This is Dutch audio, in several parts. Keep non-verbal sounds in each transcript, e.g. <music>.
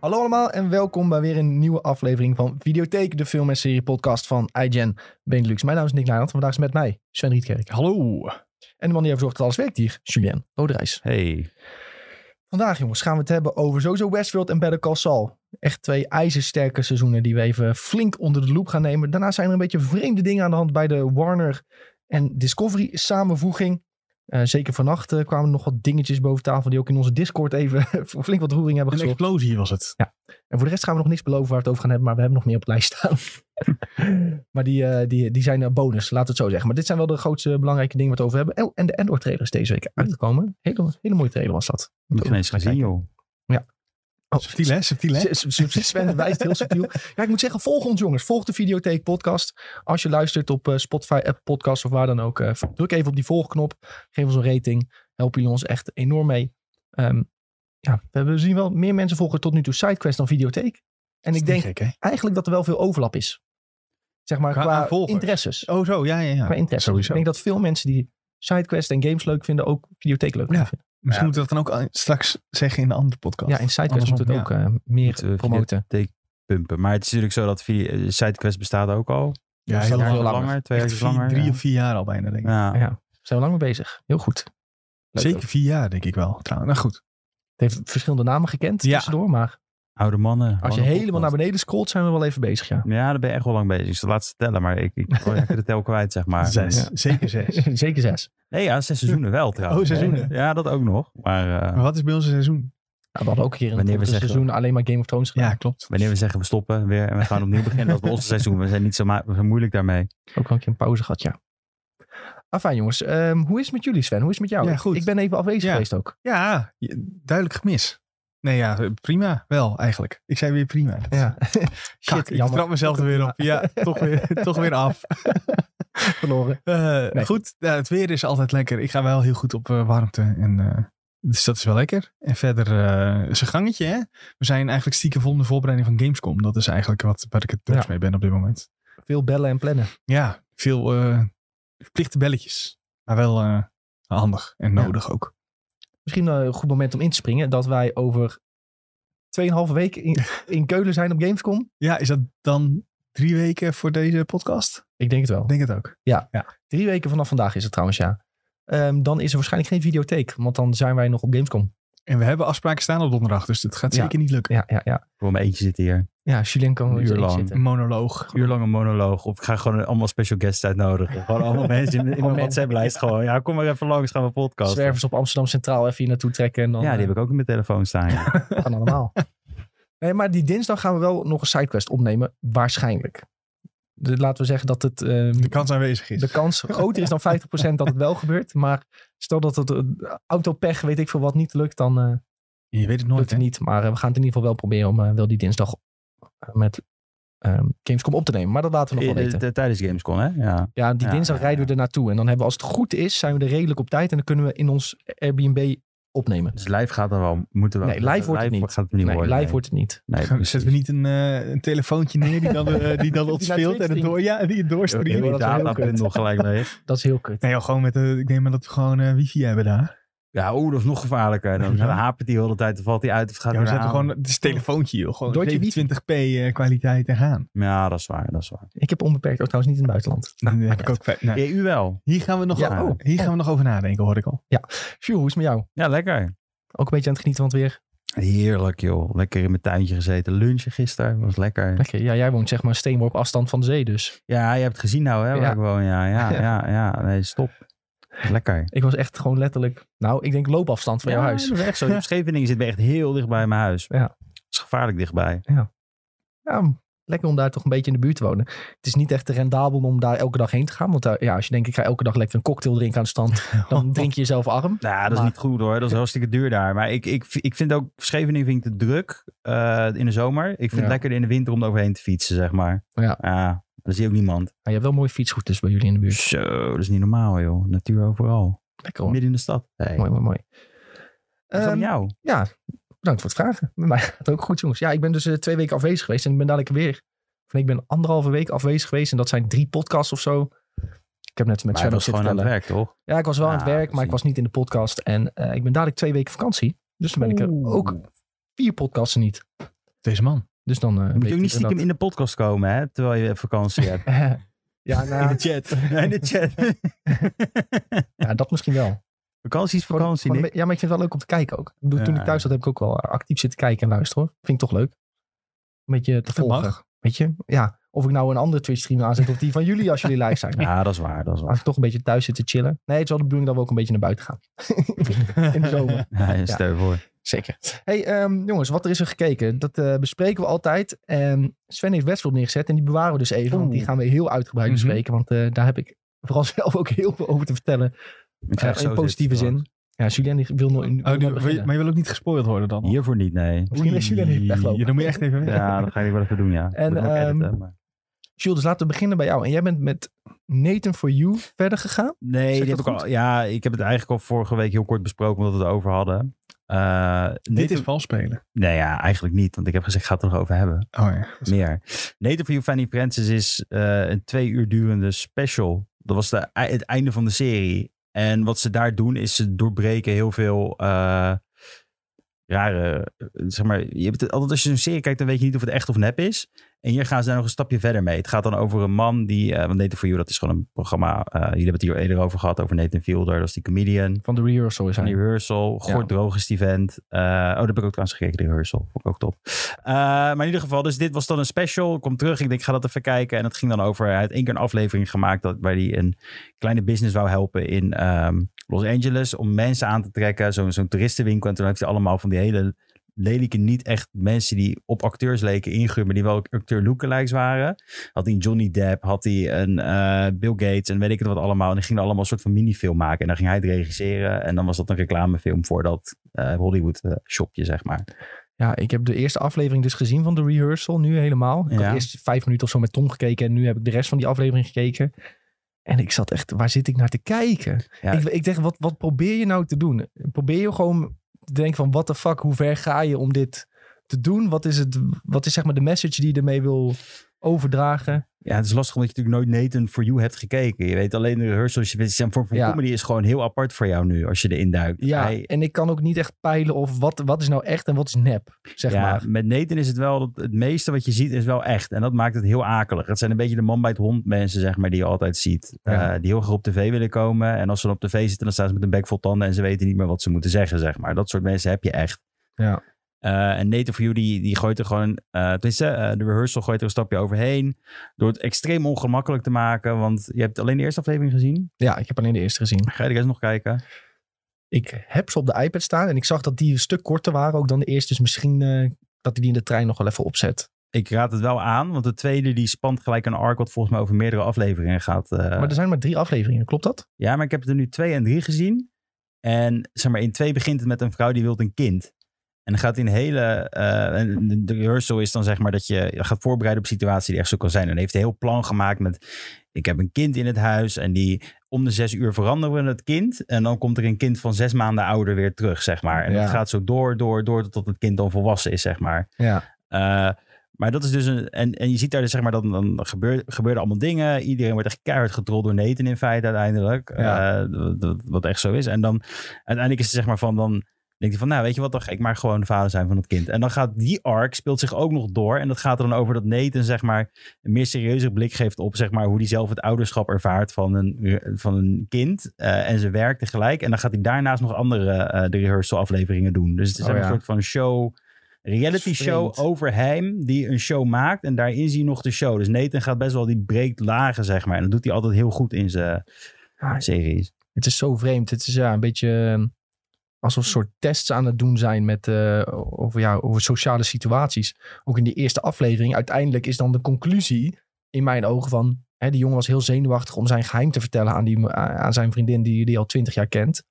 Hallo allemaal en welkom bij weer een nieuwe aflevering van Videotheek, de film- en serie-podcast van iGen Benelux. Mijn naam is Nick Nijland en vandaag is met mij Sven Rietkerk. Hallo. En de man die ervoor zorgt dat alles werkt hier, Julien Roderijs. Hey. Vandaag jongens gaan we het hebben over sowieso Westworld en Better Call Saul. Echt twee ijzersterke seizoenen die we even flink onder de loep gaan nemen. Daarna zijn er een beetje vreemde dingen aan de hand bij de Warner en Discovery samenvoeging. Eh, zeker vannacht eh, kwamen er nog wat dingetjes boven tafel die ook in onze Discord even <laughs> voor flink wat roering hebben Een gezorgd. explosie was het. En voor de rest gaan we nog niks beloven waar we het over gaan hebben, maar we hebben nog meer op de lijst <laughs> staan. maar die, eh, die, die zijn eh, bonus, laten we het zo zeggen. Maar dit zijn wel de grootste belangrijke dingen waar we het over hebben. Oh, en de Endor trailer is deze week uitgekomen. Hele, hele mooie trailer was dat. Niet ineens gaan gezien, joh. Oh, Subtiel hè, subtiel hè. S- s- s- Sven wijst heel subtiel. <laughs> Ja, ik moet zeggen, volg ons jongens. Volg de Videotheek podcast. Als je luistert op eh, Spotify, App Podcast of waar dan ook. eh, druk even op die volgknop. Geef ons een rating. Help jullie ons echt enorm mee. Ehm, ja, we hebben- we zien wel meer mensen volgen tot nu toe SideQuest dan Videotheek. En ik denk Gek, hè? eigenlijk dat er wel veel overlap is. Zeg maar Qua qua, aanvolgers. interesses. Oh zo, ja, ja, ja. qua interesses. sowieso. Ik denk dat veel mensen die SideQuest en games leuk vinden, ook Videotheek leuk Ja. vinden. Misschien moeten we dat dan ook aan- straks zeggen in de andere podcast. Ja, en SideQuest moet het Andersom, ook eh, meer Moeten we promoten. Pumpen. Maar het is natuurlijk zo dat vi- eh, SideQuest bestaat ook al. Ja, heel heel veel lang. Jaar langer. twee jaar Echt vier- langer. drie ja. of vier jaar al bijna, denk ik. Ja. Ja, zijn we lang mee bezig. Heel goed. Leuk ook. Zeker vier jaar, denk ik wel. Trouwens, nou goed. Het heeft verschillende namen gekend Ja. tussendoor, maar Oude mannen. als je mannen helemaal naar podcast. beneden scrolt, zijn we wel even bezig, <laughs> ja. Ja, daar ben je echt wel lang bezig. Ik zat laatst te tellen, maar ik, ik ben de tel kwijt, zeg maar. zes. ja. Zeker <laughs> zes. Zeker zes. Nee, ja, zes seizoenen wel trouwens. hè. Oh, seizoenen. Oh. Ja, dat ook nog. Maar eh, Maar wat is bij ons een seizoen? Nou, we hadden ook een keer in het Wanneer we vorige zeggen- seizoen alleen maar Game of Thrones gedaan. Ja, klopt. wanneer we zeggen we stoppen weer en we gaan opnieuw beginnen, dat is bij ons het seizoen. We zijn niet zo, ma- zo moeilijk daarmee. Ook wel een keer een pauze gehad, ja. Afijn jongens, ehm, hoe is het met jullie Sven? Hoe is het met jou? Ja, goed. Ik ben even afwezig Ja. geweest ook. Ja, je- duidelijk gemis. Nee, ja, prima wel eigenlijk. Ik zei weer prima. Dat- Ja. Kak, Shit, ik jammer trap mezelf er weer op. <laughs> Ja, toch weer, toch weer af. verloren. Eh, Nee. Goed, ja, het weer is altijd lekker. Ik ga wel heel goed op eh, warmte. En, eh, dus dat is wel lekker. En verder eh, is een gangetje. Hè? We zijn eigenlijk stiekem vol in de voorbereiding van Gamescom. Dat is eigenlijk wat, waar ik het drukst Ja. mee ben op dit moment. <laughs> Veel bellen en plannen. Ja, veel eh, verplichte belletjes. Maar wel eh, handig en Ja. nodig ook. Misschien eh, een goed moment om in te springen dat wij over 2,5 weken <laughs> in, in Keulen zijn op Gamescom. Ja, is dat dan drie weken voor deze podcast? Ik denk het wel. Ik denk het ook. Drie weken vanaf vandaag is het trouwens, ja. Ehm, dan is er waarschijnlijk geen videotheek, want dan zijn wij nog op Gamescom. En we hebben afspraken staan op donderdag. Dus het gaat Ja. zeker niet lukken. Ja, ja, ja. Ik wil mijn eentje zitten hier. Ja, Julien kan wel Een eens uur in lang. zitten. Een monoloog. Een uur lang een monoloog. Of ik ga gewoon allemaal special guests uitnodigen. Gewoon allemaal mensen in, in Gewoon mijn mensen. WhatsApp-lijst. Gewoon, ja, kom maar even langs, gaan we podcast. Zwervers op Amsterdam Centraal even hier naartoe trekken. En dan, Ja, die heb ik ook in mijn <laughs> telefoon staan. ja. eh, kan <laughs> allemaal. Nee, maar die dinsdag gaan we wel nog een sidequest opnemen. Waarschijnlijk. Dus laten we zeggen dat het, ehm, De kans aanwezig is. de <laughs> kans groter is dan 50% dat het wel gebeurt. Maar stel dat het eh, autopech, weet ik veel wat, niet lukt, dan eh Je weet het nooit. lukt hè? het niet. Maar eh, we gaan het in ieder geval wel proberen om eh, wel die dinsdag eh, met ehm, Gamescom op te nemen. Maar dat laten we nog wel Eh, weten. eh, Tijdens Gamescom, hè? Ja. Ja, die Ja, dinsdag ja, rijden ja. we er naartoe. En dan hebben we, als het goed is, zijn we er redelijk op tijd. En dan kunnen we in ons Airbnb opnemen. Dus live gaat dan wel. Moeten we Nee, live wordt het niet. Gaat het niet nee, worden, live nee. wordt het niet. Nee, <laughs> Gaan- precies. Zetten we niet een, eh, een telefoontje neer die <laughs> dan, eh, die dan Die ons naar speelt Twitch en het door, ja, die het Heel- doorstreamt? heel dat die is heel datapunt kut. nog gelijk leeg. Dat is heel <laughs> kut. Nee, joh, gewoon met de, ik neem aan dat we gewoon eh, wifi hebben daar. Ja, oeh, dat is nog gevaarlijker. Dan, Hoezo? dan hapert die de hele tijd, dan valt die uit of gaat Ja, we weer zetten aan. gewoon, het is een telefoontje joh, gewoon Deutsche wifi. 20p eh, kwaliteit en gaan. Ja, dat is waar, dat is waar. Ik heb onbeperkt ook trouwens niet in het buitenland. Nou, maakt heb niet ik ook fijn. Nou, EU wel. hier gaan, we nog, Ja, oh, hier gaan we nog over nadenken, hoor ik al. uit. Sjoe, hoe is het met jou? Ja, lekker. Ook een beetje aan het genieten van het weer. Heerlijk, joh. Lekker in mijn tuintje gezeten. Lunchen gisteren was lekker. Lekker. Ja, jij woont zeg maar een steenworp afstand van de zee dus. Ja, je hebt het gezien nou, hè? Waar Ja. ik woon. <laughs> Ja, ja, Ja. ja, ja. Nee, stop. Lekker. Ik was echt gewoon letterlijk, nou, ik denk loopafstand van Ja, jouw huis. Dat is echt <laughs> zo. Op <laughs> Scheveningen zit we echt heel dicht bij mijn huis. Ja. Het is gevaarlijk dichtbij. Ja, lekker om daar toch een beetje in de buurt te wonen. Het is niet echt rendabel om daar elke dag heen te gaan. Want daar, ja, als je denkt, ik ga elke dag lekker een cocktail drinken aan de <laughs> strand. Oh, Dan drink je jezelf arm. Nou, dat is Maar- niet goed hoor. Dat is hartstikke duur daar. Maar ik, ik, ik vind ook, Scheveningen vind ik te druk eh, in de zomer. Ik vind Ja. het lekker in de winter om er overheen te fietsen, zeg maar. Ja. dan zie je ook niemand. Maar je hebt wel mooie fietsroutes bij jullie in de buurt. Zo, dat is niet normaal joh. Natuur overal. Lekker hoor. Midden in de stad. Hey. Mooi, mooi, mooi. Wat gaat Ehm, met jou? ja, bedankt voor het vragen. <laughs> Met mij gaat het ook goed, jongens. Ja, ik ben dus eh, twee weken afwezig geweest en ik ben dadelijk weer. Of nee, ik ben anderhalve week afwezig geweest en dat zijn drie podcasts of zo. Ik heb net met Maar je Sven ook was zitten gewoon aan het vertellen. werk, toch? Ja, ik was wel aan het Ah, werk, maar ik precies. was niet in de podcast. En eh, ik ben dadelijk twee weken vakantie. Dus dan ben ik er ook vier podcasten niet. oh, Deze <laughs> man. Dus dan. eh, Dan moet weet je ook niet iedereen stiekem in de podcast komen, hè? Terwijl je vakantie hebt. dat. ja, In <laughs> de <laughs> nou, chat. In de <laughs> chat. ja, dat misschien wel. vakantie is Gewoon- vakantie, gewoon Nick. een be- Ja, maar ik vind het wel leuk om te kijken ook. Ik bedoel, Toen Ja. ik thuis zat, heb ik ook wel eh, actief zitten kijken en luisteren. Hoor. Vind ik toch leuk. Een beetje te Dat volgen. mag. Weet je? Ja. Of ik nou een andere Twitch stream aanzet of die van jullie als jullie live <laughs> zijn. Ja, dat is waar. Dat Als is waar. ik toch een beetje thuis zit te chillen. Nee, het is wel de bedoeling dat we ook een beetje naar buiten gaan. In de <laughs> Oh, zomer. <laughs> Ja, stel je voor. Zeker. hey, ehm, jongens, wat er is er gekeken? Dat eh, bespreken we altijd. En Sven heeft Westworld neergezet en die bewaren we dus even. Want die Oeh. gaan we heel uitgebreid Mhm. bespreken. Want eh, daar heb ik vooral <laughs> zelf ook heel veel over te vertellen. Ik Eh, zeg zo in positieve zitten, zin. Ja, Julien die wil nog... wil Oh, nog die- wil je- beginnen. maar je wil ook niet gespoild worden dan? hoor. Hiervoor niet, nee. Misschien is Julien Oei. niet weglopen. Ja, dan moet je echt even weg. <laughs> Ja, dat ga ik wel even doen, ja. En, Moet nog editen, ehm, maar- Jules, dus laten we beginnen bij jou. En jij bent met Nathan for You verder gegaan. Nee, Zeg die heb dat ik al, ja, ik heb het eigenlijk al vorige week heel kort besproken, omdat we het over hadden. Eh, Dit Nathan- is vals spelen. Nee, ja, eigenlijk niet, want ik heb gezegd, ga het er nog over hebben. Oh ja. <laughs> meer. Native View Fanny Francis is eh, een twee uur durende special. Dat was de, het einde van de serie. En wat ze daar doen is ze doorbreken heel veel eh, rare, eh, zeg maar, je hebt het, altijd als je een serie kijkt, dan weet je niet of het echt of nep is. En hier gaan ze daar nog een stapje verder mee. Het gaat dan over een man die, eh, want Nathan For You, dat is gewoon een programma, eh, jullie hebben het hier eerder over gehad, over Nathan Fielder, dat is die comedian. Van de rehearsal is Van die rehearsal. Ja. Gort droog is die vent. Eh, oh, daar heb ik ook trouwens gekeken, die rehearsal. Vond ik ook top. Eh, maar in ieder geval, dus dit was dan een special. Ik kom terug, ik denk, ik ga dat even kijken. En het ging dan over, hij had één keer een aflevering gemaakt... Dat, waar hij een kleine business wou helpen in ehm, Los Angeles... om mensen aan te trekken, zo'n zo'n toeristenwinkel. En toen heeft hij allemaal van die hele lelijke, niet echt mensen die op acteurs leken ingehuurd... maar die wel acteur lookalikes waren. Had hij een Johnny Depp, had hij een eh, Bill Gates en weet ik het wat allemaal. En die gingen allemaal een soort van minifilm maken. En dan ging hij het regisseren. En dan was dat een reclamefilm voor dat eh, Hollywood eh, shopje, zeg maar. Ja, ik heb de eerste aflevering dus gezien van de rehearsal. Nu helemaal. Ik Ja. had eerst vijf minuten of zo met Tom gekeken. En nu heb ik de rest van die aflevering gekeken. En ik zat echt, waar zit ik naar te kijken? Ja. Ik, ik dacht, wat, wat probeer je nou te doen? Probeer je gewoon te denken van, what the fuck, hoe ver ga je om dit te doen? Wat is, het, wat is zeg maar de message die je ermee wil overdragen? Ja, het is lastig omdat je natuurlijk nooit Nathan For You hebt gekeken. Je weet alleen de rehearsals. Je weet, zijn vorm van Ja. comedy is gewoon heel apart voor jou nu als je erin duikt. Ja, Hij- en ik kan ook niet echt peilen of wat, wat is nou echt en wat is nep, zeg ja, maar. met Nathan is het wel dat het meeste wat je ziet is wel echt. En dat maakt het heel akelig. Het zijn een beetje de man bij het hond mensen, zeg maar, die je altijd ziet. Ja. Eh, die heel graag op tv willen komen. En als ze dan op tv zitten, dan staan ze met een bek vol tanden en ze weten niet meer wat ze moeten zeggen, zeg maar. Dat soort mensen heb je echt. Ja. Eh, en Nathan For You, die, die gooit er gewoon, eh tenminste, eh, de rehearsal gooit er een stapje overheen. Door het extreem ongemakkelijk te maken. Want je hebt alleen de eerste aflevering gezien. Ja, ik heb alleen de eerste gezien. Ga je de rest nog kijken? ik heb ze op de iPad staan. En ik zag dat die een stuk korter waren ook dan de eerste. Dus misschien eh, dat hij die in de trein nog wel even opzet. Ik raad het wel aan, want de tweede die spant gelijk een arc wat volgens mij over meerdere afleveringen gaat. eh, Maar er zijn maar drie afleveringen, klopt dat? Ja, maar ik heb er nu twee en drie gezien. En zeg maar, in twee begint het met een vrouw die wil een kind. En dan gaat in hele. eh, en de- de rehearsal is dan zeg maar dat je gaat voorbereiden op een situatie die echt zo kan zijn. En hij heeft een heel plan gemaakt met. Ik heb een kind in het huis en die. Om de zes uur veranderen we het kind. En dan komt er een kind van zes maanden ouder weer terug, zeg maar. En Ja. dat gaat zo door, door, door. Totdat het kind dan volwassen is, zeg maar. Ja. Eh, maar dat is dus een. En, en je ziet daar dus zeg maar dat dan gebeur, gebeuren allemaal dingen. Iedereen wordt echt keihard getrold door Nathan in feite uiteindelijk. Ja. Eh, wat- wat- wat echt zo is. En dan uiteindelijk is het zeg maar van dan. Denkt hij van, nou weet je wat, dan ga ik maar gewoon de vader zijn van het kind. En dan gaat die arc, speelt zich ook nog door. En dat gaat er dan over dat Nathan, zeg maar, een meer serieuze blik geeft op, zeg maar, hoe hij zelf het ouderschap ervaart van een, van een kind. eh, en zijn werk tegelijk. En dan gaat hij daarnaast nog andere eh, de rehearsal afleveringen doen. Dus het is Oh, zeg maar ja. een soort van show reality Dat is vreemd. show over hem die een show maakt en daarin zie je nog de show. Dus Nathan gaat best wel, die breekt lagen zeg maar. En dat doet hij altijd heel goed in zijn series. Het is zo vreemd. Het is ja, een beetje eh, alsof een soort tests aan het doen zijn met, eh, over, ja, over sociale situaties. Ook in die eerste aflevering. Uiteindelijk is dan de conclusie in mijn ogen van... Hè, die jongen was heel zenuwachtig om zijn geheim te vertellen aan, die, eh, aan zijn vriendin die die al twintig jaar kent.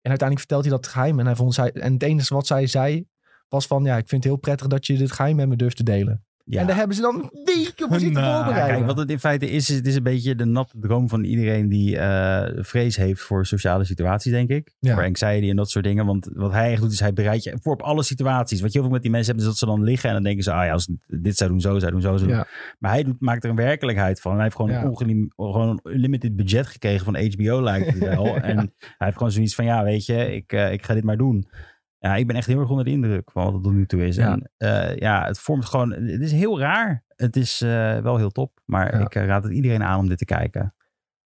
En uiteindelijk vertelt hij dat geheim. En, hij vond zij, en het enige wat zij zei was van... Ja, ik vind het heel prettig dat je dit geheim met me durft te delen. Ja. En daar hebben ze dan weken voor <laughs> zitten Nou, Ja, voorbereiden. kijk, wat het in feite is, is het is een beetje de natte droom van iedereen die eh, vrees heeft voor sociale situaties, denk ik. Ja. Voor anxiety en dat soort dingen. Want wat hij echt doet, is hij bereidt je voor op alle situaties. Wat je heel veel met die mensen hebt, is dat ze dan liggen en dan denken ze, ah ja, als ik dit zou doen, zo zou doen, zo zou doen. Ja. Maar hij doet, maakt er een werkelijkheid van. En hij heeft gewoon, Ja. een ongelim, gewoon een limited budget <laughs> gekregen van HBO, lijkt het wel. En hij heeft gewoon zoiets van, ja, weet je, ik, eh, ik ga dit maar doen. Ja, ik ben echt heel erg onder de indruk van wat het tot nu toe is. Ja. En eh, ja, het vormt gewoon... Het is heel raar. Het is eh, wel heel top. Maar Ja. ik eh, raad het iedereen aan om dit te kijken.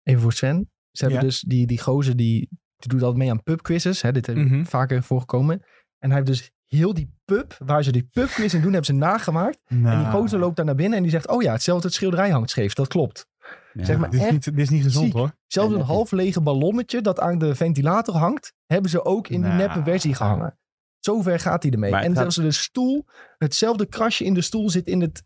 Even voor Sven. Ze hebben Ja. dus die, die gozer die, die doet altijd mee aan pubquizzes. Hè? Dit heb ik Mhm. vaker voorgekomen. En hij heeft dus heel die pub, waar ze die pubquiz in doen, hebben ze nagemaakt. En Ah. die gozer loopt daar naar binnen en die zegt, oh ja, hetzelfde het schilderij hangt scheef. Dat klopt. Ja. Zeg maar dit, is echt niet, dit is niet gezond ziek. hoor. Zelfs En een dat- half lege ballonnetje dat aan de ventilator hangt, hebben ze ook in die Nou. neppe versie gehangen. Zover gaat hij ermee. Maar het En gaat- zelfs de stoel, hetzelfde krasje in de stoel zit in, het,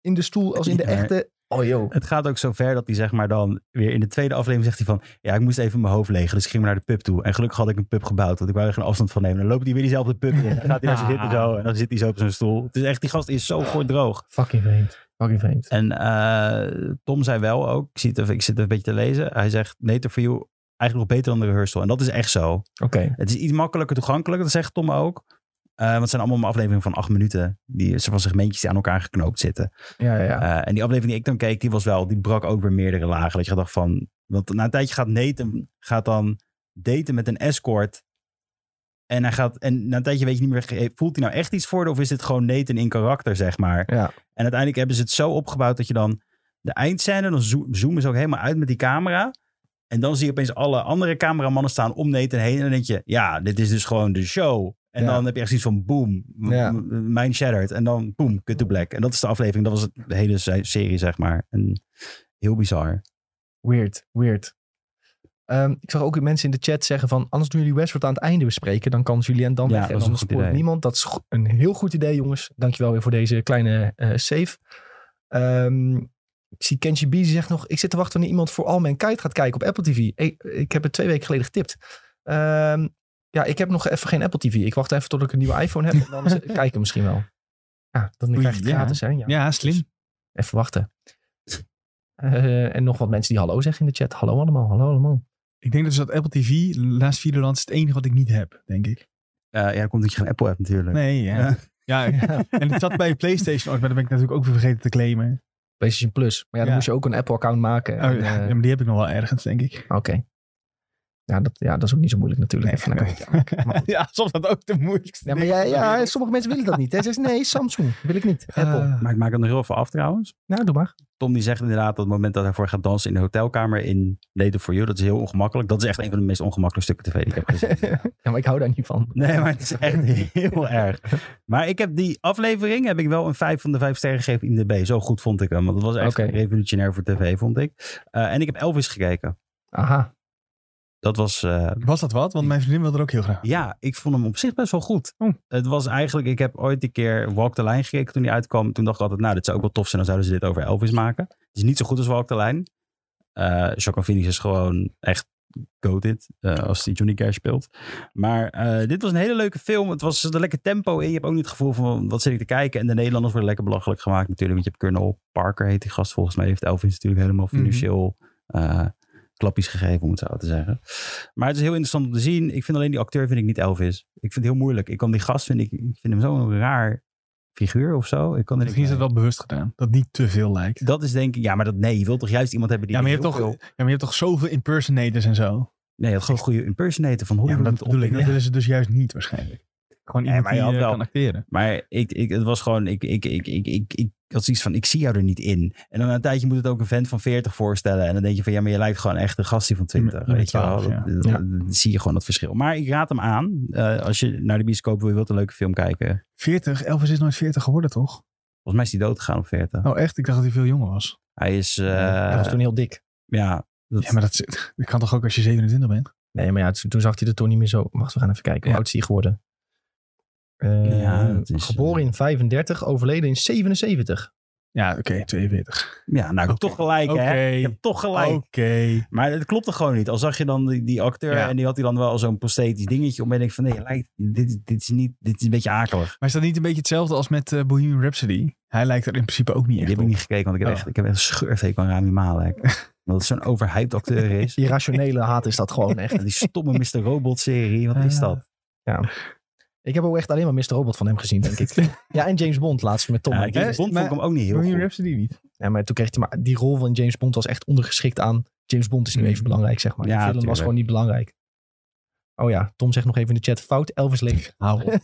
in de stoel als in de Ja. echte. Oh joh. Het gaat ook zo ver dat hij zeg maar dan weer in de tweede aflevering zegt hij van... Ja, ik moest even mijn hoofd legen, dus ik ging maar naar de pub toe. En gelukkig had ik een pub gebouwd, want ik wou er geen afstand van nemen. Dan loopt hij weer diezelfde pub in. Dan gaat hij <laughs> daar zo zitten zo en dan zit hij zo op zijn stoel. Het is echt, die gast is zo goed droog. Fucking vreemd. Fucking vreemd. En eh, Tom zei wel ook, ik, zie het even, ik zit even een beetje te lezen. Hij zegt, Native for You eigenlijk nog beter dan de rehearsal. En dat is echt zo. Oké. Het is iets makkelijker toegankelijk, dat zegt Tom ook. Eh, want het zijn allemaal maar afleveringen van acht minuten. Die soort van segmentjes die aan elkaar geknoopt zitten. Ja, ja, ja. Eh, en die aflevering die ik dan keek, die was wel, die brak ook weer meerdere lagen. Dat je dacht van, want na een tijdje gaat Nathan, gaat dan daten met een escort. En hij gaat, en na een tijdje weet je niet meer, ge- voelt hij nou echt iets voor de, of is dit gewoon Nathan in karakter, zeg maar. Ja. En uiteindelijk hebben ze het zo opgebouwd dat je dan de eindscène, dan zo- zoomen ze ook helemaal uit met die camera. En dan zie je opeens alle andere cameramannen staan om Nathan heen. En dan denk je, ja, dit is dus gewoon de show. En Ja. dan heb je echt zoiets van boom, m- Ja. m- mijn shattered. En dan boom, cut to black. En dat is de aflevering, dat was het, de hele se- serie, zeg maar. En heel bizar. Weird, weird. Ehm, ik zag ook mensen in de chat zeggen van... anders doen jullie Westworld aan het einde bespreken. Dan kan Julien dan Ja, weg dat en is dan een goed spoort idee. niemand. Dat is go- een heel goed idee, jongens. Dankjewel weer voor deze kleine eh save. Ehm, ik zie Kenji B. die zegt nog... ik zit te wachten wanneer iemand voor All Mankind gaat kijken op Apple TV. Ik, ik heb het twee weken geleden getipt. Ehm, ja, ik heb nog even geen Apple TV. Ik wacht even tot ik een nieuwe iPhone heb. En <laughs> dan z- kijk ik hem misschien wel. Ja, dan Oei, krijg je het ja. gratis, hè? Ja. Ja, slim. Dus Even wachten. Eh, en nog wat mensen die hallo zeggen in de chat. Hallo allemaal, hallo allemaal. Ik denk dat dus dat Apple TV, Laatst Videoland, is het enige wat ik niet heb, denk ik. Eh, ja, dat komt dat je geen Apple hebt natuurlijk. Nee, ja. Ja. Ja, <laughs> en het zat bij PlayStation ook, maar dat ben ik natuurlijk ook weer vergeten te claimen. PlayStation Plus. Maar ja, dan Ja. moest je ook een Apple-account maken. Oh, En, ja, eh, maar die heb ik nog wel ergens, denk ik. Oké. Ja, dat, ja, dat is ook niet zo moeilijk natuurlijk. Even een <laughs> account, ja. maar goed. ja, soms dat ook de moeilijkste. Ja, maar ja, ja, sommige mensen willen dat niet. Hij zegt, nee, Samsung wil ik niet. Eh, Apple. Maar ik maak het nog heel even af trouwens. nou, doe maar. Tom die zegt inderdaad dat het moment dat hij voor gaat dansen in de hotelkamer in Native for You, dat is heel ongemakkelijk. Dat is echt een van de meest ongemakkelijke stukken tv die ik heb gezien. <laughs> Ja, maar ik hou daar niet van. Nee, maar het is echt heel erg. Maar ik heb die aflevering heb ik wel een 5 van de 5 sterren gegeven in de B. Zo goed vond ik hem. Want dat was echt Oké. revolutionair voor tv, vond ik. Eh, en ik heb Elvis gekeken. Aha. Dat was. eh, Was dat wat? Want mijn vriendin wilde er ook heel graag. ja, ik vond hem op zich best wel goed. Oh. Het was eigenlijk, ik heb ooit een keer Walk the Line gekeken toen die uitkwam. Toen dacht ik altijd, nou, dit zou ook wel tof zijn. Dan zouden ze dit over Elvis maken. Het is niet zo goed als Walk the Line. Eh Jacques Phoenix is gewoon echt goated eh als die Johnny Cash speelt. Maar eh, dit was een hele leuke film. Het was er lekker tempo in. Je hebt ook niet het gevoel van wat zit ik te kijken. En de Nederlanders worden lekker belachelijk gemaakt natuurlijk. Want je hebt Colonel Parker heet die gast. Volgens mij heeft Elvis natuurlijk helemaal Mhm. financieel eh, klapjes gegeven om het zo te zeggen. Maar het is heel interessant om te zien. Ik vind alleen die acteur vind ik niet Elvis. Ik vind het heel moeilijk. Ik kan die gast vind ik, ik vind hem zo'n raar figuur of zo. Ik kan er niet Misschien is dat bij. wel bewust gedaan, dat niet te veel lijkt. dat is denk ik, ja, maar dat nee, je wilt toch juist iemand hebben die. Ja, maar je hebt heel toch, veel- ja, maar je hebt toch zoveel impersonators en zo? Nee, dat gewoon een goede impersonator van Ja, Hollywood. maar dat moet bedoel ik. Dat oppikken. willen ze dus juist niet waarschijnlijk. Gewoon Nee, iemand maar je die had eh, wel- kan acteren. Maar ik, ik, het was gewoon, ik, ik, ik, ik, ik, ik had zoiets van, ik zie jou er niet in. En dan na een tijdje moet het ook een vent van 40 voorstellen. En dan denk je van, ja, maar je lijkt gewoon echt een gastie van 20. Ja, weet je wel. 12, Dat, ja. dat- Ja. dat- dat zie je gewoon dat verschil. Maar ik raad hem aan, eh, als je naar de bioscoop wil, je wilt een leuke film kijken. 40, Elvis is nooit 40 geworden, toch? Volgens mij is hij dood gegaan op 40. Oh, echt? Ik dacht dat hij veel jonger was. Hij is, eh, Hij was toen heel dik. ja, dat, Ja, maar dat, is- <laughs> dat kan toch ook als je 27 bent? Nee, maar ja, toen toen zag hij er toch niet meer zo. Wacht, we gaan even kijken. Hoe Ja. oud is hij geworden? Eh, Ja, dat is, eh, geboren in 35, overleden in 77. Ja, oké, 42. ja, nou, ik heb Oké. toch gelijk, hè. Oké. Oh. Ik heb toch gelijk. Oké. Maar het klopte gewoon niet. Al zag je dan die, die acteur Ja. en die had hij dan wel zo'n prosthetisch dingetje om. En ik denk van nee, je lijkt, dit, dit, is niet, dit is een beetje akelig. Maar is dat niet een beetje hetzelfde als met eh, Bohemian Rhapsody? Hij lijkt er in principe ook Die niet echt heb ik op. niet gekeken, want ik heb Oh. echt, ik heb echt een scheurfeek aan Rami Malek. <laughs> Omdat het zo'n overhyped acteur <laughs> is. Irrationele haat is dat gewoon echt. En <laughs> die stomme Mr. Robot serie, wat is Ja. dat? Ik heb ook echt alleen maar Mr. Robot van hem gezien, denk <laughs> ik. ja, en James Bond laatst met Tom. Ja, Ja, ik James Bond vond ik hem ook niet heel Bohemian goed. Rhapsody niet. maar toen kreeg hij maar... Die rol van James Bond was echt ondergeschikt aan... James Bond is nu Mm. even belangrijk, zeg maar. Ja, Ja, film was tuurlijk. gewoon niet belangrijk. Oh ja, Tom zegt nog even in de chat, fout Elvis <laughs> leeft. Hou op.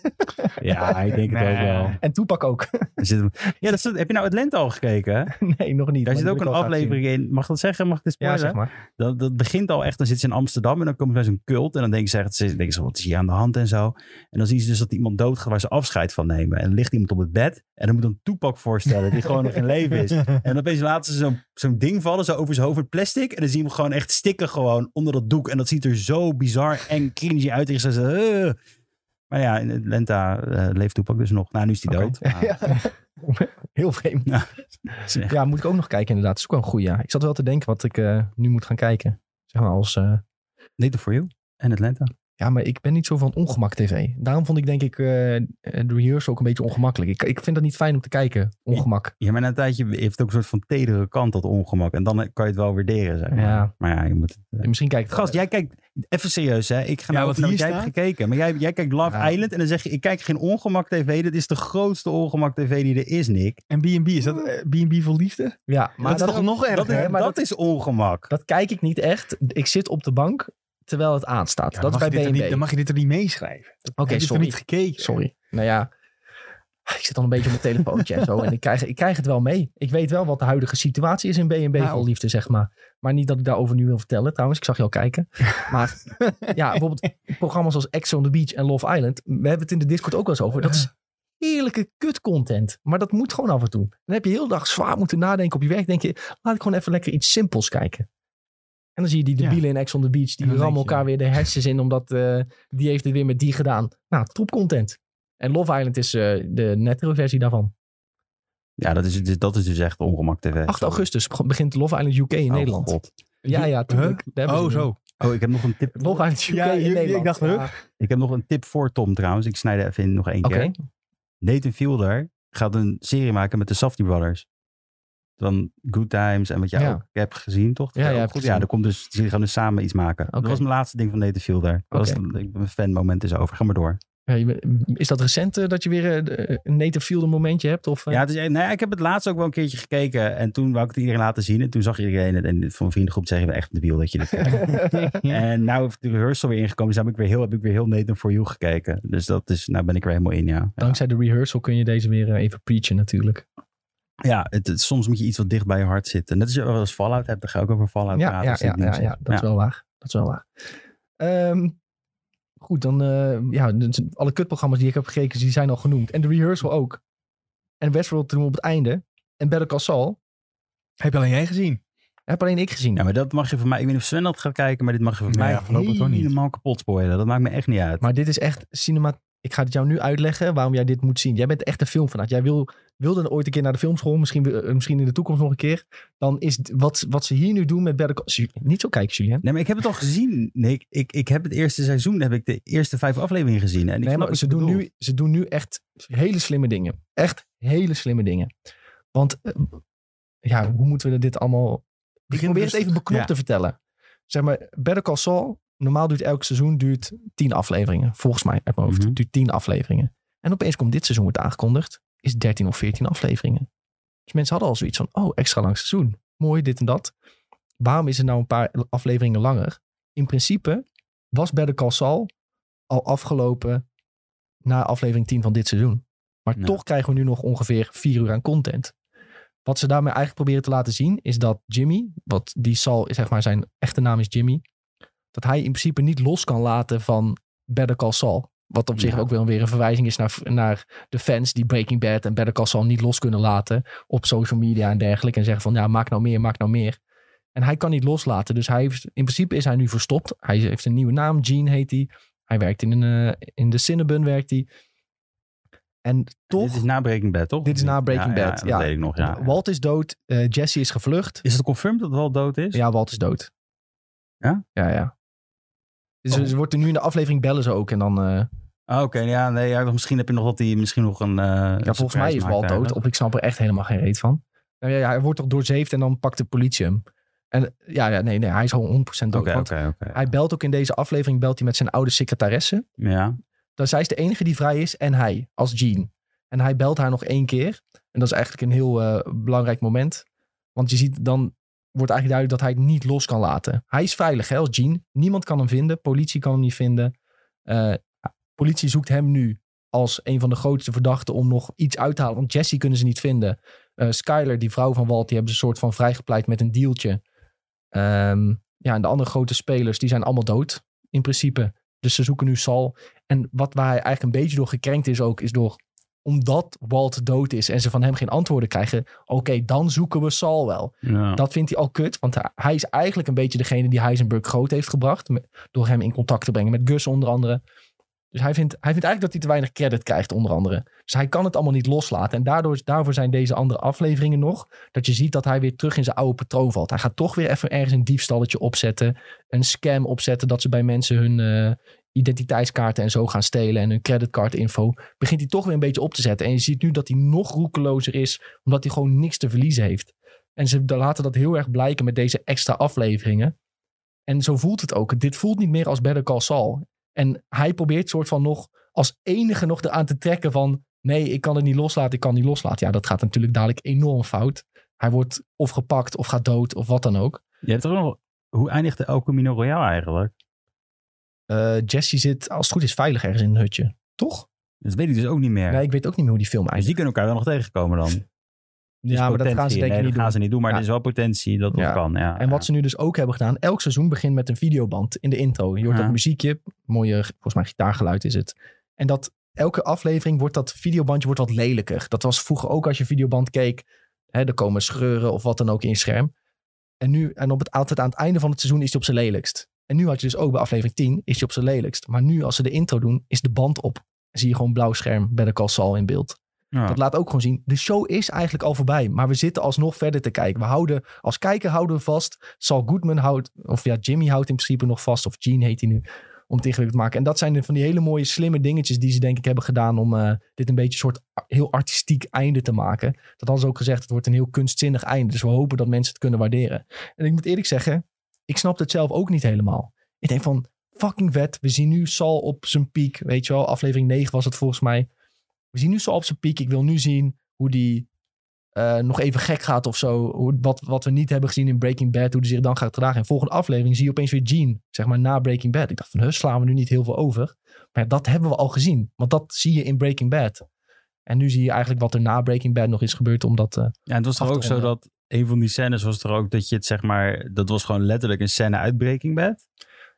Ja, ik denk het ook Nee. wel. En Toepak ook. <laughs> Er zit hem- Ja, dat is- heb je nou Atlanta al gekeken? hè? nee, nog niet. Daar maar zit die ook wil een ik wel graag aflevering in. Mag ik dat zeggen? Mag ik dit zien. Ja, spoilen? zeg maar. <laughs> dat, dat begint al echt, dan zitten ze in Amsterdam en dan komt er zo'n cult. En dan denken ze, echt- ze denken ze, wat is hier aan de hand en zo. En dan zien ze dus dat iemand doodgaat waar ze afscheid van nemen. En dan ligt iemand op het bed en dan moet een toepak voorstellen die gewoon nog in leven is. En opeens laten ze zo'n zo'n ding vallen, zo over zijn hoofd met plastic. En dan zien we hem gewoon echt stikken gewoon onder dat doek. En dat ziet er zo bizar en cringy uit. En ze zeggen, "Eh." Maar ja, in Lenta eh, leeft toepak dus nog. Nou, nu is hij Oké. dood. Maar Heel vreemd. het is echt- Ja, moet ik ook nog kijken inderdaad. Dat is ook wel een goeie. ja. Ik zat wel te denken wat ik eh, nu moet gaan kijken. Zeg maar als... eh, Later for you. En Atlanta. Ja, maar ik ben niet zo van ongemak tv. Daarom vond ik denk ik eh de rehearsal ook een beetje ongemakkelijk. Ik, ik vind dat niet fijn om te kijken, ongemak. Ja, maar na een tijdje heeft het ook een soort van tedere kant, dat ongemak. En dan eh, kan je het wel waarderen, zeg maar. Ja. Maar ja, je moet het... eh. Misschien kijkt Gast, jij kijkt... Even serieus, hè. Ik ga Ja, nou wat wat, wat hier jij staat? hebt gekeken. Maar jij, jij kijkt Love Ja. Island en dan zeg je... Ik kijk geen ongemak tv. Dat is de grootste ongemak tv die er is, Nick. <laughs> En B&B, is dat eh, B&B voor liefde? Ja, maar dat, dat, nog Dat is, hè, maar dat is ongemak. kijk ik niet echt. Ik zit op de bank terwijl het aanstaat. Ja, dat is dan mag bij je dit er niet- BNB. Dan mag je dit er niet meeschrijven. Oké, Heb je het er sorry. niet gekeken? Sorry. Nou ja, ik zit al een beetje op mijn telefoontje en zo. En ik krijg, ik krijg het wel mee. Ik weet wel wat de huidige situatie is in BNB Nou. vol liefde, zeg maar. Maar niet dat ik daarover nu wil vertellen, trouwens. Ik zag je al kijken. Maar ja, bijvoorbeeld programma's als Ex on the Beach en Love Island. We hebben het in de Discord ook wel eens over. Dat is heerlijke kutcontent. Maar dat moet gewoon af en toe. Dan heb je heel de dag zwaar moeten nadenken op je werk. denk je, laat ik gewoon even lekker iets simpels kijken. En dan zie je die Ja. debielen in Ex on the Beach. Die En dan rammen denk je- elkaar weer de hersens in. Omdat eh, die heeft het weer met die gedaan. Nou, topcontent. En Love Island is eh, de nettere versie daarvan. Ja, dat is, dat is dus echt ongemak tv. 8 augustus beg- begint Love Island UK in Oh, Nederland. God. Ja, ja, Huh? tuurlijk. Daar hebben ze Oh, hem. <laughs> zo. Oh, ik heb nog een tip. Love Island UK Ja, in ik- ik Nederland. dacht, huh? Ja. Ik heb nog een tip voor Tom trouwens. Ik snijd er even in nog één Oké. keer. Nathan Fielder gaat een serie maken met de Safdie Brothers. Van Good Times en wat jij Ja. ook hebt gezien, toch? Ja, ja, Ook heb ik goed. gezien. ja daar komt dus, ze gaan dus samen iets maken. Oké. Dat was mijn laatste ding van Nathan Fielder. Dat was Oké. een- ik- mijn fanmoment is over. Ga maar door. Ja, je bent- Is dat recent eh, dat je weer eh, de- een native fielder momentje hebt? Of, eh, Ja, het is, nou ja, ik heb het laatst ook wel een keertje gekeken. En toen wou ik het iedereen laten zien. En toen zag iedereen het. En van een vriendengroep zeggen we echt debiel <laughs> dat je dit kijkt. En nou heeft de rehearsal weer ingekomen. Dus heb ik weer heel, heb ik weer heel Nathan For You gekeken. Dus dat is, nou ben ik er helemaal in, ja. Ja, Dankzij de rehearsal kun je deze weer eh, even preachen natuurlijk. Ja, het, het- soms moet je iets wat dicht bij je hart zitten. Net als je wel eens Fallout hebt, dan ga ik ook over Fallout Ja, praten. ja, als ja, dit nieuws ja, ja, dat is wel waar. Dat is wel waar. Ehm, goed, dan eh, ja, dus alle kutprogramma's die ik heb gekeken, die zijn al genoemd. En de rehearsal ook. En Westworld toen op het einde. En Better Call Saul Heb je alleen jij gezien? heb alleen ik gezien. Ja, maar dat mag je van mij. Ik weet niet of Sven dat gaat kijken, maar dit mag je van Nee, mij ja, voorlopig toch niet. helemaal kapot spoilen. Dat maakt me echt niet uit. Maar dit is echt cinema. Ik ga het jou nu uitleggen waarom jij dit moet zien. Jij bent echt een filmfanaat. Jij wil, wilde ooit een keer naar de filmschool. Misschien, wi- eh, misschien in de toekomst nog een keer. Dan is d- wat, wat ze hier nu doen met Better Call Ju- Niet zo kijken, Julien. Nee, maar ik heb het al gezien, Nick. Ik, ik heb het eerste seizoen, heb ik de eerste vijf afleveringen gezien. En ik Nee, snap maar wat ze je doen, bedoelt. nu, ze doen nu echt hele slimme dingen. Echt hele slimme dingen. Want eh, ja, hoe moeten we dit allemaal... Ik Begin probeer het rustig. even beknopt Ja. te vertellen. Zeg maar, Better Call Saul, normaal duurt elk seizoen duurt tien afleveringen. Volgens mij, uit mijn hoofd, Mhm. duurt tien afleveringen. En opeens komt dit seizoen, wordt aangekondigd, is 13 of 14 afleveringen. Dus mensen hadden al zoiets van, oh, extra lang seizoen. Mooi, dit en dat. Waarom is het nou een paar afleveringen langer? In principe was Better Call Saul al afgelopen na aflevering 10 van dit seizoen. Maar Ja. toch krijgen we nu nog ongeveer vier uur aan content. Wat ze daarmee eigenlijk proberen te laten zien is dat Jimmy, wat die Sal, zeg maar zijn echte naam is Jimmy, dat hij in principe niet los kan laten van Better Call Saul. Wat op zich Ja. ook wel weer een verwijzing is naar, naar de fans die Breaking Bad en Better Call Saul niet los kunnen laten op social media en dergelijke. En zeggen van ja, maak nou meer, maak nou meer. En hij kan niet loslaten. Dus hij heeft, in principe is hij nu verstopt. Hij heeft een nieuwe naam, Gene heet hij. Hij werkt in, een, eh, in de Cinnabon, werkt hij. En toch, Dit is na Breaking Bad, toch? Dit is na Breaking ja, Bad, dat ja. weet ik nog, ja. Walt is dood, eh, Jesse is gevlucht. Is het confirmed dat Walt dood is? Ja, Walt is dood. Ja? Ja, ja. Dus Oh. er wordt er nu in de aflevering bellen ze ook. En dan, eh, Ah, Oké, ja, nee, ja, misschien heb je nog dat hij misschien nog een... eh, een ja, volgens mij surprise is maakt Walt dood. eigenlijk. Of ik snap er echt helemaal geen reet van. Nou ja, ja, hij wordt toch doorzeefd en dan pakt de politie hem. En eh, ja, ja nee, nee, hij is gewoon 100% dood. Oké, want oké, oké. hij belt ook in deze aflevering belt hij met zijn oude secretaresse. Ja, Dan zij is de enige die vrij is en hij, als Jean. En hij belt haar nog één keer. En dat is eigenlijk een heel eh, belangrijk moment. Want je ziet dan, wordt eigenlijk duidelijk dat hij het niet los kan laten. Hij is veilig hè, als Jean. Niemand kan hem vinden, politie kan hem niet vinden. eh, politie zoekt hem nu als een van de grootste verdachten om nog iets uit te halen. Want Jesse kunnen ze niet vinden. Eh, Skyler, die vrouw van Walt, die hebben ze een soort van vrijgepleit met een dealtje. Ehm, ja, en de andere grote spelers, die zijn allemaal dood in principe. Dus ze zoeken nu Sal. En wat waar hij eigenlijk een beetje door gekrenkt is ook, is door omdat Walt dood is en ze van hem geen antwoorden krijgen. Oké, dan zoeken we Sal wel. Ja. Dat vindt hij al kut, want hij- hij is eigenlijk een beetje degene die Heisenberg groot heeft gebracht. met- Door hem in contact te brengen met Gus onder andere. Dus hij vindt, hij vindt eigenlijk dat hij te weinig credit krijgt onder andere. Dus hij kan het allemaal niet loslaten. En daardoor, is- daarvoor zijn deze andere afleveringen nog. Dat je ziet dat hij weer terug in zijn oude patroon valt. Hij gaat toch weer even ergens een diefstalletje opzetten. Een scam opzetten dat ze bij mensen hun eh, identiteitskaarten en zo gaan stelen. En hun creditcardinfo. Begint hij toch weer een beetje op te zetten. En je ziet nu dat hij nog roekelozer is. Omdat hij gewoon niks te verliezen heeft. En ze laten dat heel erg blijken met deze extra afleveringen. En zo voelt het ook. Dit voelt niet meer als Better Call Saul. En hij probeert soort van nog als enige nog eraan te trekken van... nee, ik kan het niet loslaten, ik kan het niet loslaten. Ja, dat gaat natuurlijk dadelijk enorm fout. Hij wordt of gepakt of gaat dood of wat dan ook. Je hebt toch nog... Hoe eindigt de El Camino Royale eigenlijk? Eh, Jesse zit, als het goed is, veilig ergens in een hutje. Toch? Dat weet ik dus ook niet meer. Nee, ik weet ook niet meer hoe die film dus die eindigt. kunnen elkaar wel nog tegenkomen dan. Dus ja, maar dat Potentie. gaan ze denk ik Nee, niet dat gaan doen. ze niet doen, maar Ja. er is wel potentie dat dat Ja. kan. Ja. En wat ze nu dus ook hebben gedaan, elk seizoen begint met een videoband in de intro. Je hoort Ja. dat muziekje, mooie, volgens mij gitaargeluid is het. En dat elke aflevering wordt dat videobandje wordt wat lelijker. Dat was vroeger ook als je videoband keek, hè, er komen scheuren of wat dan ook in je scherm. En nu, en op het, altijd aan het einde van het seizoen is hij op zijn lelijkst. En nu had je dus ook bij aflevering 10, is hij op zijn lelijkst. Maar nu als ze de intro doen, is de band op. Dan zie je gewoon blauw scherm, Better Call Saul in beeld. Ja. Dat laat ook gewoon zien. De show is eigenlijk al voorbij. Maar we zitten alsnog verder te kijken. We houden, als kijker houden we vast. Sal Goodman houdt, of ja, Jimmy houdt in principe nog vast. Of Gene heet hij nu. Om het ingewikkeld te maken. En dat zijn de- van die hele mooie slimme dingetjes die ze denk ik hebben gedaan. Om eh, dit een beetje een soort a- heel artistiek einde te maken. Dat hadden ze ook gezegd. Het wordt een heel kunstzinnig einde. Dus we hopen dat mensen het kunnen waarderen. En ik moet eerlijk zeggen. Ik snap het zelf ook niet helemaal. Ik denk van, fucking vet. We zien nu Sal op zijn piek. Weet je wel, aflevering 9 was het volgens mij. We zien nu zo op zijn piek. Ik wil nu zien hoe die eh, nog even gek gaat of zo. Hoe, wat, wat we niet hebben gezien in Breaking Bad. Hoe die zich dan gaat gedragen. En volgende aflevering zie je opeens weer Gene. Zeg maar na Breaking Bad. Ik dacht van, huh, slaan we nu niet heel veel over. Maar ja, dat hebben we al gezien. Want dat zie je in Breaking Bad. En nu zie je eigenlijk wat er na Breaking Bad nog is gebeurd. Omdat, eh, Ja, en het was toch Af te ook zo ronden. dat een van die scènes was er ook dat je het zeg maar, dat was gewoon letterlijk een scène uit Breaking Bad.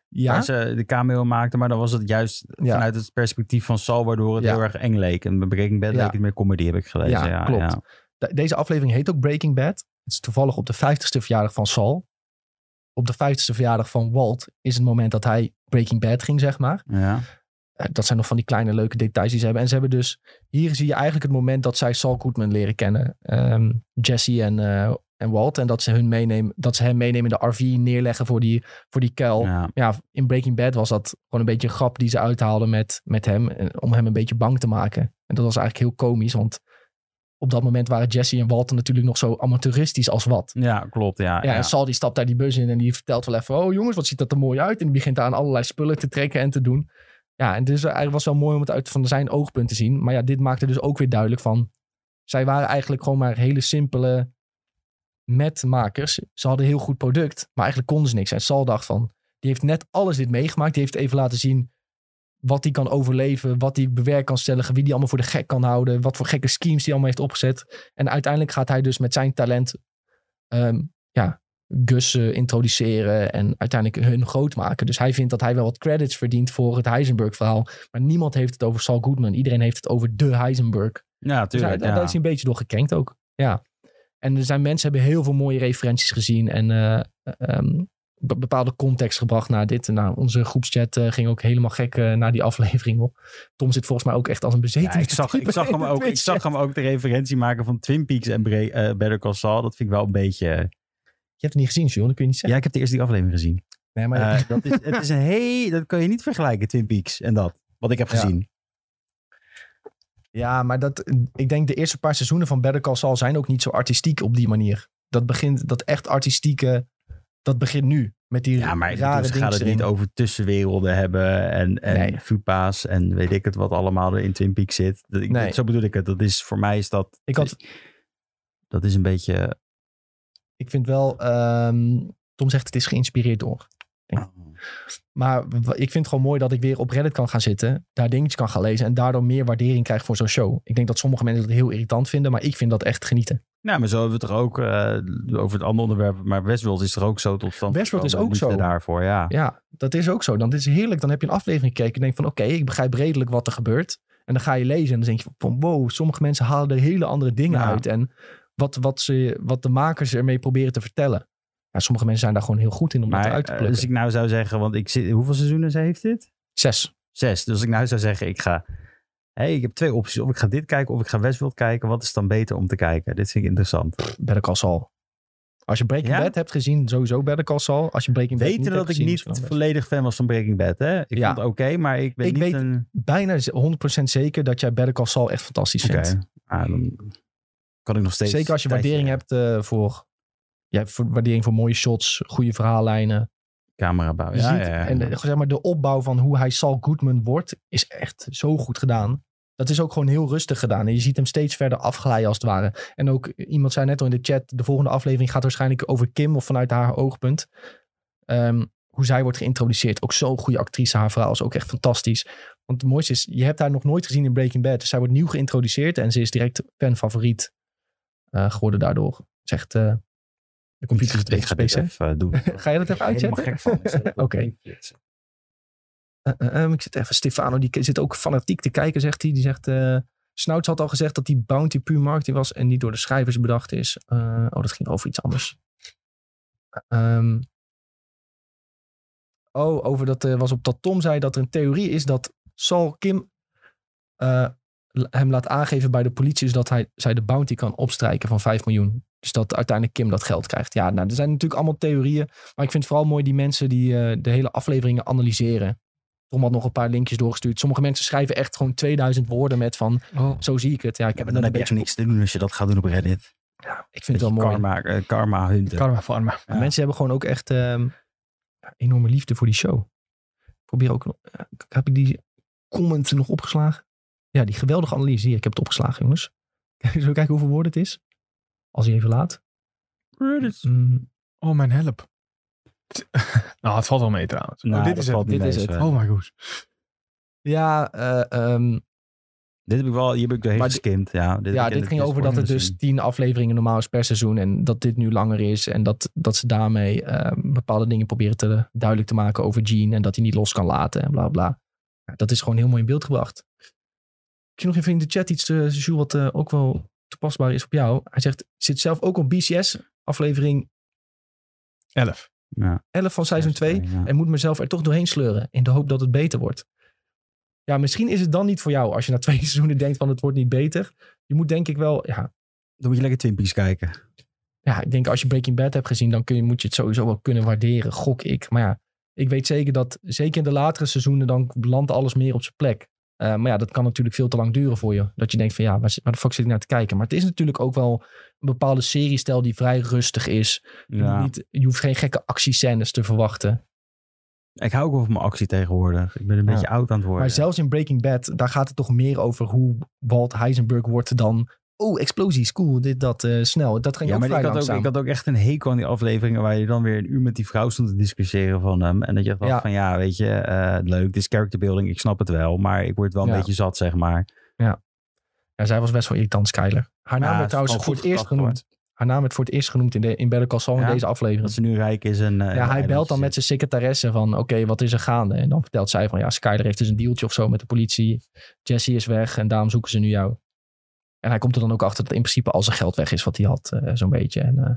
ja, Waar ze de cameo maakten, maar dan was het juist Ja. vanuit het perspectief van Sal, waardoor het Ja. heel erg eng leek. En bij Breaking Bad Ja. leek het meer comedy, heb ik gelezen. Ja, Ja, klopt. De- deze aflevering heet ook Breaking Bad. Het is toevallig op de 50ste verjaardag van Sal. Op de 50ste verjaardag van Walt is het moment dat hij Breaking Bad ging, zeg maar. Ja. Ja. Eh, dat zijn nog van die kleine leuke details die ze hebben. En ze hebben dus, hier zie je eigenlijk het moment dat zij Sal Goodman leren kennen. Ehm, Jesse en, eh, en Walt. En dat ze, hun meenemen, dat ze hem meenemen in de RV neerleggen voor die, voor die kuil. Ja. Ja. in Breaking Bad was dat gewoon een beetje een grap die ze uithaalden met, met hem. eh, Om hem een beetje bang te maken. En dat was eigenlijk heel komisch, want op dat moment waren Jesse en Walter natuurlijk nog zo amateuristisch als wat. Ja, klopt. Ja, Ja, dus- en Sal die stapt daar die bus in en die vertelt wel even... oh jongens, wat ziet dat er mooi uit. En die begint daar aan allerlei spullen te trekken en te doen. Ja, en dus eigenlijk was wel mooi om het uit van zijn oogpunt te zien. Maar ja, dit maakte dus ook weer duidelijk van... zij waren eigenlijk gewoon maar hele simpele metmakers. Ze hadden heel goed product, maar eigenlijk konden ze niks. En Sal dacht van, die heeft net alles dit meegemaakt. Die heeft even laten zien wat hij kan overleven, wat hij bewerk kan stellen, wie die allemaal voor de gek kan houden, wat voor gekke schemes hij allemaal heeft opgezet. En uiteindelijk gaat hij dus met zijn talent ehm, ja, Gus eh, introduceren en uiteindelijk hun groot maken. Dus hij vindt dat hij wel wat credits verdient voor het Heisenberg-verhaal. Maar niemand heeft het over Saul Goodman. Iedereen heeft het over de Heisenberg. ja, Dus tuurlijk. hij- ja. Daar is hij een beetje door gekrenkt ook. Ja. En er zijn mensen hebben heel veel mooie referenties gezien en eh, ehm, be- bepaalde context gebracht naar dit. Nou, onze groepschat eh, ging ook helemaal gek eh, naar die aflevering op. Tom zit volgens mij ook echt als een Ja, bezeten. ik, zag, ik, zag <laughs> hem ook, ik zag hem ook de referentie maken van Twin Peaks en Bre eh, Better Call Saul. Dat vind ik wel een beetje... Je hebt het niet gezien, John, dat kun je niet zeggen. Ja, ik heb de eerste die aflevering gezien. Nee, maar ja. Eh, dat, is, het is een heel, dat kan je niet vergelijken, Twin Peaks en dat. Wat ik heb Ja. gezien. Ja, maar dat, ik denk de eerste paar seizoenen van Better Call Saul zijn ook niet zo artistiek op die manier. Dat begint, dat echt artistieke, dat begint nu. Met die Ja, maar ik bedoel, rare ze gaan dingen het niet erin. over tussenwerelden hebben en, en Nee. fupa's en weet ik het wat allemaal er in Twin Peaks zit. Dat, ik, Nee. Zo bedoel ik het. Dat is, voor mij is dat, Ik had dat is een beetje... Ik vind wel, ehm, Tom zegt het is geïnspireerd door. Maar w- ik vind het gewoon mooi dat ik weer op Reddit kan gaan zitten. Daar dingetjes kan gaan lezen. En daardoor meer waardering krijg voor zo'n show. Ik denk dat sommige mensen dat heel irritant vinden. Maar ik vind dat echt genieten. Nou, maar zo hebben we het er ook eh, over het andere onderwerp. Maar Westworld is er ook zo tot stand. Westworld is gekomen, ook de liefde zo. daarvoor, ja. Ja, dat is ook zo. Dan is het heerlijk. Dan heb je een aflevering gekeken. En denk van oké, ik begrijp redelijk wat er gebeurt. En dan ga je lezen. En dan denk je van wow, sommige mensen halen er hele andere dingen Ja. uit. En wat, wat, ze, wat de makers ermee proberen te vertellen. Ja, sommige mensen zijn daar gewoon heel goed in om dat Maar eruit te eh, plukken. als ik nou zou zeggen, want ik zit, hoeveel seizoenen heeft dit? Zes. Zes. Dus als ik nou zou zeggen, ik ga... hey, ik heb twee opties. Of ik ga dit kijken of ik ga Westworld kijken. Wat is dan beter om te kijken? Dit vind ik interessant. Better Call Saul. Als je Breaking Ja? Bad hebt gezien, sowieso Better Call Saul. Als je Breaking Bad niet Weten hebt dat ik gezien, niet is het wel best. volledig fan was van Breaking Bad, hè? Ik Ja. vond het oké, maar ik ben Ik niet weet- een... bijna z- 100% zeker dat jij Better Call Saul echt fantastisch Oké. vindt. Ah, dan kan ik nog steeds... Zeker als je een waardering tijdje hebt eh, voor... Je hebt voor- waardering voor mooie shots, goede verhaallijnen. Camera bouwen. Je Ja, ziet- ja, ja. En eh, zeg maar, de opbouw van hoe hij Saul Goodman wordt, is echt zo goed gedaan. Dat is ook gewoon heel rustig gedaan. En je ziet hem steeds verder afglijden als het ware. En ook eh, iemand zei net al in de chat, de volgende aflevering gaat waarschijnlijk over Kim of vanuit haar oogpunt. Ehm, hoe zij wordt geïntroduceerd. Ook zo'n goede actrice. Haar verhaal is ook echt fantastisch. Want het mooiste is, je hebt haar nog nooit gezien in Breaking Bad. Dus zij wordt nieuw geïntroduceerd en ze is direct fanfavoriet eh, geworden daardoor. Zegt eh de computer is Ik ga dit tegen even eh, doen. <laughs> Ga je dat even uitzetten? <laughs> Oké. Eh, eh, ehm, ik zit even, Stefano, die k- zit ook fanatiek te kijken, zegt hij. Die zegt, eh Snouts had al gezegd dat die bounty puur marketing was en niet door de schrijvers bedacht is. Eh, oh, dat ging over iets anders. Ehm, oh, over dat eh, was op dat Tom zei dat er een theorie is dat Saul Kim eh, l- hem laat aangeven bij de politie zodat hij, zij de bounty kan opstrijken van 5 miljoen. Dus dat uiteindelijk Kim dat geld krijgt. Ja, nou, er zijn natuurlijk allemaal theorieën. Maar ik vind het vooral mooi die mensen die eh, de hele afleveringen analyseren. Tom had nog een paar linkjes doorgestuurd. Sommige mensen schrijven echt gewoon 2000 woorden met van... Zo zie ik het. Ja, ik Ja, heb het net maar dan heb een je echt beetje... niks te doen als je dat gaat doen op Reddit. Ja, ik vind het Beetje wel mooi. Karma, eh, karma hunten. Karma Pharma. Maar Ja. Mensen hebben gewoon ook echt ehm, enorme liefde voor die show. Ik probeer ook... nog- ja, Heb ik die comment nog opgeslagen? Ja, die geweldige analyse. Hier, ik heb het opgeslagen, jongens. <laughs> Zullen we kijken hoeveel woorden het is? Als hij even laat. Mm, Oh, mijn help. <laughs> T- nou, het valt wel mee trouwens. Nou, oh, dit dat is het. valt niet Dit mee, is het. Sven. Oh my god. ja, eh, ehm, Dit heb ik wel, hier heb ik doorheen Maar geskimd. Ja, dit, ja, ik- dit ging is over dat kort het dus gezien. tien afleveringen normaal is per seizoen. En dat dit nu langer is. En dat, dat ze daarmee eh, bepaalde dingen proberen te, duidelijk te maken over Gene. En dat hij niet los kan laten en bla bla. Ja, dat is gewoon heel mooi in beeld gebracht. Ik zie nog even in de chat iets, eh Jules, wat eh, ook wel toepasbaar is op jou. Hij zegt, "Ik zit zelf ook op BCS, aflevering 11. Ja, 11 van seizoen eh, 2. ja. En moet mezelf er toch doorheen sleuren. In de hoop dat het beter wordt. Ja, misschien is het dan niet voor jou. Als je na twee <laughs> seizoenen denkt van het wordt niet beter. Je moet denk ik wel, ja, Dan moet je lekker Twimpies kijken. ja, ik denk als je Breaking Bad hebt gezien, dan kun je, moet je het sowieso wel kunnen waarderen, gok ik. Maar ja, ik weet zeker dat, zeker in de latere seizoenen, dan landt alles meer op zijn plek. Eh, maar ja, dat kan natuurlijk veel te lang duren voor je. Dat je denkt van ja, waar, zit- waar de fuck zit ik naar te kijken? Maar het is natuurlijk ook wel een bepaalde seriestijl die vrij rustig is. Je, moet Ja. Oh, niet, je hoeft geen gekke actiescènes te verwachten. Ik hou ook wel van mijn actie tegenwoordig. Ik ben een Ja. beetje oud aan het worden. Maar zelfs in Breaking Bad, daar gaat het toch meer over hoe Walt Heisenberg wordt dan... Oh, explosies, cool, dit, dat, eh, snel. Dat ging ja, ook maar vrij ik had, langzaam. ook, ik had ook echt een hekel aan die afleveringen waar je dan weer een uur met die vrouw stond te discussiëren van hem. En dat je dacht Ja. van ja, weet je, eh, leuk, dit is character building, ik snap het wel, maar ik word wel een Ja. beetje zat, zeg maar. Ja, zij was best wel irritant, Skyler. Haar naam werd Ja, het is trouwens voor gewoon het goed eerst gebracht, genoemd. Haar naam werd voor het eerst genoemd in, de, in Better Call Saul Ja? in deze aflevering. Dat ze nu rijk is en... eh, en ja, hij eilandjes belt dan zit. met zijn secretaresse van, oké, wat is er gaande? En dan vertelt zij van, ja, Skyler heeft dus een dealtje of zo met de politie. Jesse is weg en daarom zoeken ze nu jou. En hij komt er dan ook achter dat in principe al zijn geld weg is wat hij had, eh, zo'n beetje. En, eh,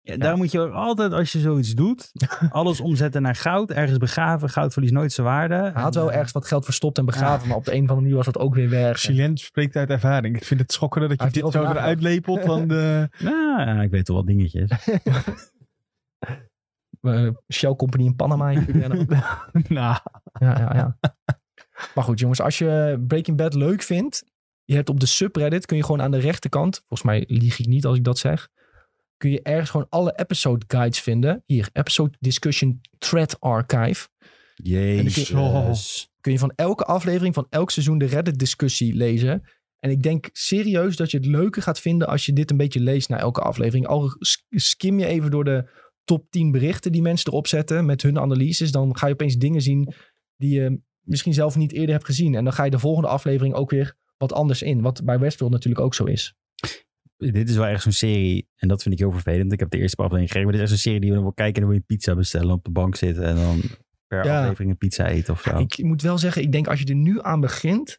Ja, daar moet je ook altijd, als je zoiets <laughs> doet, alles omzetten naar goud. Ergens begraven. Goud verliest nooit zijn waarde. hij had wel En, eh, ergens wat geld verstopt en begraven, Ah. maar op de een of andere manier was dat ook weer weg. Julien spreekt uit ervaring. Ik vind het schokkender dat Hij je heeft dit heel zo veel eruit lepelt dan de... eh, Nou, ja, ik weet wel wat dingetjes. <laughs> Eh, Shell Company in <laughs> Panama. in Juliana. nou, Ja, ja, ja. <laughs> maar goed, jongens, als je Breaking Bad leuk vindt, je hebt op de subreddit, kun je gewoon aan de rechterkant, volgens mij lieg ik niet als ik dat zeg, kun je ergens gewoon alle episode guides vinden. Hier, episode discussion thread archive. Oh. Jezus. Kun je van elke aflevering van elk seizoen de Reddit discussie lezen. En ik denk serieus dat je het leuker gaat vinden als je dit een beetje leest na elke aflevering. Al sk- skim je even door de top 10 berichten die mensen erop zetten met hun analyses, dan ga je opeens dingen zien die je misschien zelf niet eerder hebt gezien. En dan ga je de volgende aflevering ook weer wat anders in. Wat bij Westworld natuurlijk ook zo is. Dit is wel echt zo'n serie. En dat vind ik heel vervelend. Ik heb de eerste paar afleveringen gekeken. Maar dit is echt zo'n serie die we dan wel kijken. En dan wil je pizza bestellen. Op de bank zitten. En dan per Ja. aflevering een pizza eten of zo. Ik moet wel zeggen, ik denk als je er nu aan begint,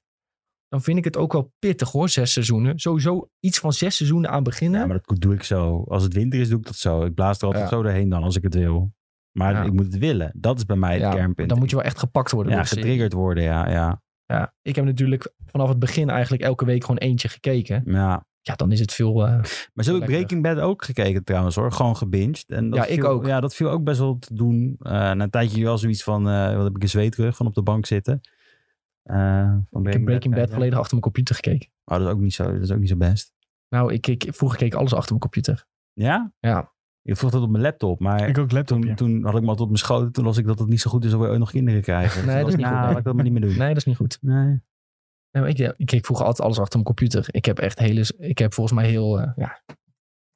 dan vind ik het ook wel pittig hoor, zes seizoenen. Sowieso iets van zes seizoenen aan beginnen. Ja, maar dat doe ik zo. Als het winter is, doe ik dat zo. Ik blaas er altijd Ja. zo doorheen dan, als ik het wil. Maar Ja. ik moet het willen. Dat is bij mij het Ja, kernpunt. dan moet je wel echt gepakt worden. ja, door de serie. getriggerd worden, ja. Ja, Ja, ik heb natuurlijk vanaf het begin eigenlijk elke week gewoon eentje gekeken. ja. Ja, dan is het veel. eh, Maar zo heb ik Lekker. Breaking Bad ook gekeken trouwens hoor. Gewoon gebinged. En dat Ja, ik viel- ook. Ja, dat viel ook best wel te doen. Eh, na een tijdje wel zoiets van, eh, wat heb ik een zweet terug van op de bank zitten. Eh, van ik heb Breaking Bad kijken. volledig achter mijn computer gekeken. Oh, dat is ook niet zo, dat is ook niet zo best. Nou, ik, ik, vroeger keek ik alles achter mijn computer. Ja? Ja. Ik vroeg dat op mijn laptop, maar Ik ook laptop. toen, ja. toen had ik me altijd op mijn schoot. Toen las ik dat het niet zo goed is dat we ooit nog kinderen krijgen. Nee, Toen dat is dacht ik, niet goed, nou, nee. laat ik dat maar niet meer doen. Nee, dat is niet goed. nee. Nee, maar ik, ik keek vroeger altijd alles achter mijn computer. Ik heb echt hele. Ik heb volgens mij heel. eh, ja,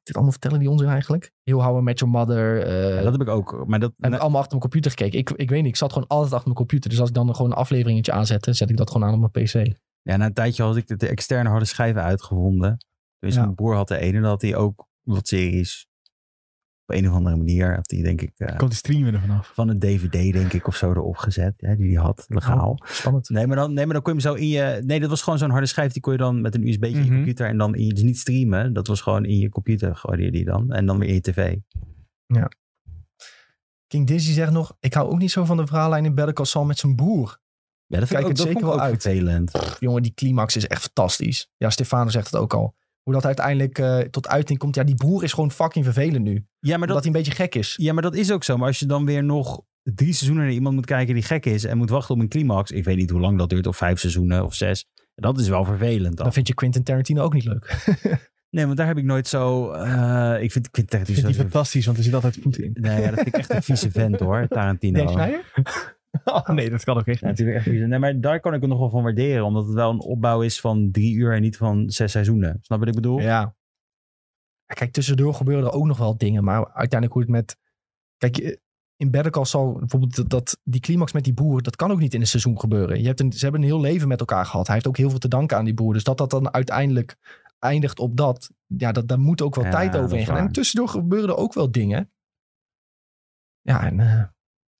dit allemaal vertellen die onzin eigenlijk. Heel houden met your mother. eh, Ja, dat heb ik ook. Maar dat, heb ik allemaal achter mijn computer gekeken. Ik, ik weet niet, ik zat gewoon altijd achter mijn computer. Dus als ik dan gewoon een afleveringetje aanzette, zet ik dat gewoon aan op mijn PC. ja, na een tijdje had ik de, de externe harde schijven uitgevonden. Dus Ja. mijn broer had de ene, dan had hij ook wat series. Op een of andere manier had hij denk ik eh, Komt die streamen er vanaf. van een DVD denk ik of zo erop gezet. Ja, die hij had, legaal. Spannend. Nee, maar dan, nee, maar dan kon je hem zo in je... Nee, dat was gewoon zo'n harde schijf. Die kon je dan met een USB'tje in je Mhm. computer en dan in je... Dus niet streamen. Dat was gewoon in je computer gooide je die dan. En dan weer in je tv. King Dizzy zegt nog, ik hou ook niet zo van de verhaallijn in Better Call Saul met zijn broer. Ja, dat Kijk vind ik ook, het dat zeker vond ik wel ook uit. vervelend. Jongen, die climax is echt fantastisch. Ja, Stefano zegt het ook al. Hoe dat uiteindelijk eh, tot uiting komt. Ja, die broer is gewoon fucking vervelend nu. Ja maar, omdat dat, hij een beetje gek is. ja, maar dat is ook zo. Maar als je dan weer nog drie seizoenen naar iemand moet kijken die gek is... en moet wachten op een climax. Ik weet niet hoe lang dat duurt. Of vijf seizoenen of zes. Dat is wel vervelend dan. Dan vind je Quentin Tarantino ook niet <laughs> leuk. Nee, want daar heb ik nooit zo... eh, ik vind, ik vind Ik vind Tarantino die zo... fantastisch, want er zit altijd voet in. Nou. Nee, ja, dat vind ik echt een vieze <laughs> vent hoor, Tarantino. Denk Snyder? <laughs> Oh, nee, dat kan ook echt Ja, niet. natuurlijk echt niet. Nee, maar daar kan ik het nog wel van waarderen. Omdat het wel een opbouw is van drie uur en niet van zes seizoenen. Snap je wat ik bedoel? Ja. Ja, Kijk, tussendoor gebeuren er ook nog wel dingen. Maar uiteindelijk hoe het met... Kijk, je- in Better Call Saul, bijvoorbeeld dat, dat- die climax met die boer... dat kan ook niet in een seizoen gebeuren. Je hebt een, ze hebben een heel leven met elkaar gehad. Hij heeft ook heel veel te danken aan die boer. Dus dat dat dan uiteindelijk eindigt op dat... Ja, dat, daar moet ook wel Ja, tijd dat is overheen gaan. waar. En tussendoor gebeuren er ook wel dingen. Ja, en... eh,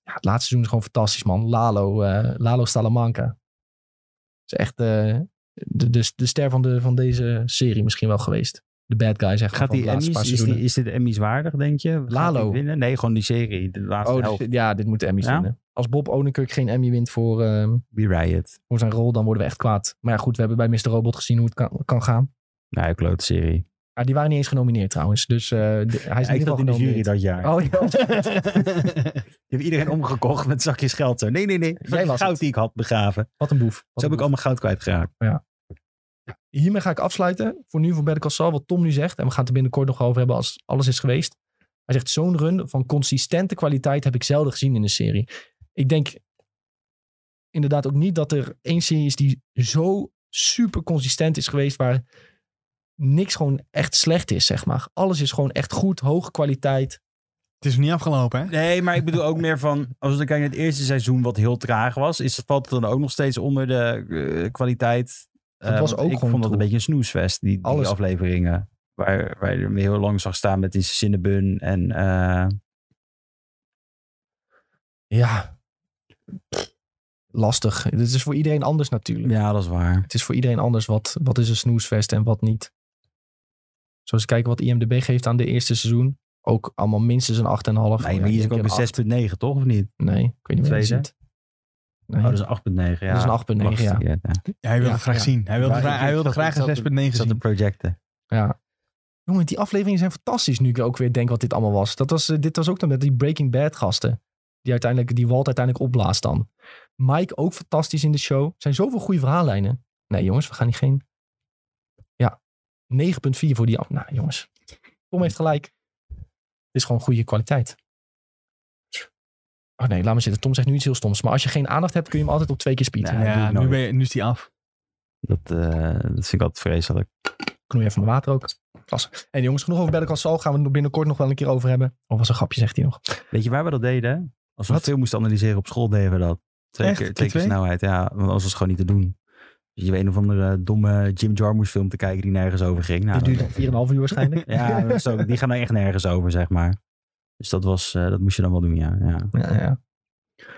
ja, het laatste seizoen is gewoon fantastisch, man. Lalo, eh, Lalo Salamanca. Is echt eh, de, de, de ster van, de, van deze serie misschien wel geweest. De bad guy, zeg maar. Gaat van die de laatste Emmys, paar is, die, seizoenen. is dit Emmys waardig, denk je? Gaat Lalo. dit Winnen? Nee, gewoon die serie. De laatste Oh, dus- helft. ja, dit moet de Emmys Ja? winnen. Als Bob Odenkirk geen Emmy wint voor, ehm, Be Riot. voor zijn rol, dan worden we echt kwaad. Maar ja, goed, we hebben bij Mr. Robot gezien hoe het kan, kan gaan. Nou, ik klote serie. Maar die waren niet eens genomineerd trouwens. Dus eh, de- hij is Ja, ik niet zat in de jury dat jaar. Oh, ja. <laughs> Je hebt iedereen omgekocht met zakjes geld. Zo. Nee, nee, nee. Zakjes was goud het. die ik had begraven. Wat een boef. Wat Zo heb een ik al mijn goud kwijtgeraakt. hiermee ga ik afsluiten. Voor nu voor Better Call Saul, wat Tom nu zegt. En we gaan het er binnenkort nog over hebben als alles is geweest. Hij zegt, zo'n run van consistente kwaliteit heb ik zelden gezien in een serie. Ik denk inderdaad ook niet dat er één serie is die zo super consistent is geweest. Waar niks gewoon echt slecht is, zeg maar. Alles is gewoon echt goed, hoge kwaliteit. Het is nog niet afgelopen, hè? Nee, maar ik bedoel ook meer van. Als ik kijk naar het eerste seizoen, wat heel traag was. Is, valt het dan ook nog steeds onder de eh, kwaliteit? Dat Eh, was want ook Ik gewoon vond dat troep. een beetje een snoesfest, die, die Alles. afleveringen. Waar, waar je hem heel lang zag staan met die Cinnabon. En eh, Ja, Pff, lastig. Dit is voor iedereen anders natuurlijk. ja, dat is waar. Het is voor iedereen anders wat, wat is een snoesfest en wat niet. Zoals kijken wat IMDB geeft aan de eerste seizoen. Ook allemaal minstens een Oh 8,5. Nee, maar hier is ook een 6,9, toch? Of niet? Nee, ik weet niet meer Tweede? zit. Nee, Oh, dat dat, is een 8,9. Ja. is een 8,9. Ja. Lastig, ja. Ja, hij wilde Ja, het graag ja. zien. Hij wilde, Ja, graag, ik- hij ik wilde zat- graag ik zat- een 6.9 Ik zat zien. te projecten. ja. Jongen, die afleveringen zijn fantastisch nu ik ook weer denk wat dit allemaal was. Dat was eh, dit was ook dan met die Breaking Bad gasten. Die, uiteindelijk, die Walt uiteindelijk opblaast dan. Mike ook fantastisch in de show. Er zijn zoveel goede verhaallijnen. Nee jongens, we gaan niet geen... Ja, 9,4 voor die... af- Nou jongens, Tom heeft gelijk. Het is gewoon goede kwaliteit. Oh nee, laat maar zitten. Tom zegt nu iets heel stoms. Maar als je geen aandacht hebt, kun je hem altijd op twee keer speeden. Ja, dat doe Nou Ja, ik nu, nooit. ben je, nu is die af. Dat, eh, dat vind ik altijd vreselijk. Knoei even mijn water ook. klasse. En jongens, genoeg over Better Call Saul. Gaan we het binnenkort nog wel een keer over hebben. Of was een grapje, zegt hij nog. Weet je waar we dat deden? hè? Als we een Wat? film moesten analyseren op school, deden we dat. Twee Echt? keer, Die twee keer twee? snelheid, ja. Want anders was het gewoon niet te doen. Dus je weet een of andere domme Jim Jarmusch film te kijken die nergens over ging. Nou, Dit duurt dan- nog 4,5 uur waarschijnlijk. <laughs> <laughs> Ja, dat is ook- die gaan er echt nergens over, zeg maar. Dus dat, was, eh, dat moest je dan wel doen, ja. ja. ja, ja.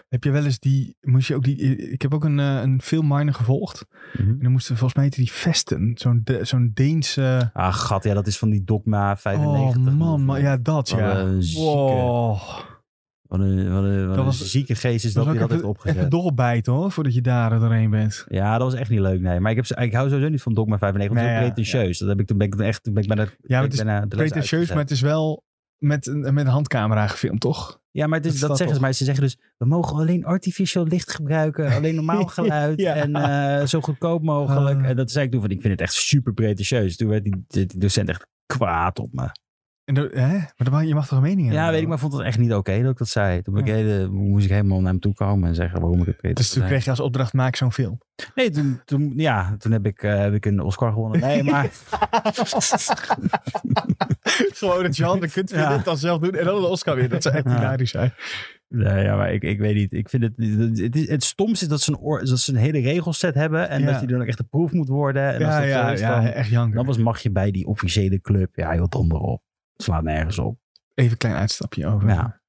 Heb je wel eens die, moest je ook die, ik heb ook een, eh, een filmminer gevolgd. En dan moesten we volgens mij heette die Vesten, zo'n de, zo'n Deense, Ah, gat, ja, dat is van die Dogma oh 95. man, maar ja dat Wat ja. een zieke- Wow. Wat een, wat een, wat Dat een was- zieke geest is dat, was die ook dat heeft Even opgezet. doorbijten hoor, voordat je daar doorheen bent. Ja, dat was echt niet leuk, nee. Maar ik, heb, ze- ik hou sowieso niet van Dogma 95, want Nee, het is ook ja, pretentieus. Dat heb ik, toen ben ik echt, toen ben ik bijna, maar ik het is bijna de les Pretentieus, uitgezet. maar het is wel met een, met een handcamera gefilmd toch? Ja, maar het is, Dat dat, staat zeggen ze. Maar ze zeggen dus, we mogen alleen artificieel licht gebruiken. Alleen <laughs> normaal <laughs> geluid. Ja. En eh, zo goedkoop mogelijk. Ah. En dat zei ik toen van, ik vind het echt super pretentieus. Toen werd die, die docent echt kwaad op me. En de- hè? Maar dan mag- je mag toch een mening Ja, hebben? weet ik, maar vond het echt niet oké dat ik dat zei. Toen ben ik Ja. hele- moest ik helemaal naar hem toe komen en zeggen waarom ik het Dus pretentieus toen vind. kreeg je als opdracht maak zo'n film. Nee, toen, toen, ja, toen heb ik, eh, heb ik een Oscar gewonnen. <laughs> Nee, maar Gewoon dat je handen kunt Ja. dit dan zelf doen en dan een Oscar weer. Dat zou echt <laughs> Ja. hilarisch zijn. Nee, ja, maar ik, ik weet niet. Ik vind het, het, is, het stomste is dat ze, een oor- dat ze een hele regelset hebben. En Ja. dat die dan ook echt geproefd moet worden. En als dat Ja, zo ja, is, ja, dan, echt janker. dan pas mag je bij die officiële club. Ja, joh, donder op. Het slaat nergens op. Even een klein uitstapje over. Ja.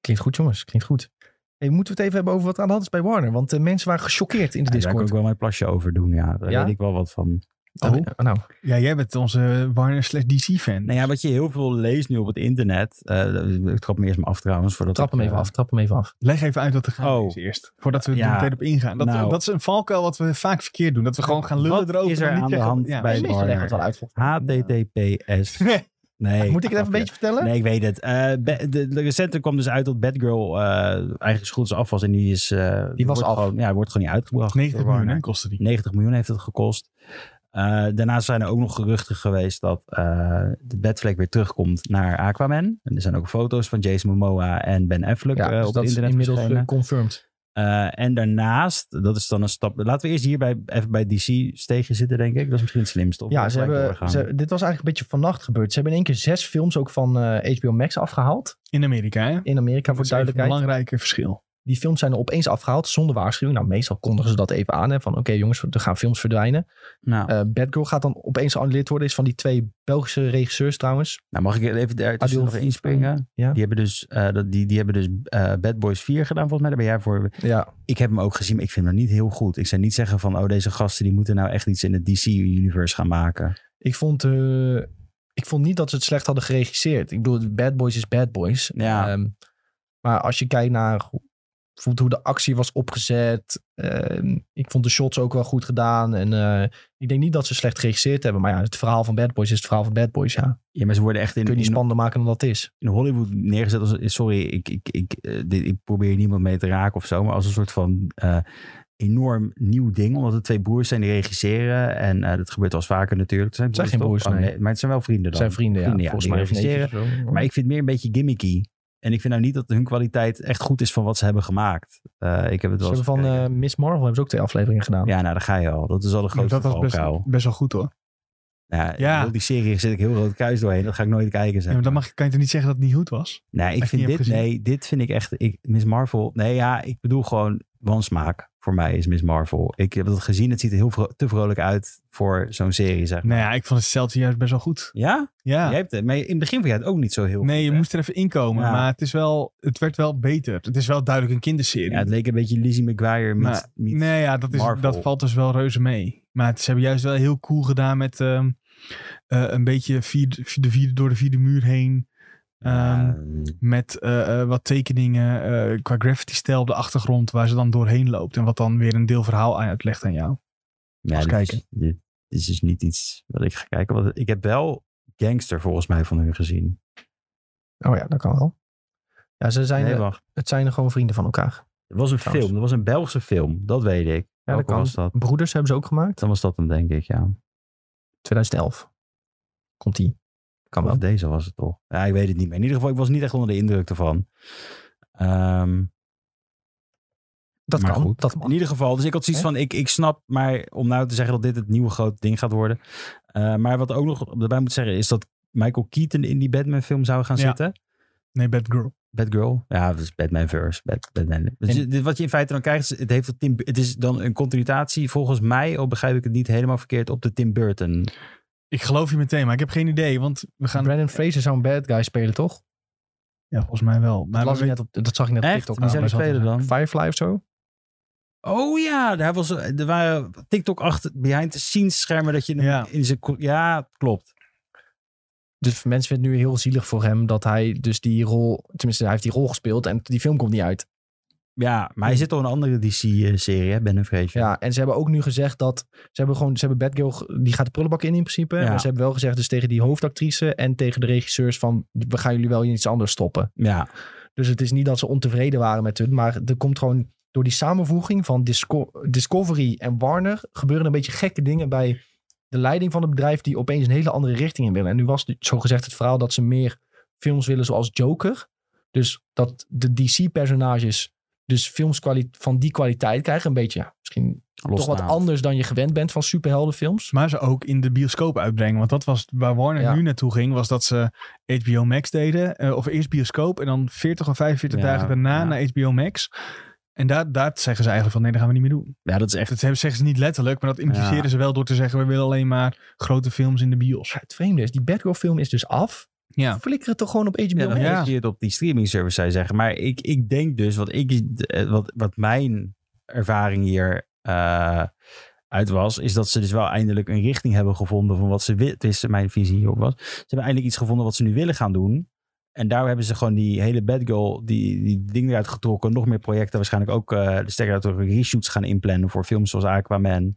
Klinkt goed, jongens. Klinkt goed. Hey, moeten we het even hebben over wat er aan de hand is bij Warner? Want de mensen waren gechoqueerd in de Ja, daar kan ik Discord. wel mijn plasje over doen. Ja, daar Ja? weet ik wel wat van. Oh, Oh, nou, ja, jij bent onze Warner slash DC fan. Nou ja, wat je heel veel leest nu op het internet. eh, ik trap me eerst maar af trouwens. Voordat trap ik, hem even eh, af. Trap hem even af. Leg even uit wat er gaat Oh. is eerst. Voordat we er Ja. meteen op ingaan. Dat, Nou. dat is een valkuil wat we vaak verkeerd doen. Dat we gewoon gaan lullen Wat erover. is er en niet aan de zeggen- hand ja. bij Nee, Warner? leg het wel uit. volgens mij. <laughs> HTTPS. Nee. Nee. Moet ik het even een grapje. beetje vertellen? Nee, ik weet het. Eh, Ba- de, de recente kwam dus uit dat Batgirl eh eigenlijk zo goed als af was. En die is... eh, was wordt af. Gewoon, ja, wordt gewoon niet uitgebracht. 90 door miljoen Warner. hè, kostte die. 90 miljoen heeft het gekost. Eh, daarnaast zijn er ook nog geruchten geweest dat eh, de Batfleck weer terugkomt naar Aquaman. En er zijn ook foto's van Jason Momoa en Ben Affleck Ja, eh, dus op dat het is internet inmiddels eh, verschenen. confirmed. Eh, en daarnaast, dat is dan een stap... Laten we eerst hier bij, even bij DC stegen zitten, denk ik. Dat is misschien het slimste. Of Ja, we ze gelijk hebben, doorgaan? ze- dit was eigenlijk een beetje vannacht gebeurd. Ze hebben in één keer zes films ook van eh, HBO Max afgehaald. In Amerika, hè? In Amerika, voor Dat is even een duidelijkheid. belangrijker verschil. Die films zijn er opeens afgehaald zonder waarschuwing. Nou, meestal kondigen ze dat even aan. Hè, van oké jongens, er gaan films verdwijnen. nou, Eh Batgirl gaat dan opeens geannuleerd worden. Is van die twee Belgische regisseurs trouwens. nou, mag ik er even daar tussen Adil- nog inspringen? Ja. Die hebben dus, eh, dat- die, die hebben dus eh, Bad Boys 4 gedaan, volgens mij. Daar ben jij voor Ja, ik heb hem ook gezien, maar ik vind hem niet heel goed. Ik zou niet zeggen van, oh, deze gasten die moeten nou echt iets in het DC-universe gaan maken. ik vond, eh, ik vond niet dat ze het slecht hadden geregisseerd. Ik bedoel, Bad Boys is Bad Boys. Ja. Ehm, maar als je kijkt naar hoe- bijvoorbeeld hoe de actie was opgezet. ehm, ik vond de shots ook wel goed gedaan. En eh, ik denk niet dat ze slecht geregisseerd hebben. Maar ja, het verhaal van Bad Boys is het verhaal van Bad Boys. Ja. Ja, maar ze worden echt in, Kun je die in, spannender maken dan dat is. in Hollywood neergezet als, sorry, ik, ik, ik, eh, dit, ik probeer niemand mee te raken of zo, maar als een soort van eh, enorm nieuw ding, omdat het twee broers zijn die regisseren en eh, dat gebeurt wel eens vaker natuurlijk. Het zijn, Het zijn geen toch? broers, Oh, nee. Maar het zijn wel vrienden dan. zijn vrienden, ja. volgens die mij of regisseren. neefjes of zo. Maar ik vind het meer een beetje gimmicky. En ik vind nou niet dat hun kwaliteit echt goed is van wat ze hebben gemaakt. Eh, ik heb het Ze wel hebben eens van gekeken. eh, Miss Marvel hebben ze ook twee afleveringen gedaan. Ja, nou, daar ga je al. Dat is al de grootste eh, Dat was best, valkuil. best wel goed hoor. Ja, Ja. heel die serie zit ik heel rood kruis doorheen. Dat ga ik nooit kijken. Zeg. Ja, maar dan mag, je- kan je toch niet zeggen dat het niet goed was? nee, ik ik vind niet dit, heb gezien. nee, dit vind ik echt, ik, Miss Marvel. Nee, ja, ik bedoel gewoon wansmaak. Voor mij is Miss Marvel. Ik heb dat gezien. Het ziet er heel vro- te vrolijk uit voor zo'n serie, zeg. Nou ja, ik vond het zelfs juist best wel goed. Ja? Ja. Jij hebt het, maar in het begin vond jij het ook niet zo heel Nee, goed, je hè? moest er even inkomen. Ja. Maar het, is wel, het werd wel beter. Het is wel duidelijk een kinderserie. Ja, het leek een beetje Lizzie McGuire met... Maar- nee, ja, dat, is, Marvel. dat valt dus wel reuze mee. Maar het, ze hebben juist wel heel cool gedaan met ehm, eh, een beetje vier, vier- de vierde, door de vierde muur heen. Ehm, Met eh, eh, wat tekeningen eh, qua graffiti-stijl op de achtergrond waar ze dan doorheen loopt. En wat dan weer een deel verhaal uitlegt aan jou. ja, eens dit is- kijken. Dit, dit is dus niet iets wat ik ga kijken. Want ik heb wel Gangster volgens mij van hun gezien. Oh ja, dat kan wel. Ja, ze zijn, Nee, eh, wacht. het zijn er gewoon vrienden van elkaar. Het was een Trouwens. film. Dat was een Belgische film. Dat weet ik. Ja, dat Welke kan. was dat? Broeders hebben ze ook gemaakt. Dan was dat hem, denk ik, ja. 2011. Komt die. Kan wel. Of deze was het toch? Ja, ik weet het niet meer. In ieder geval, ik was niet echt onder de indruk ervan. Ehm, Dat Maar kan. goed. Dat In mag. ieder geval, dus ik had zoiets Hè? van, ik, ik snap, maar om nou te zeggen dat dit het nieuwe grote ding gaat worden. Eh, maar wat ook nog erbij moet zeggen is dat Michael Keaton in die Batman film zou gaan Ja. zitten. Nee, Bad Girl. Batgirl. Ja, dat is Batman verse. Bat, Batman. Dus En- dit- wat je in feite dan krijgt, is- het, heeft het, Tim, het is dan een continuatie volgens mij, al begrijp ik het niet helemaal verkeerd, op de Tim Burton. Ik geloof je meteen, maar ik heb geen idee. Want we gaan... Brandon Fraser zou een bad guy spelen, toch? Ja, volgens mij wel. Maar Dat, we las ik weten- net op, Nou, dat zag ik net op Echt? TikTok. Wie zou die namelijk. spelen dan? Firefly of zo? Oh ja, daar was, er waren TikTok achter, behind the scenes schermen dat je Ja. in zijn... ko- Ja, klopt. Dus mensen vinden het nu heel zielig voor hem dat hij dus die rol... Tenminste, hij heeft die rol gespeeld en die film komt niet uit. Ja, maar hij zit al in een andere DC-serie, hè, Ben Hmm. Fraser. Ja, en ze hebben ook nu gezegd dat... Ze hebben gewoon... Ze hebben Batgirl... ge- Die gaat de prullenbak in in principe. Ja. Maar ze hebben wel gezegd dus tegen die hoofdactrice en tegen de regisseurs van... We gaan jullie wel in iets anders stoppen. ja. Dus het is niet dat ze ontevreden waren met hun. Maar er komt gewoon door die samenvoeging van Disco- Discovery en Warner... gebeuren een beetje gekke dingen bij de leiding van het bedrijf... die opeens een hele andere richting in willen. En nu was het zogezegd het verhaal dat ze meer films willen zoals Joker. Dus dat de DC-personages dus films kwali- van die kwaliteit krijgen. Een beetje, ja, misschien toch wat Losstaand. anders dan je gewend bent van superheldenfilms. Maar ze ook in de bioscoop uitbrengen. Want dat was waar Warner Ja. nu naartoe ging. Was dat ze HBO Max deden. eh, of eerst bioscoop. En dan 40 of 45 Ja, dagen daarna ja. naar HBO Max. En daar, daar zeggen ze eigenlijk van nee, dat gaan we niet meer doen. Ja, dat is echt... Dat hebben- zeggen ze niet letterlijk. Maar dat impliceren Ja. ze wel door te zeggen. We willen alleen maar grote films in de bios. Dus Het vreemde is, die Batgirl-film is dus af. Ja. Flikker het toch gewoon op HBO Ja, dan Max. Ja. moet je het op die streaming service zou je zeggen. Maar ik, ik denk dus, wat, ik, eh, wat, wat mijn ervaring hier eh, uit was, is dat ze dus wel eindelijk een richting hebben gevonden van wat ze willen. Het is mijn visie hierop was. Ze hebben eindelijk iets gevonden wat ze nu willen gaan doen. En daar hebben ze gewoon die hele Batgirl, die, die ding eruit getrokken. Nog meer projecten waarschijnlijk ook. eh de stekker uit de reshoots gaan inplannen voor films zoals Aquaman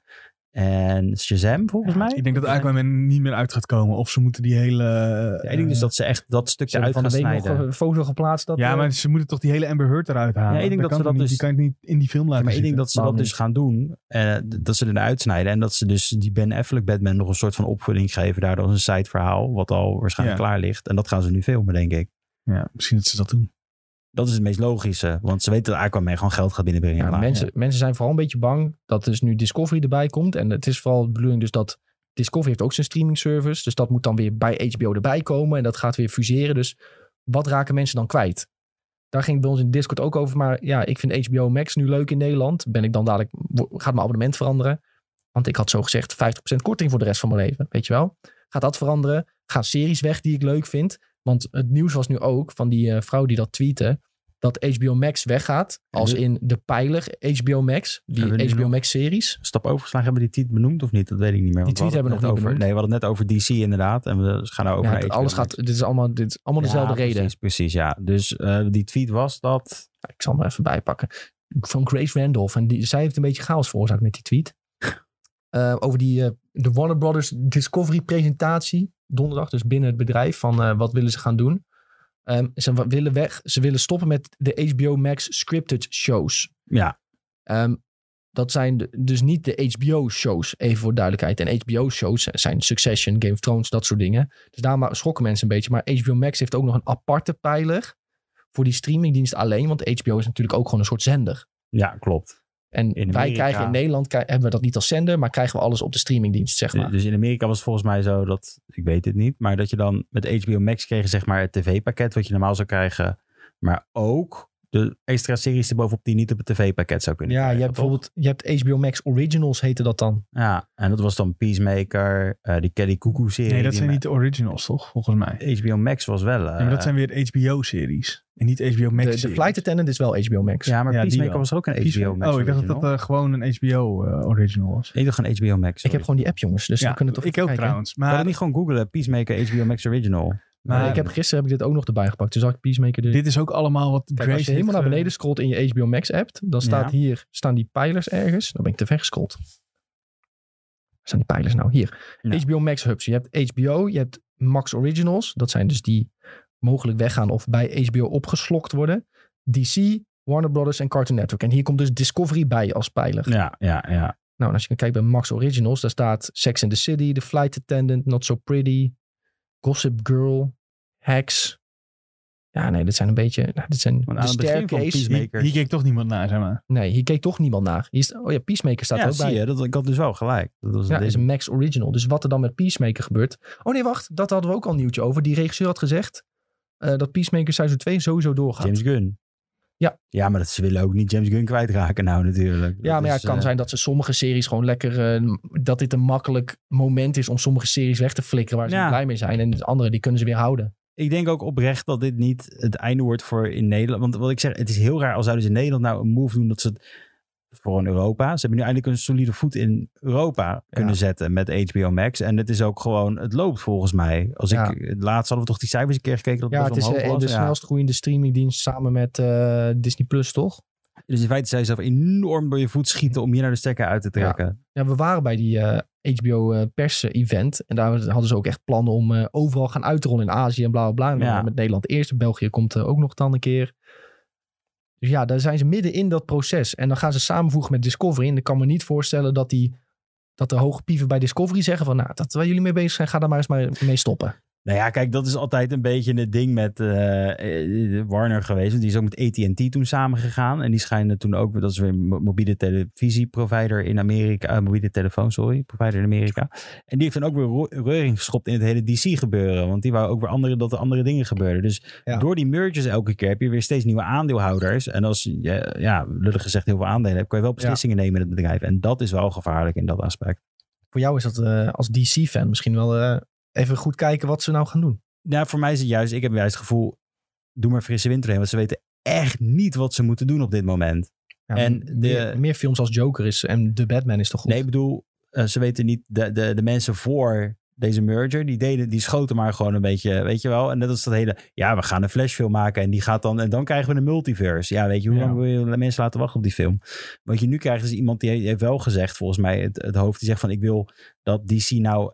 en Shazam, volgens mij. Ik denk dat Aquaman niet meer uit gaat komen. Of ze moeten die hele... eh, Ja, ik denk dus dat ze echt dat Ze stukje hebben uit van gaan de week snijden. nog een foto geplaatst. Dat, Ja, eh, maar ze moeten toch die hele Amber Heard eruit halen. Ja, ik denk dat kan ze dat toch niet- dus- Die kan ik niet in die film laten Ja, maar ik zitten. denk dat ze Waarom dat dus niet? gaan doen. eh, d- dat ze eruit snijden. En dat ze dus die Ben Affleck Batman nog een soort van opvulling geven. Daardoor als een sideverhaal. Wat al waarschijnlijk klaar ligt. En dat gaan ze nu filmen, denk ik. Ja, misschien dat ze dat doen. Dat is het meest logische. Want ze weten dat Aquaman gewoon geld gaat binnenbrengen. Ja, Klaar. mensen, mensen zijn vooral een beetje bang dat dus nu Discovery erbij komt. En het is vooral de bedoeling dus dat Discovery heeft ook zijn streaming service. Dus dat moet dan weer bij HBO erbij komen. En dat gaat weer fuseren. Dus wat raken mensen dan kwijt? Daar ging het bij ons in Discord ook over. Maar ja, ik vind HBO Max nu leuk in Nederland. Ben ik dan dadelijk, wo- gaat mijn abonnement veranderen? Want ik had zo gezegd 50% korting voor de rest van mijn leven. Weet je wel? Gaat dat veranderen? Gaan series weg die ik leuk vind? Want het nieuws was nu ook van die eh, vrouw die dat tweette. Dat HBO Max weggaat. Als in de pijler HBO Max. Mhm. Hebben we Die nu HBO nog- Max series. Stap overgeslagen, hebben we die tweet benoemd of niet? Dat weet ik niet meer. want we tweet hadden hebben we het nog net niet over, Nee, we hadden het net over DC inderdaad. En we gaan nou over Ja, naar HBO alles Max. gaat, dit is allemaal, dit is allemaal Ja, dezelfde reden. Precies, precies, ja. Dus eh, die tweet was dat... Nou, Ik zal hem er even bijpakken. Van Grace Randolph. En die, zij heeft een beetje chaos veroorzaakt met die tweet. <laughs> Eh, over die eh, de Warner Brothers Discovery presentatie. Donderdag, dus binnen het bedrijf. Van eh, wat willen ze gaan doen. Ehm, ze wa- willen weg. Ze willen stoppen met de HBO Max scripted shows. Ja, Ehm, dat zijn de- dus niet de HBO-shows, even voor duidelijkheid. En HBO-shows zijn Succession, Game of Thrones, dat soort dingen. Dus daar ma- schrokken mensen een beetje. Maar HBO Max heeft ook nog een aparte pijler voor die streamingdienst alleen. Want HBO is natuurlijk ook gewoon een soort zender. ja klopt. En wij Amerika. krijgen in Nederland, kri- hebben we dat niet als zender, maar krijgen we alles op de streamingdienst, zeg maar. Dus in Amerika was het volgens mij zo dat, ik weet het niet, maar dat je dan met HBO Max kreeg zeg maar het tv-pakket wat je normaal zou krijgen, maar ook de extra series erbovenop die je niet op het tv-pakket zou kunnen ja, je krijgen, hebt toch? bijvoorbeeld je hebt HBO Max Originals, heette dat dan. Ja, en dat was dan Peacemaker, eh, die Kelly Cuckoo-serie. Nee, dat die zijn me- niet de originals, toch? Volgens mij. Eh, HBO Max was wel... eh, Ja, maar dat zijn weer HBO-series. En niet HBO Max. De, de Flight Attendant is wel HBO Max. ja, maar Ja, die Peacemaker wel. was er ook een Precies. HBO Max Oh, ik dacht dat dat original. eh, gewoon een HBO-original eh, was. Nee, toch een HBO Max. ik sorry. heb gewoon die app, jongens, dus we kunnen toch ik even ook kijken. trouwens. Kan je Maar dat niet gewoon googlen, Peacemaker HBO Max original. Maar Maar- ik heb, gisteren heb ik dit ook nog erbij gepakt. Dus zal ik Peacemaker dit <laughs> dit is ook allemaal wat Kijk, Grace als je helemaal naar heeft, eh, beneden scrolt in je HBO Max app, dan staat Ja. hier, staan die pijlers ergens. Dan ben ik te ver gescrollt. Waar staan die pijlers nou? Hier. Ja. HBO Max hubs. Je hebt HBO, je hebt Max Originals. Dat zijn dus die mogelijk weggaan of bij HBO opgeslokt worden. DC, Warner Brothers en Cartoon Network. En hier komt dus Discovery bij als pijler. Ja, ja, ja. Nou, en als je dan kijkt bij Max Originals, daar staat Sex in the City, The Flight Attendant, Not So Pretty, Gossip Girl, Hacks, Ja, nee, dit zijn een beetje... Nou, dit zijn Want de aan het begin van staircase. Hier, Peacemaker. hier keek toch niemand naar, zeg maar. Nee, hier keek toch niemand naar. Hier is, oh ja, Peacemaker staat ja, er ook zie bij. je. Dat, ik had dus wel gelijk. Dat was Ja, deze. is een Max Original. Dus wat er dan met Peacemaker gebeurt. Oh nee, wacht. Dat hadden we ook al een nieuwtje over. Die regisseur had gezegd eh, dat Peacemaker seizoen 2 sowieso doorgaat. James Gunn. Ja. Ja, maar dat, ze willen ook niet James Gunn kwijtraken nou natuurlijk. ja, Dat maar ja, is, het kan eh, zijn dat ze sommige series gewoon lekker... eh, dat dit een makkelijk moment is om sommige series weg te flikkeren waar ze Ja. niet blij mee zijn. En de andere, die kunnen ze weer houden. Ik denk ook oprecht dat dit niet het einde wordt voor in Nederland. Want wat ik zeg, het is heel raar als zouden ze in Nederland nou een move doen dat ze het voor een Europa. Ze hebben nu eindelijk een solide voet in Europa kunnen zetten met HBO Max. En het is ook gewoon, het loopt volgens mij. Als Ja. ik, laatst hadden we toch die cijfers een keer gekeken dat het Ja, het best is omhoog eh, was. de Ja. snelst groeiende streamingdienst samen met eh, Disney+, Plus, toch? Dus in feite zijn ze zelf enorm door je voet schieten om je naar de stekker uit te trekken. Ja, we waren bij die eh, HBO eh, pers eh, event. En daar hadden ze ook echt plannen om eh, overal gaan uitrollen in Azië en bla bla bla. En dan Ja. Met Nederland eerst. België komt eh, ook nog dan een keer. Dus ja, daar zijn ze midden in dat proces. En dan gaan ze samenvoegen met Discovery. En ik kan me niet voorstellen dat die dat de hoge pieven bij Discovery zeggen van... nou, dat waar jullie mee bezig zijn, ga daar maar eens maar mee stoppen. Nou ja, kijk, dat is altijd een beetje het ding met eh, eh, Warner geweest. Want die is ook met AT&T toen samengegaan. En die schijnen toen ook, dat is weer een mo- mobiele televisieprovider in Amerika. eh, mobiele telefoon, sorry, provider in Amerika. En die heeft dan ook weer ro- reuring geschopt in het hele DC gebeuren. Want die wou ook weer andere, dat er andere dingen gebeurden. Dus Ja. door die mergers elke keer heb je weer steeds nieuwe aandeelhouders. En als je, ja, lullig gezegd, heel veel aandelen hebt, kan je wel beslissingen nemen in het bedrijf. En dat is wel gevaarlijk in dat aspect. Voor jou is dat eh, als DC-fan misschien wel eh, even goed kijken wat ze nou gaan doen. Nou, voor mij is het juist, ik heb juist het gevoel, doe maar frisse winter heen. Want ze weten echt niet wat ze moeten doen op dit moment. Ja, En m- de- meer, meer films als Joker is en The Batman is toch goed? Nee, ik bedoel, eh, ze weten niet, de, de, de mensen voor deze merger, die deden, die schoten maar gewoon een beetje, weet je wel. En dat is dat hele, ja, we gaan een flashfilm maken en die gaat dan, en dan krijgen we een multiverse. Ja, weet je, hoe Ja. lang wil je mensen laten wachten op die film? Wat je nu krijgt is iemand die heeft wel gezegd, volgens mij, het, het hoofd, die zegt van, ik wil dat DC nou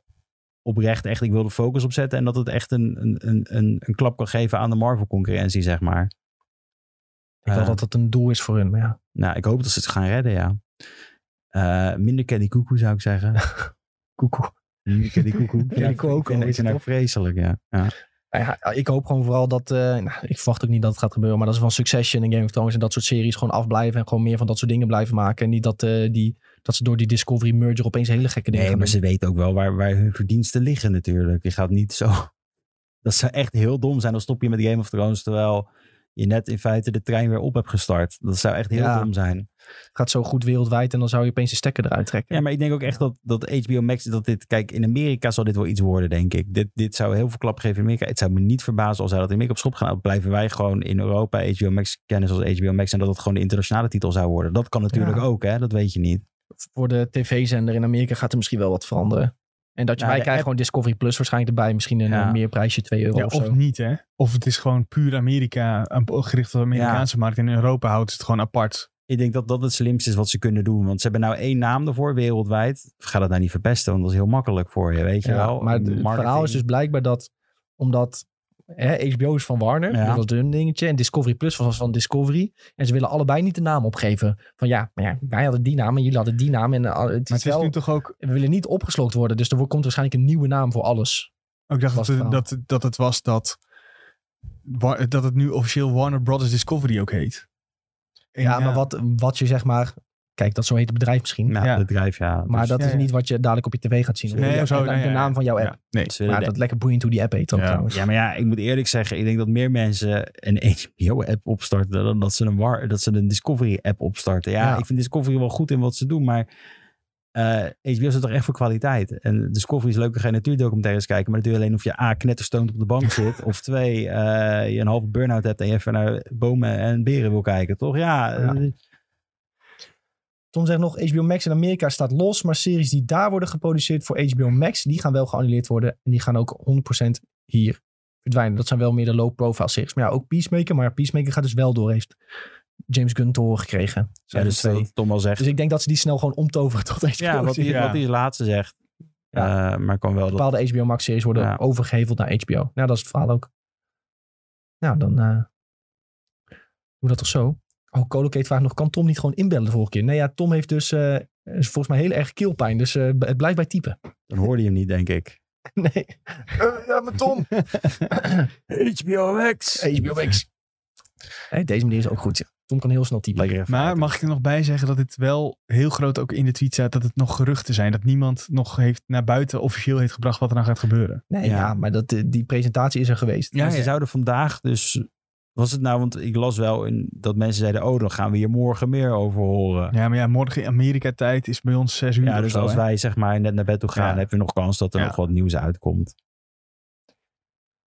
oprecht echt, ik wil de focus op zetten en dat het echt een, een, een, een, een klap kan geven aan de Marvel-concurrentie, zeg maar. ik eh, dacht dat dat een doel is voor hun, maar ja. Nou, ik hoop dat ze het gaan redden, ja. Eh, minder Candy Cuckoo zou ik <laughs> zeggen. Koekoek. Minder Candy Cuckoo. Candy Cuoco, Ik is vind het het nou toch? vreselijk, ja. ja. Nou ja, ik hoop gewoon vooral dat. eh, nou, ik verwacht ook niet dat het gaat gebeuren. Maar dat ze van Succession en Game of Thrones en dat soort series gewoon afblijven. En gewoon meer van dat soort dingen blijven maken. En niet dat, eh, die, dat ze door die Discovery merger opeens hele gekke dingen Nee, maar gaan ze weten ook wel waar, waar hun verdiensten liggen natuurlijk. Je gaat niet zo... <laughs> Dat zou echt heel dom zijn. Dan stop je met Game of Thrones terwijl je net in feite de trein weer op hebt gestart. Dat zou echt heel Ja. dom zijn. doen. Het gaat zo goed wereldwijd en dan zou je opeens de stekker eruit trekken. Ja, maar ik denk ook echt dat, dat HBO Max, dat dit, kijk, in Amerika zal dit wel iets worden, denk ik. Dit, dit zou heel veel klap geven in Amerika. Het zou me niet verbazen als zij dat in Amerika op schop gaan. houden. Blijven wij gewoon in Europa HBO Max kennen als HBO Max en dat het gewoon de internationale titel zou worden. Dat kan natuurlijk Ja. ook, hè? Dat weet je niet. Voor de tv-zender in Amerika gaat er misschien wel wat veranderen. En dat je, Ja, wij Nou, de krijgen app- gewoon Discovery Plus waarschijnlijk erbij. Misschien een Ja. eh, meerprijsje, 2 euro Ja, of of zo. niet, hè? Of het is gewoon puur Amerika, eh, gericht op de Amerikaanse markt. En in Europa houdt het gewoon apart. Ik denk dat dat het slimste is wat ze kunnen doen. Want ze hebben nou één naam ervoor wereldwijd. Ga dat nou niet verpesten, want dat is heel makkelijk voor je, weet je Ja, wel. maar het, het Marketing. verhaal is dus blijkbaar dat omdat hè, HBO is van Warner, Ja. dat was hun dingetje, en Discovery Plus was van Discovery, en ze willen allebei niet de naam opgeven. Van ja, maar ja, wij hadden die naam en jullie hadden die naam en eh, het Maar is het is wel, nu toch ook... we willen niet opgeslokt worden, dus er wo- komt waarschijnlijk een nieuwe naam voor alles. Ik dacht Was dat, het dat, dat het was dat... wa- Dat het nu officieel Warner Brothers Discovery ook heet. En ja, maar wat, wat je zeg maar, kijk, dat zo heet het bedrijf misschien. Nou, Ja. bedrijf, ja. maar Dus dat ja, is ja. niet wat je dadelijk op je tv gaat zien. Nee, Ja, zo, en nee, de ja, naam van jouw app. Ja, nee. ze willen Maar de- dat eh, lekker boeiend hoe die app heet dan Ja. trouwens. Ja, maar ja, ik moet eerlijk zeggen, ik denk dat meer mensen een HBO-app opstarten dan dat ze een, war, dat ze een Discovery-app opstarten. Ja, Ja. ik vind Discovery wel goed in wat ze doen, maar eh, HBO zit toch echt voor kwaliteit. En Discovery is leuker, ga je natuurdocumentaires kijken, maar dat doe je alleen of je A, knetterstoond op de bank zit, of twee, eh, je een halve burn-out hebt en je even naar bomen en beren wil kijken, toch? Ja, Ja. eh, Tom zegt nog, HBO Max in Amerika staat los, maar series die daar worden geproduceerd voor HBO Max, die gaan wel geannuleerd worden en die gaan ook 100% hier verdwijnen. Dat zijn wel meer de low-profile series. Maar ja, ook Peacemaker, maar Peacemaker gaat dus wel door, heeft James Gunn te horen gekregen. ja, Zijn er dus twee. dat Tom al zegt. Dus ik denk dat ze die snel gewoon omtoveren tot HBO. ja, wat hij series. ja. wat hij laatste zegt. Ja. Eh, maar kan wel dat... Bepaalde HBO Max series worden Ja. overgeheveld naar HBO. Nou, dat is het verhaal ook. Nou, dan eh, doen we dat toch zo. Oh, Colocate vraagt nog, kan Tom niet gewoon inbellen de vorige keer? Nee, ja, Tom heeft dus eh, volgens mij heel erg keelpijn, dus eh, het blijft bij typen. Dan hoorde je hem niet, denk ik. <laughs> Nee. Eh, ja, maar <laughs> Tom. HBO Max. HBO Max. Nee, deze manier is ook goed. ja. Tom kan heel snel typen. Lekker even Maar uit. mag ik er nog bij zeggen dat dit wel heel groot ook in de tweet staat dat het nog geruchten zijn. Dat niemand nog heeft naar buiten officieel heeft gebracht wat er nou gaat gebeuren. Nee, Ja. ja, maar dat, eh, die presentatie is er geweest. Ja, ze zouden vandaag dus... Was het nou, want ik las wel in, dat mensen zeiden... Oh, dan gaan we hier morgen meer over horen. Ja, maar ja, morgen in Amerika tijd is bij ons zes uur Ja, of dus zo, als hè? wij zeg maar net naar bed toe gaan... Ja. hebben we nog kans dat er Ja. nog wat nieuws uitkomt.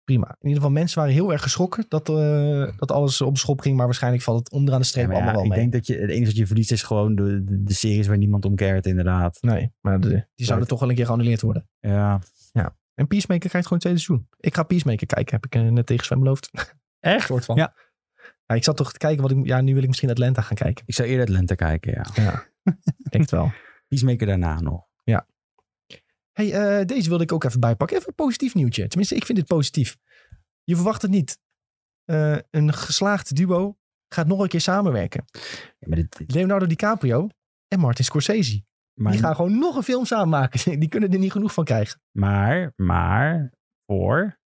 Prima. In ieder geval, mensen waren heel erg geschrokken dat, eh, dat alles op schop ging. Maar waarschijnlijk valt het onderaan de streep Ja, maar allemaal ja, wel ik mee. denk dat je, het enige wat je verliest is gewoon de, de, de series waar niemand om keert inderdaad. Nee, maar de- die zouden Right. toch wel een keer geannuleerd worden. Ja. En Peacemaker krijgt gewoon een tweede seizoen. Ik ga Peacemaker kijken, heb ik eh, net tegen Sven beloofd. <laughs> Echt? soort van. Ja. Ja, ik zat toch te kijken, wat ik, ja, nu wil ik misschien Atlanta gaan kijken. Ik zou eerder Atlanta kijken, ja. Ja, ik denk het wel. Peacemaker daarna nog. hey, eh, deze wilde ik ook even bijpakken. Even een positief nieuwtje. Tenminste, ik vind dit positief. Je verwacht het niet. Eh, een geslaagd duo gaat nog een keer samenwerken. Ja, maar dit, Leonardo DiCaprio en Martin Scorsese. maar, Die gaan gewoon nog een film samen maken. <laughs> Die kunnen er niet genoeg van krijgen. maar, maar, voor.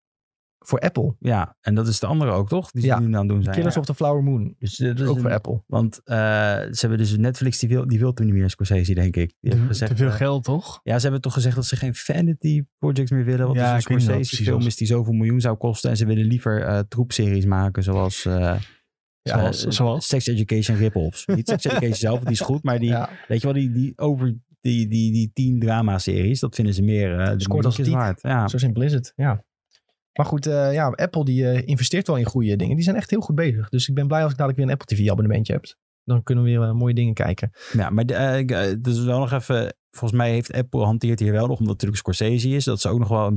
Voor Apple. Ja, en dat is de andere ook, toch? Die ze Ja. nu aan het doen zijn. Killers ja. of the Flower Moon. Dus, eh, dat is Ook een- voor Apple. Want eh, ze hebben dus Netflix, die wil, die wil toen niet meer Scorsese, denk ik. Die hebben Te- gezegd, te veel eh, geld, toch? Ja, ze hebben toch gezegd dat ze geen Vanity Projects meer willen. Want Ja, ja, een ik weet niet wat het Scorsese precies film was. is die zoveel miljoen zou kosten. En ze willen liever eh, troepseries maken zoals... eh, Ja, eh, zoals- zoals? Sex Education rip-offs. Niet Sex Education zelf, want die is goed. Maar die, Ja. weet je wel, die, die over die, die, die tien drama-series, dat vinden ze meer... eh de Scoort als moeite titel. waard. Ja. Zo simpel is het, ja. Maar goed, eh, ja, Apple die eh, investeert wel in goede dingen. Die zijn echt heel goed bezig. Dus ik ben blij als ik dadelijk weer een Apple TV abonnementje heb. Dan kunnen we weer eh, mooie dingen kijken. Ja, maar de- eh, ik, eh, dus wel nog even. Volgens mij heeft Apple hanteert hier wel nog, omdat het natuurlijk Scorsese is, dat ze ook nog wel een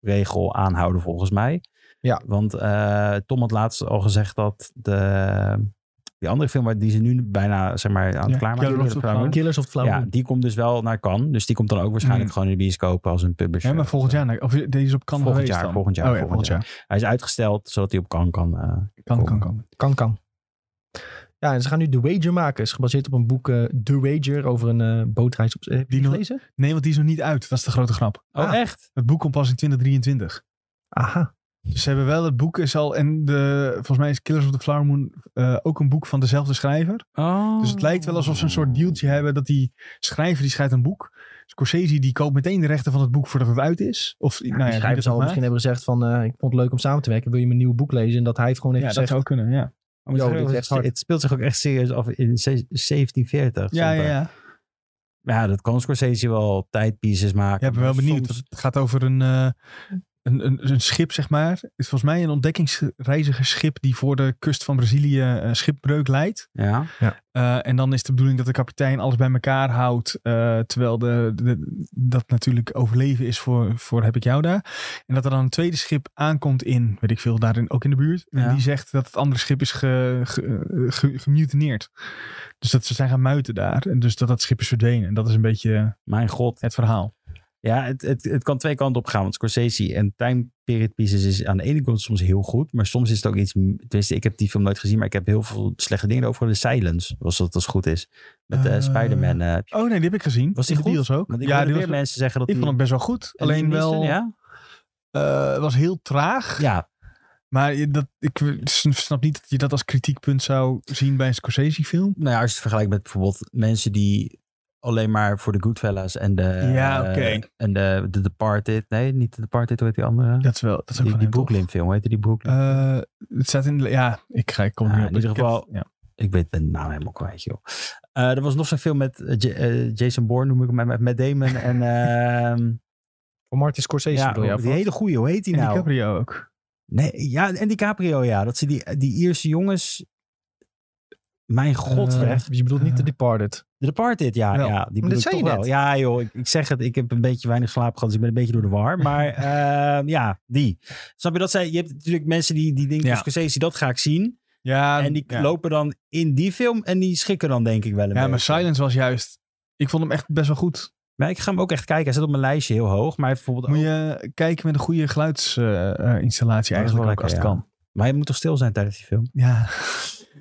bioscoopregel aanhouden, volgens mij. Ja. Want eh, Tom had laatst al gezegd dat de, die andere film waar die ze nu bijna zeg maar, aan het Ja, klaarmaken Killer of the Flower zijn, Killers of the Flower ja, Moon. die komt dus wel naar Cannes. Dus die komt dan ook waarschijnlijk Mm. gewoon in de bioscoop als een dus, publisher. Ja, maar eh, volgend jaar. nou, Of deze is op kan Volgend geweest jaar, dan. volgend jaar, Oh ja, volgend volgend jaar. Hij is uitgesteld zodat hij op Cannes kan. eh, Kan, kan, Komen. kan. Kan, kan. Ja, en ze gaan nu The Wager maken. Is gebaseerd op een boek eh, The Wager over een eh, bootreis. Op, eh, heb je Die nog- gelezen? Nee, want die is nog niet uit. Dat is de grote grap. Oh, Ah. echt? Het boek komt pas in 2023. Aha. Dus ze hebben wel het boek is al. En de, volgens mij is Killers of the Flower Moon eh, ook een boek van dezelfde schrijver. Oh. Dus het lijkt wel alsof ze een soort dealtje hebben dat die schrijver die schrijft een boek. Dus Scorsese die koopt meteen de rechten van het boek voordat het uit is. Of Ja, nou ja, die wie schrijver dat zal ook maakt. misschien hebben gezegd van... eh, ik vond het leuk om samen te werken. Wil je mijn nieuwe boek lezen? En dat hij heeft gewoon Ja, even dat gezegd... Oh, zou kunnen. Ja, Oh, Maar het Yo, is dit is wel- echt hard. Het speelt zich ook echt serieus af in 1740. ja, stond er. ja. ja. Ja, dat kan Scorsese wel tijdpieces maken. Ja, ik ben wel maar benieuwd. soms- want Het gaat over een, eh, een, een, een schip, zeg maar. Het is volgens mij een ontdekkingsreizigersschip die voor de kust van Brazilië eh, schipbreuk leidt. Ja. Eh, en dan is de bedoeling dat de kapitein alles bij elkaar houdt. eh, terwijl de, de- dat natuurlijk overleven is voor, voor heb ik jou daar. En dat er dan een tweede schip aankomt in, weet ik veel, daarin ook in de buurt. En Ja. die zegt dat het andere schip is ge, ge- ge- gemutineerd. Dus dat ze zijn gaan muiten daar. En dus dat dat schip is verdwenen. En dat is een beetje Mijn god. het verhaal. Ja, het, het, het kan twee kanten op gaan. Want Scorsese en time period pieces is aan de ene kant soms heel goed. Maar soms is het ook iets... Tenminste, ik heb die film nooit gezien. Maar ik heb heel veel slechte dingen over. The Silence, was dat als het goed is. Met eh Eh, Spider-man. eh. Oh nee, die heb ik gezien. Was die In de goed? deals ook. want ik ja, hoorde die weer was, mensen zeggen dat ik vond die- hem best wel goed. en Alleen die wel, misten, Ja? eh, het was heel traag. ja, Maar je- dat, ik s- snap niet dat je dat als kritiekpunt zou zien bij een Scorsese film. nou ja, als je het vergelijkt met bijvoorbeeld mensen die alleen maar voor de Goodfellas en de... Ja, eh, oké. en de, de Departed. Nee, niet de Departed, hoe heet die andere? Dat is wel, dat is ook die van die hem, toch? Brooklyn film, heette die Brooklyn? Eh, het staat in, de- ja, ik ga, ik kom er Ja, niet op. in ieder Ik heb- geval- ja. ik weet de naam helemaal kwijt, joh. Eh, er was nog zo'n film met eh, J- eh, Jason Bourne, noem ik hem, met Matt <laughs> Damon en... ehm Van Martin Scorsese ja, oh bedoel je, die hele goeie, hoe heet die En nou? DiCaprio ook. Nee, ja, en DiCaprio, ja. Dat ze die, die Ierse jongens... Mijn god, Eh, zeg. of- dus Je bedoelt niet The Eh, Departed. The Departed, ja. wel. ja die Maar bedoel dat ik zei toch je wel. net. Ja, joh. Ik, ik zeg het, ik heb een beetje weinig slaap gehad, dus ik ben een beetje door de <laughs> war. Maar ehm, ja, die. Snap je dat? Zij, je hebt natuurlijk mensen die, die denken, Ja. Scorsese, dat ga ik zien. Ja, en die ja. lopen dan in die film en die schikken dan denk ik wel een Ja, maar beetje. Silence was juist... Ik vond hem echt best wel goed. Maar ik ga hem ook echt kijken. Hij zit op mijn lijstje heel hoog. Maar hij heeft bijvoorbeeld Moet ook- je kijken met een goede geluidsinstallatie Dat is wel eigenlijk ook, lekker, als het ja. kan. <laughs> Maar hij moet toch stil zijn tijdens die film? Ja.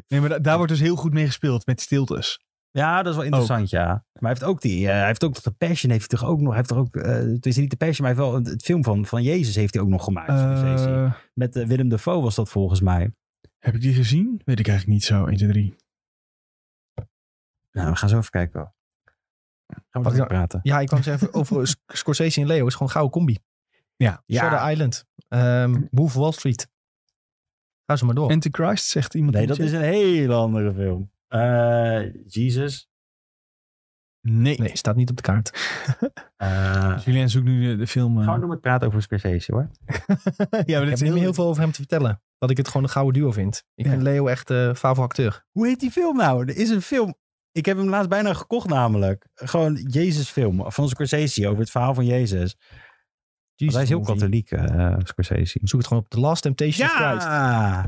Nee, maar da- daar wordt dus heel goed mee gespeeld met stiltes. Ja, dat is wel interessant, ja. Maar hij heeft ook die, eh, hij heeft ook de Passion heeft hij toch ook nog, hij heeft toch ook, eh, het is niet de Passion, maar hij heeft wel het, het film van, van Jezus heeft hij ook nog gemaakt. Dus deze- Eh, Met eh, Willem Dafoe was dat volgens mij. heb ik die gezien? Weet ik eigenlijk niet zo. 1, 2, 3. Nou, we gaan zo even kijken. wel. Gaan we Wat ik erover nou- praten. Ja, ik kwam zeggen over Sc- <laughs> Scorsese en Leo. is gewoon een gouden combi. Ja. Shutter Island. ehm Wolf of Wall Street. Ga ze maar door. Antichrist, zegt iemand. Nee, in de dat is chat. een hele andere film. Eh Jesus. Nee. Nee, staat niet op de kaart. Eh Dus Julien zoekt nu de, de film. eh, Gewoon door met praten over Scorsese hoor. ja, maar Ik heb dat is niet heel, meer heel veel over hem te vertellen. Dat ik het gewoon een gouden duo vind. Ik Ja. vind Leo echt eh favoriete acteur. Hoe heet die film nou? Er is een film. Ik heb hem laatst bijna gekocht namelijk. Gewoon Jezus film van Scorsese over het verhaal van Jezus. Want hij is heel movie. katholiek, eh Scorsese. Zoek het gewoon op The Last Temptation of Christ. Ja,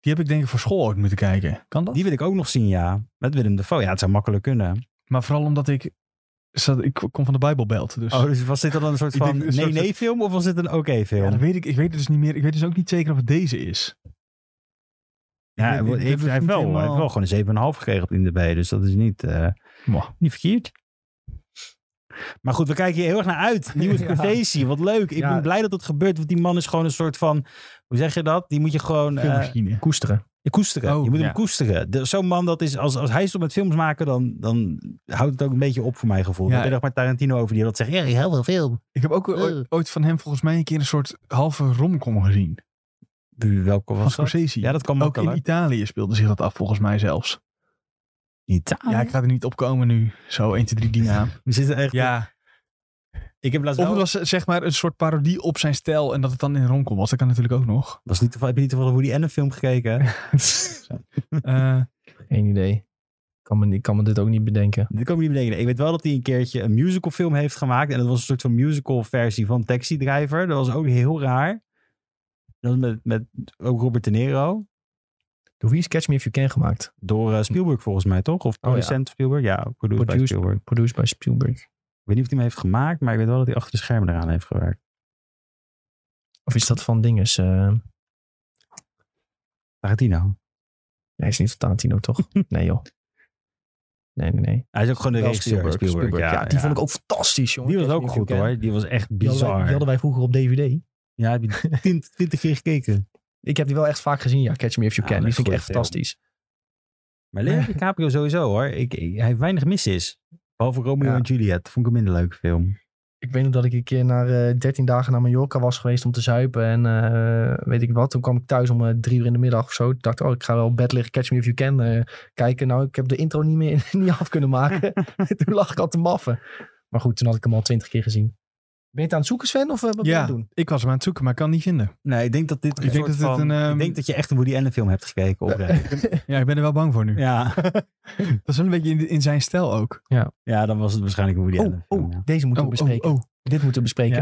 Die heb ik denk ik voor school ooit moeten kijken. Kan dat? die wil ik ook nog zien, ja. Met Willem Dafoe. Ja, het zou makkelijk kunnen. Maar vooral omdat ik. zat- Ik kom van de Bijbelbelt. Dus. Oh, dus was dit dan een soort <laughs> Ik denk van een soort- nee-nee film of was dit een oké-film? Ja, dat weet ik, ik weet het dus niet meer. Ik weet dus ook niet zeker of het deze is. Ja, Ik hij weet- ik heeft, weet hij heeft niet wel, hij helemaal- heeft wel gewoon een 7,5 gekregen op IMDb. Dus dat is niet, eh, Mwah. niet verkeerd. Maar goed, we kijken hier heel erg naar <laughs> uit. Nieuwe Ja. Scorsese, wat leuk. Ik Ja. ben blij dat het gebeurt. Want die man is gewoon een soort van... Hoe zeg je dat? Die moet je gewoon eh, Filmmachine. Koesteren. koesteren. Oh, je moet ja. hem koesteren. De- Zo'n man, dat is, als, als hij stopt met films maken... Dan, dan houdt het ook een beetje op voor mijn gevoel. Ja. Ik ben nog maar Tarantino over die dat zegt... Ja, heel veel film. ik heb ook ooit, ooit van hem volgens mij een keer een soort halve romcom gezien. Welke Van was dat? Scorsese. Ja, dat kan ook in makkelijk. Italië speelde zich dat af volgens mij zelfs. Italië. Ja, ik ga er niet op komen nu. Zo 1, 2, 3 die <laughs> naam. We zitten echt... Ja. Ik heb laatst Of wel... het was eh, zeg maar een soort parodie op zijn stijl en dat het dan in een romcom was. Dat kan natuurlijk ook <laughs> nog. Was niet toevallig, heb je niet toevallig Woody Allen film gekeken? <laughs> Eh, Geen idee. Ik kan, me, ik kan me dit ook niet bedenken. Dit kan ik me niet bedenken. Ik weet wel dat hij een keertje een musicalfilm heeft gemaakt. En dat was een soort van musical versie van Taxi Driver. Dat was ook heel raar. Dat was met, met ook Robert De Niro. Door wie is Catch Me If You Can gemaakt? Door eh, Spielberg volgens mij, toch? Of ja. producent Spielberg? Ja, produced by Produced. Spielberg. Produced by Spielberg. Ik weet niet of hij hem heeft gemaakt, maar ik weet wel dat hij achter de schermen eraan heeft gewerkt. Of is dat van dinges? eh, Tarantino. hij is niet van Tarantino, toch? nee, joh. Nee, nee, nee. Hij is ook gewoon de Wel regisseur. Spielberg, Spielberg. Ja, die vond ik ook fantastisch, jongen. Die was Catch ook Me If You goed Can. hoor. Die was echt Die hadden, wij, die bizar. hadden wij vroeger op DVD. Ja, <laughs> heb je twintig keer gekeken. Ik heb die wel echt vaak gezien, ja. Catch Me If You Ja, Can. Ah, dat Die is vind ik een echt goeie fantastisch. Maar <laughs> Leonardo DiCaprio sowieso hoor. Ik, ik- hij heeft weinig misses. Behalve Romeo Ja. en Juliet. Vond ik een minder leuke film. Ik weet nog dat ik een keer naar eh 13 dagen naar Mallorca was geweest om te zuipen. En eh, weet ik wat. Toen kwam ik thuis om eh, drie uur in de middag of zo. Toen dacht ik, oh, ik ga wel op bed liggen. Catch Me If You Can eh, kijken. Nou, ik heb de intro niet meer <laughs> niet af kunnen <laughs> maken. toen lag ik al te maffen. Maar goed, toen had ik hem al twintig keer gezien. Ben je het aan het zoeken, Sven? Of eh, wat ben je Ja. aan het doen? ik was hem aan het zoeken, maar ik kan het niet vinden. Nee, ik denk dat dit. een Ik denk soort dat dit van- een, ehm, Ik denk dat je echt een Woody Allen film hebt gekeken. <laughs> oprecht. Ja, ik ben er wel bang voor nu. ja. Dat is wel een beetje in, in zijn stijl ook. ja, dan was het waarschijnlijk een Woody Oh, Allen film. oh, ja. deze moeten Oh, we bespreken. oh, oh. Dit moeten we bespreken.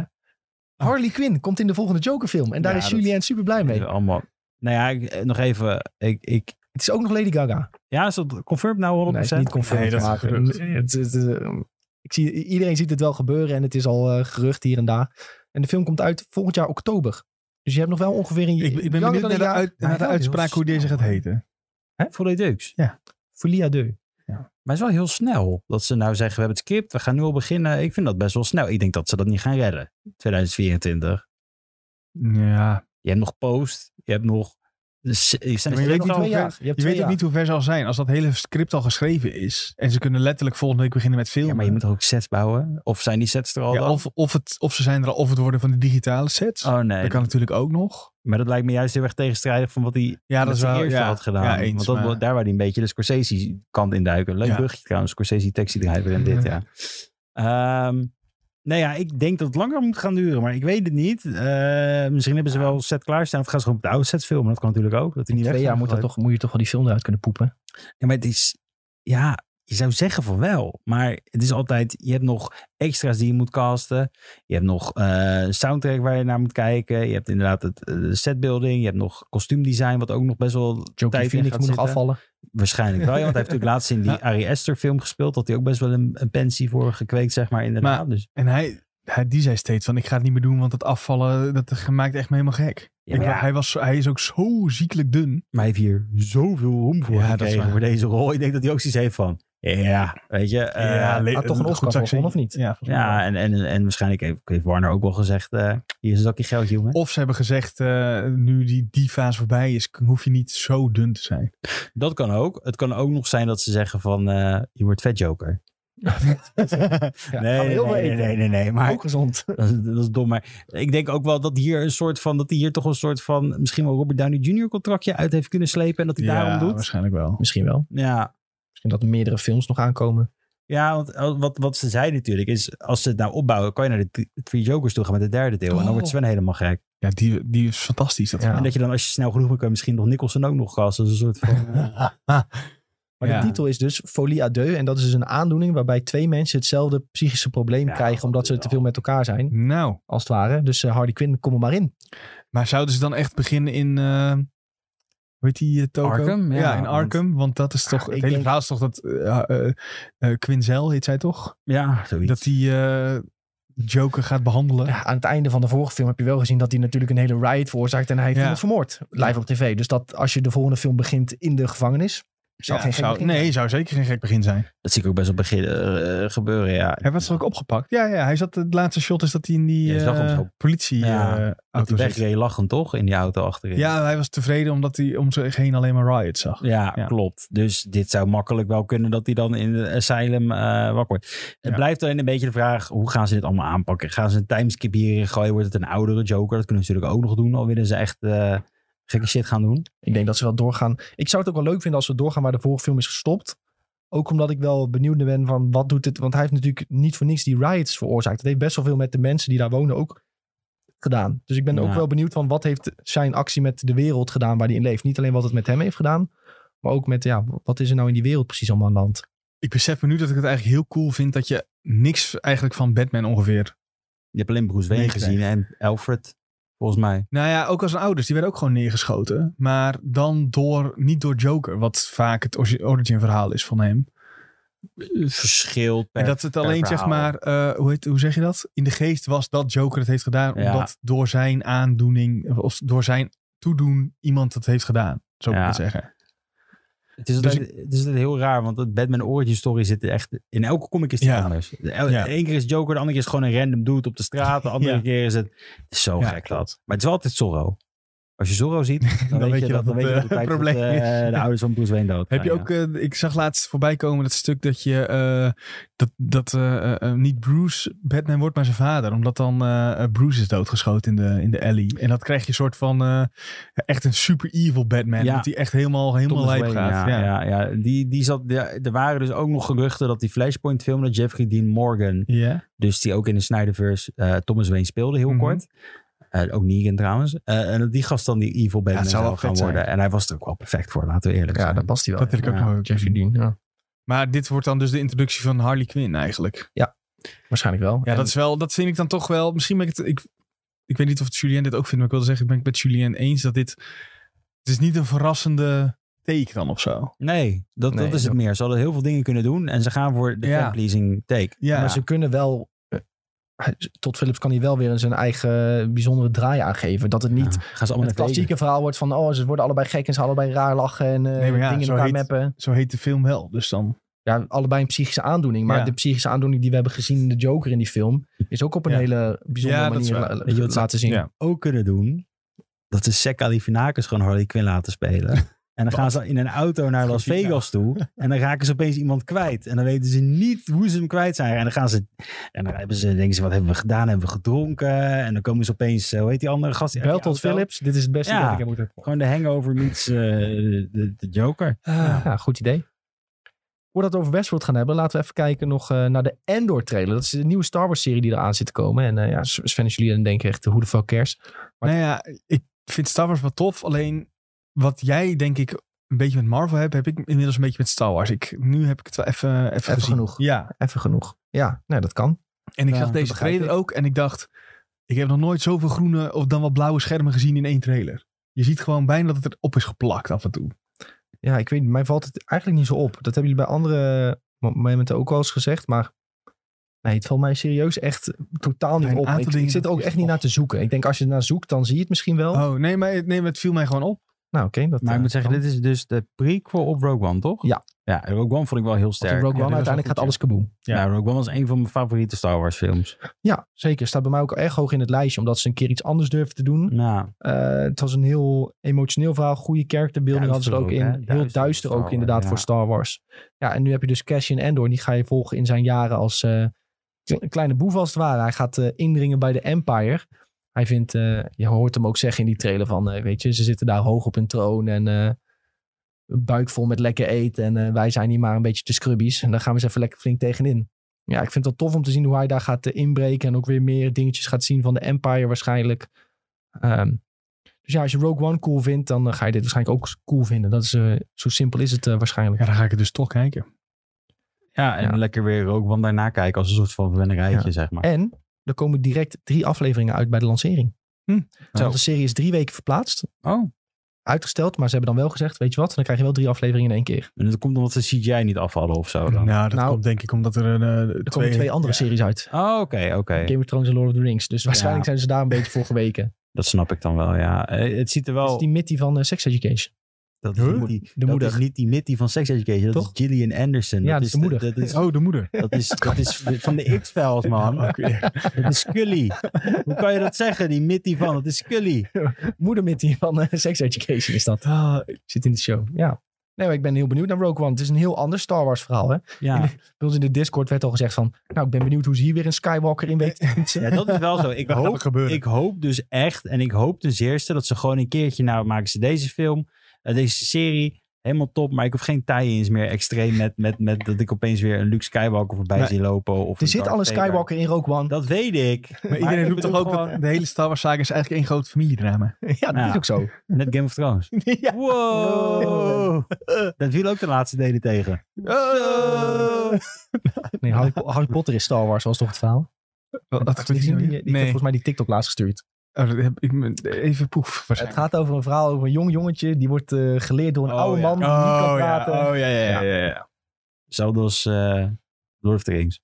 Ja. Harley Quinn komt in de volgende Joker-film. En daar Ja, is dat- Julien super blij mee. Dit is Allemaal. Nou ja, ik- eh, nog even. Ik, ik, Het is ook nog Lady Gaga. ja, is dat confirmed nou 100%? Nee, het is niet confirmed. Nee, dat is maar een gerucht. het- het- het- eh, ik zie, iedereen ziet het wel gebeuren en het is al eh, gerucht hier en daar. En de film komt uit volgend jaar oktober. Dus je hebt nog wel ongeveer een Ik, ik ben langer benieuwd dan een naar de, jaar. uit- naar de heel uitspraak hoe deze gaat snel. heten. Voor de deuks. Folia Deux. Maar het is wel heel snel dat ze nou zeggen: we hebben het script, we gaan nu al beginnen. Ik vind dat best wel snel. Ik denk dat ze dat niet gaan redden. 2024. Ja. Je hebt nog Post, je hebt nog. Dus, je zijn maar je weet Nog niet twee hoe ver- jaar. Je hebt Je twee weet ook jaar. niet hoe ver ze al zijn. Als dat hele script al geschreven is. En ze kunnen letterlijk volgende week beginnen met filmen. Ja, maar je moet toch ook sets bouwen? Of zijn die sets er al? Ja, dan? of, of, het, of ze zijn er al, of het worden van de digitale sets. oh nee. dat kan natuurlijk ook nog. Maar dat lijkt me juist heel erg tegenstrijdig van wat hij Ja, dat met is zijn wel. eerste ja, had gedaan. Ja, eens, Want dat, maar- daar waar hij een beetje de Scorsese kant in duiken. Leuk Ja. brugje trouwens, Scorsese taxi driver en dit, ja. <laughs> Ehm nou ja, ik denk dat het langer moet gaan duren, maar ik weet het niet. Eh, misschien hebben ze wel set klaarstaan of gaan ze gewoon op de oude sets filmen. Dat kan natuurlijk ook. Dat hij Twee niet weg jaar zijn moet, dat gegooid. toch, moet je toch wel die film eruit kunnen poepen. Ja, maar het is... Ja, je zou zeggen van wel. Maar het is altijd... Je hebt nog extra's die je moet casten. Je hebt nog eh soundtrack waar je naar moet kijken. Je hebt inderdaad het eh, setbuilding. Je hebt nog kostuumdesign, wat ook nog best wel Joker tijd in Phoenix gaat moet nog zitten. afvallen. Waarschijnlijk wel, ja, want hij <laughs> heeft natuurlijk laatst in die Ari Aster film gespeeld. Dat hij ook best wel een, een pensie voor gekweekt, zeg maar, inderdaad. Maar- dus, En hij, hij, die zei steeds van, ik ga het niet meer doen, want het afvallen, dat maakt echt me helemaal gek. ja, Ik- maar, ja, hij, was, hij is ook zo ziekelijk dun. maar hij heeft hier zoveel roem voor Ja, dat is gekregen waar. voor deze rol. Ik denk dat hij ook zoiets heeft van, Ja, weet je. eh, ja, le- had toch een goed Oscar voor succes. gewonnen, of niet? Ja, volgens mij wel. ja, en, en, en waarschijnlijk heeft, heeft Warner ook wel gezegd, eh, hier is een zakje geld, jongen. Of ze hebben gezegd, eh, nu die, die fase voorbij is, k- hoef je niet zo dun te zijn. Dat kan ook. Het kan ook nog zijn dat ze zeggen van, eh, je wordt vet joker. Ja, gaan we nee, <laughs> nee, heel veel nee, eten. nee, nee, nee, maar Ook gezond. <laughs> dat, is- dat is dom. Maar ik denk ook wel dat hier een soort van, dat hij hier toch een soort van, misschien wel Robert Downey Jr. contractje uit heeft kunnen slepen en dat hij Ja, daarom doet. waarschijnlijk wel. Misschien wel. Ja, Misschien dat er meerdere films nog aankomen. Ja, want eh, wat, wat ze zei natuurlijk is, als ze het nou opbouwen, kan je naar de th- Three Jokers toe gaan met de derde deel. En dan Oh. wordt Sven helemaal gek. Ja, die, die is fantastisch. Dat Ja. verhaal. En dat je dan, als je snel genoeg bent, kan je misschien nog Nicholson ook nog casten. als een soort van... <laughs> <laughs> Maar Ja. de titel is dus Folie à deux. En dat is dus een aandoening waarbij twee mensen hetzelfde psychische probleem Ja, krijgen. Omdat ze dat- te veel met elkaar zijn, Nou, als het ware. Dus eh, Harley Quinn, kom er maar in. maar zouden ze dan echt beginnen in... eh hoe heet die eh, Toko? Arkham, ja, in want- Arkham. Want, dat is toch... Ah, het ik hele denk- verhaal is toch dat... eh eh, eh, Quinzel heet zij toch? ja, zoiets. Dat die eh, Joker gaat behandelen. Ja, aan het einde van de vorige film heb je wel gezien dat hij natuurlijk een hele riot veroorzaakt. En hij heeft Ja. iemand vermoord. Live op tv. Dus dat als je de volgende film begint in de gevangenis. Zou Ja, geen gek zou- begin zijn. nee, zou zeker geen gek begin zijn. Dat zie ik ook best wel begin, eh, gebeuren, ja. Hij was er ook opgepakt. Ja, ja hij zat, het laatste shot is dat hij in die Ja, je zag hem eh, zo. Ja, politie-auto Dat hij zit. wegreed lachend, toch? In die auto achterin. Ja, hij was tevreden omdat hij om zich heen alleen maar riot zag. Ja, Ja. klopt. Dus dit zou makkelijk wel kunnen dat hij dan in de asylum eh, wakker wordt. Het Ja. blijft alleen een beetje de vraag, hoe gaan ze dit allemaal aanpakken? Gaan ze een timeskip hierin gooien? Wordt het een oudere Joker? Dat kunnen ze natuurlijk ook nog doen, al willen ze echt eh, gekke shit gaan doen. Ik denk dat ze wel doorgaan. Ik zou het ook wel leuk vinden als we doorgaan waar de vorige film is gestopt. Ook omdat ik wel benieuwd ben van wat doet het. Want hij heeft natuurlijk niet voor niks die riots veroorzaakt. Dat heeft best wel veel met de mensen die daar wonen ook gedaan. Dus ik ben ook Ja. wel benieuwd van wat heeft zijn actie met de wereld gedaan waar hij in leeft. Niet alleen wat het met hem heeft gedaan. Maar ook met, ja, wat is er nou in die wereld precies allemaal aan de hand? Ik besef me nu dat ik het eigenlijk heel cool vind dat je niks eigenlijk van Batman ongeveer. Je hebt alleen Bruce Wayne Nee, gezien en Alfred, volgens mij. Nou ja, ook als een ouders, die werden ook gewoon neergeschoten. Maar dan door, niet door Joker, wat vaak het orgi- origin verhaal is van hem. Verschil per... en dat het alleen zeg verhaal. maar, eh, hoe, heet, hoe zeg je dat? In de geest was dat Joker het heeft gedaan. Ja. Omdat door zijn aandoening, of door zijn toedoen, iemand het heeft gedaan. Zo moet Ja. ik het zeggen. het, is dus altijd- het is altijd heel raar, want het Batman Origin Story zit echt... In elke comic is het Ja. anders. De el- Ja. De ene keer is Joker, de andere keer is gewoon een random dude op de straat. De andere Ja. keer is het... het is zo Ja, gek dat. klopt. Maar het is wel altijd Zorro. Als je Zorro <laughs> ziet, dan, weet, je dat, dan weet het, je eh, dat het tijd probleem dat, eh, is. de ouders van Bruce Wayne dood <laughs> Nou Heb je zijn, ook, eh, ik zag laatst voorbij komen dat stuk dat je, eh, dat, dat eh, eh, eh, niet Bruce Batman wordt, maar zijn vader. Omdat dan eh, eh, Bruce is doodgeschoten in de, in de alley. En dat krijg je een soort van, eh, echt een super evil Batman. Ja. Dat hij echt helemaal, helemaal Thomas lijp Wayne, gaat. Ja, Ja, ja. ja, Die, die zat, ja, er waren dus ook nog geruchten dat die Flashpoint film, dat Jeffrey Dean Morgan, Ja. dus die ook in de Snyderverse eh, Thomas Wayne speelde, heel Mhm. kort. Eh, ook Negan trouwens. Eh, en dat die gast dan die evil Batman het zou zou wel gaan vet zijn. worden. En hij was er ook wel perfect voor, laten we eerlijk Ja, zijn. dat past hij wel. dat wil ik ook Ja. nog wel Jeffrey Dean, ja. Maar dit wordt dan dus de introductie van Harley Quinn eigenlijk. Waarschijnlijk wel. Ja, En- dat is wel, dat vind ik dan toch wel, misschien ben ik het, ik, ik weet niet of het Julien dit ook vindt, maar ik wilde zeggen, ik ben het met Julien eens dat dit, het is niet een verrassende take dan of zo. Nee, dat, Nee, dat is het dat- meer. Ze hadden heel veel dingen kunnen doen en ze gaan voor de Ja. fanpleasing take. Ja. Maar ze kunnen wel... eh, Tot Philips kan hij wel weer zijn eigen eh, bijzondere draai aangeven. Dat het niet Ja, gaan ze allemaal het naar Vegas. klassieke verhaal wordt van... oh, ze worden allebei gek en ze allebei raar lachen en eh, Nee, maar ja, dingen in zo elkaar heet- meppen. Zo heet de film wel, dus dan. Ja, allebei een psychische aandoening. Maar Ja. de psychische aandoening die we hebben gezien in de Joker in die film... is ook op een Ja. hele bijzondere Ja, dat is manier waar. la- Weet je wat ze- laten zien. Ja. ook kunnen doen. Dat ze Zack Galifianakis gewoon Harley Quinn laten spelen. <laughs> En dan gaan ze in een auto naar Las Grafiek, Vegas toe. En dan raken ze opeens iemand kwijt. En dan weten ze niet hoe ze hem kwijt zijn. En dan gaan ze. En dan hebben ze, denken ze: wat hebben we gedaan? Hebben we gedronken? En dan komen ze opeens. eh, Hoe heet die andere gast? uit die Bel tot auto? Philips, dit is het beste Ja. dat ik heb moeten... Gewoon de hangover meets eh, de, de, de Joker. ja. goed idee. Voordat we over Westworld gaan hebben, laten we even kijken nog eh, naar de Andor-trailer. Dat is de nieuwe Star Wars-serie die eraan zit te komen. En eh, ja, Sven en Julian denken echt, hoe de fuck cares? Maar- nou ja, ik vind Star Wars wel tof. Alleen wat jij denk ik een beetje met Marvel hebt, heb ik inmiddels een beetje met Star Wars. Ik, nu heb ik het wel even, even, gezien. genoeg. Ja, Even genoeg. Ja, nou, dat kan. en ik Ja, zag dat deze begrijp trailer ik. ook en ik dacht, ik heb nog nooit zoveel groene of dan wel blauwe schermen gezien in één trailer. Je ziet gewoon bijna dat het erop is geplakt af en toe. Ja, ik weet niet. Mij valt het eigenlijk niet zo op. Dat hebben jullie bij andere mo- momenten ook wel eens gezegd. Maar nee, het valt mij serieus echt totaal Bij niet een op. aantal Ik, ik dingen zit er dat ook is echt niet nog- naar te zoeken. Ik denk als je ernaar zoekt, dan zie je het misschien wel. Oh, nee, maar, nee, maar het viel mij gewoon op. Nou, oké. dat, Maar eh, ik moet zeggen, kan. dit is dus de prequel op Rogue One, toch? Ja. Ja, Rogue One vond ik wel heel Want in sterk. Rogue One Ja, dit was wel uiteindelijk goed, gaat ja. alles kaboom. Ja. Nou, Rogue One was een van mijn favoriete Star Wars films. Ja, zeker. Staat bij mij ook erg hoog in het lijstje, omdat ze een keer iets anders durven te doen. Nou, Eh, het was een heel emotioneel verhaal. Goede characterbeelding hadden ze er ook in. Duister ook, hè? heel Duister duister voor ook Star inderdaad Wars, voor Star Wars. Ja, en nu heb je dus Cassian Andor. En die ga je volgen in zijn jaren als eh, een kleine boef als het ware. Hij gaat eh, indringen bij de Empire. Hij vindt, eh, je hoort hem ook zeggen in die trailer van, eh, weet je, ze zitten daar hoog op hun troon en eh, een buik vol met lekker eten. En eh, wij zijn hier maar een beetje te scrubbies. En daar gaan we eens even lekker flink tegenin. Ja, ik vind het wel tof om te zien hoe hij daar gaat eh, inbreken. En ook weer meer dingetjes gaat zien van de Empire waarschijnlijk. Ehm, dus ja, als je Rogue One cool vindt, dan eh, ga je dit waarschijnlijk ook cool vinden. Dat is, eh, zo simpel is het eh, waarschijnlijk. Ja, dan ga ik het dus toch kijken. ja, en Ja. lekker weer Rogue One daarna kijken als een soort van wennerijtje, Ja. zeg maar. En er komen direct drie afleveringen uit bij de lancering. Hm. Want de serie is drie weken verplaatst, Oh, uitgesteld. Maar ze hebben dan wel gezegd, weet je wat, dan krijg je wel drie afleveringen in één keer. en dat komt omdat ze CGI niet af hadden of zo dan. Nou, dat Nou, komt denk ik omdat er een, eh, Er komen twee andere series uit. Oh, oké, oké. Game of Thrones en Lord of the Rings. Dus waarschijnlijk Ja. zijn ze daar een beetje voor geweken. Dat snap ik dan wel, ja. Eh, Het ziet er Dat is wel... die Mitty van eh, Sex Education. Dat is, Huh? niet die, De dat moeder. is niet die Mitty van Sex Education. Dat Toch? is Gillian Anderson. Ja, dat dat is is de moeder. Dat is, Oh, de <laughs> moeder. dat is, dat is van de X-Files, man. Ook weer. Dat is Scully. Hoe kan je dat zeggen? Die Mitty van, dat is Scully. <laughs> Moeder Mitty van eh, Sex Education is dat. <laughs> Ah, Zit in de show, ja. Nee, maar ik ben heel benieuwd naar Rogue One. Het is een heel ander Star Wars verhaal, hè? <laughs> Ja. Bij ons in de Discord werd al gezegd van... Nou, ik ben benieuwd hoe ze hier weer een Skywalker in weet <laughs> te fietsen. ja, dat is wel zo. Ik dat gaat hoop er gebeuren. Ik hoop dus echt, en ik hoop ten zeerste dat ze gewoon een keertje, nou maken ze deze film, eh, deze serie, helemaal top, maar ik hoef geen tie-ins meer extreem met, met, met dat ik opeens weer een Luke Skywalker voorbij Nee. zie lopen. Of Er een zit Darth al een Vader. Skywalker in Rogue One. Dat weet ik. maar iedereen ik roept toch bedoel ook gewoon- dat de hele Star Wars saga is eigenlijk één groot familiedrama. ja, dat Ja. is ook zo. Net Game of Thrones. ja. Wow. dat viel ook de laatste delen tegen. Oh! Nee, Harry, Po- Harry Potter is Star Wars, was toch het verhaal? Wat- Wat Die, die, gezien? die, heeft nee. volgens mij die TikTok laatst gestuurd. Oh, dat heb ik me- even poef. Het waarschijnlijk. gaat over een verhaal over een jong jongetje. Die wordt eh, geleerd door een Oh, oude ja. man die niet kan Oh, ja. praten. Oh, ja, ja, Ja. ja. ja, ja. Hetzelfde als eh, Lord of the Rings.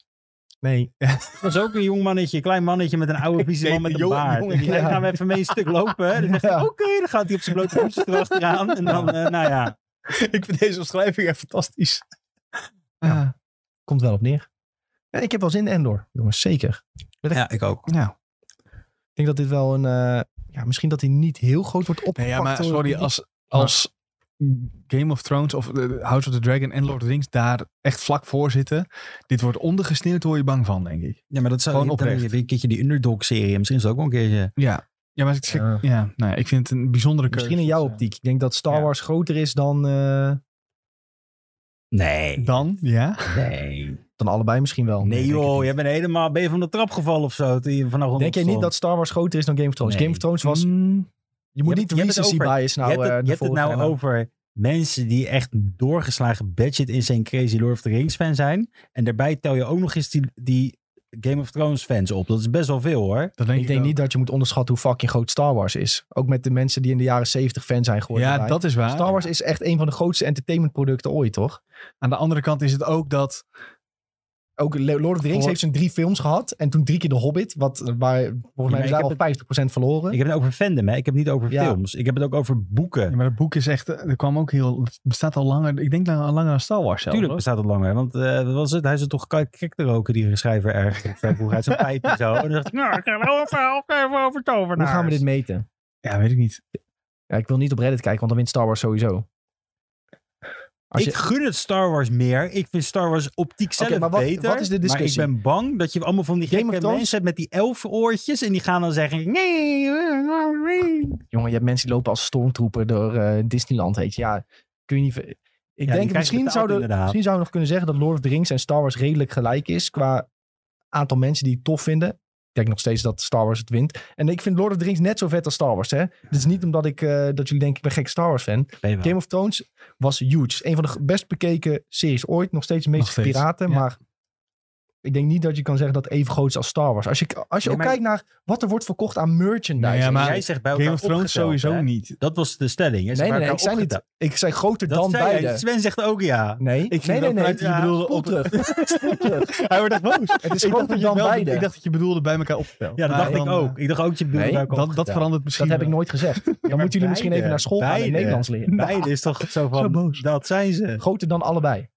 Nee, <laughs> Dat is ook een jong mannetje, een klein mannetje met een <laughs> oude vieze man Nee, met een jong- baard. jong- en die zei, ja. gaan we even mee een stuk lopen. hè?" Dan zegt hij, Ja. oké, dan gaat hij op zijn blote voetjes erachteraan. En dan, eh, nou ja. Ik vind deze omschrijving echt fantastisch. Ja. komt wel op neer. Nee, ik heb wel zin in Endor, jongens, zeker. Ja, ik ook. Nou, Ik denk dat dit wel een... eh, ja, misschien dat hij niet heel groot wordt Nee, opgepakt. ja, maar door- sorry, als, als Game of Thrones of eh, House of the Dragon en Lord of the Rings daar echt vlak voor zitten. Dit wordt ondergesneeuwd, word je bang van, denk ik. Ja, maar dat zou Gewoon dan oprecht. heb je een keertje die underdog-serie. Misschien is dat ook wel een keertje. Ja, ja maar ik, zeg- Ja. ja. nou, ja, ik vind het een bijzondere keuze. Misschien in jouw Dus, eh, optiek. Ik denk dat Star Ja. Wars groter is dan, eh, Nee. Dan, ja. Nee. dan allebei misschien wel. Nee, denk ik joh. niet. Jij bent helemaal. Ben je van de trap gevallen of zo? Toen je vanaf Denk jij niet dat Star Wars groter is dan Game of Thrones? Nee. Game of Thrones was... Mm, Je moet Je niet hebt- je hebt het recency over- bias nou... Nou, je hebt eh, het, naar je hebt het voren nou brengen. over mensen die echt doorgeslagen budget in zijn Crazy Lord of the Rings fan zijn. En daarbij tel je ook nog eens die, die Game of Thrones fans op. Dat is best wel veel hoor. dat denk ik, Ik denk wel. niet dat je moet onderschatten hoe fucking groot Star Wars is. Ook met de mensen die in de jaren 70 fan zijn geworden. Ja, Wij. dat is waar. Star Wars is echt een van de grootste entertainmentproducten ooit, toch? Aan de andere kant is het ook dat... Ook Le- Lord of the Rings Voor- heeft zijn drie films gehad. En toen drie keer The Hobbit. Wat, eh, waar, volgens mij ik hebben ze daar heb al 50% verloren. Ik heb het over fandom, hè? Ik heb het niet over Ja. films. Ik heb het ook over Ja, boeken. maar het boek is echt... eh, Er kwam ook heel... Het bestaat al langer... Ik denk al langer dan Star Wars zelf. Tuurlijk hoor. bestaat het langer. Want eh, wat was het? Hij is toch kijk te roken, die schrijver ergens. Ik zei, Vroeg uit zijn pijp en zo. En dan dacht ik, nou, ik ga wel een verhaal geven over Hoe tovenaars. gaan we dit meten? Ja, weet ik niet. Ja, ik wil niet op Reddit kijken, want dan wint Star Wars sowieso. Als ik je- gun het Star Wars meer. Ik vind Star Wars optiek zelf maar wat- beter. wat is de discussie? Maar ik ben bang dat je allemaal van die Game gekke of Thrones? mensen hebt met die elf oortjes. En die gaan dan zeggen... Nee, eh, Jongen, je hebt mensen die lopen als stormtrooper door eh, Disneyland, heet je. Ja, kun je niet... ver- Ik die denk, krijgen misschien betaald zouden, inderdaad. misschien zouden we nog kunnen zeggen dat Lord of the Rings en Star Wars redelijk gelijk is qua aantal mensen die het tof vinden. Ik denk nog steeds dat Star Wars het wint. En ik vind Lord of the Rings net zo vet als Star Wars, hè. Dit is niet omdat ik, eh, dat jullie denken, ik ben gek Star Wars fan. Game of Thrones was huge. Een van de best bekeken series ooit. Nog steeds de Nog meeste steeds, piraten, ja. maar Ik denk niet dat je kan zeggen dat het even groot is als Star Wars. Als je, als je Nee, ook maar- kijkt naar wat er wordt verkocht aan merchandise. Nee, ja, maar- jij zegt bij elkaar Game of Thrones opgeteld, sowieso hè? <laughs> niet. Dat was de stelling. Jij zegt nee, bij nee, nee, ik elkaar zei niet. opgeteld. Ik zei groter Dat dan zei jij. beide. Sven zegt ook ja. Nee, Ik nee, ging nee, wel nee. uit dat je Ja, bedoelde Spoel op... <laughs> terug. Spoel terug. Hij wordt echt boos. Het is Ik dacht, groter dat je dan wel- beide. ik dacht dat je bedoelde bij elkaar opgeteld. Ja, dat Maar dacht ik dan, ook. Ik dacht ook je nee, bedoelde eh, Dat, dat verandert misschien Dat heb ik wel. nooit gezegd. Dan moeten jullie misschien even naar school gaan en Nederlands leren. <laughs> Beide is toch zo van, Zo boos. dat zijn ze. Groter dan allebei.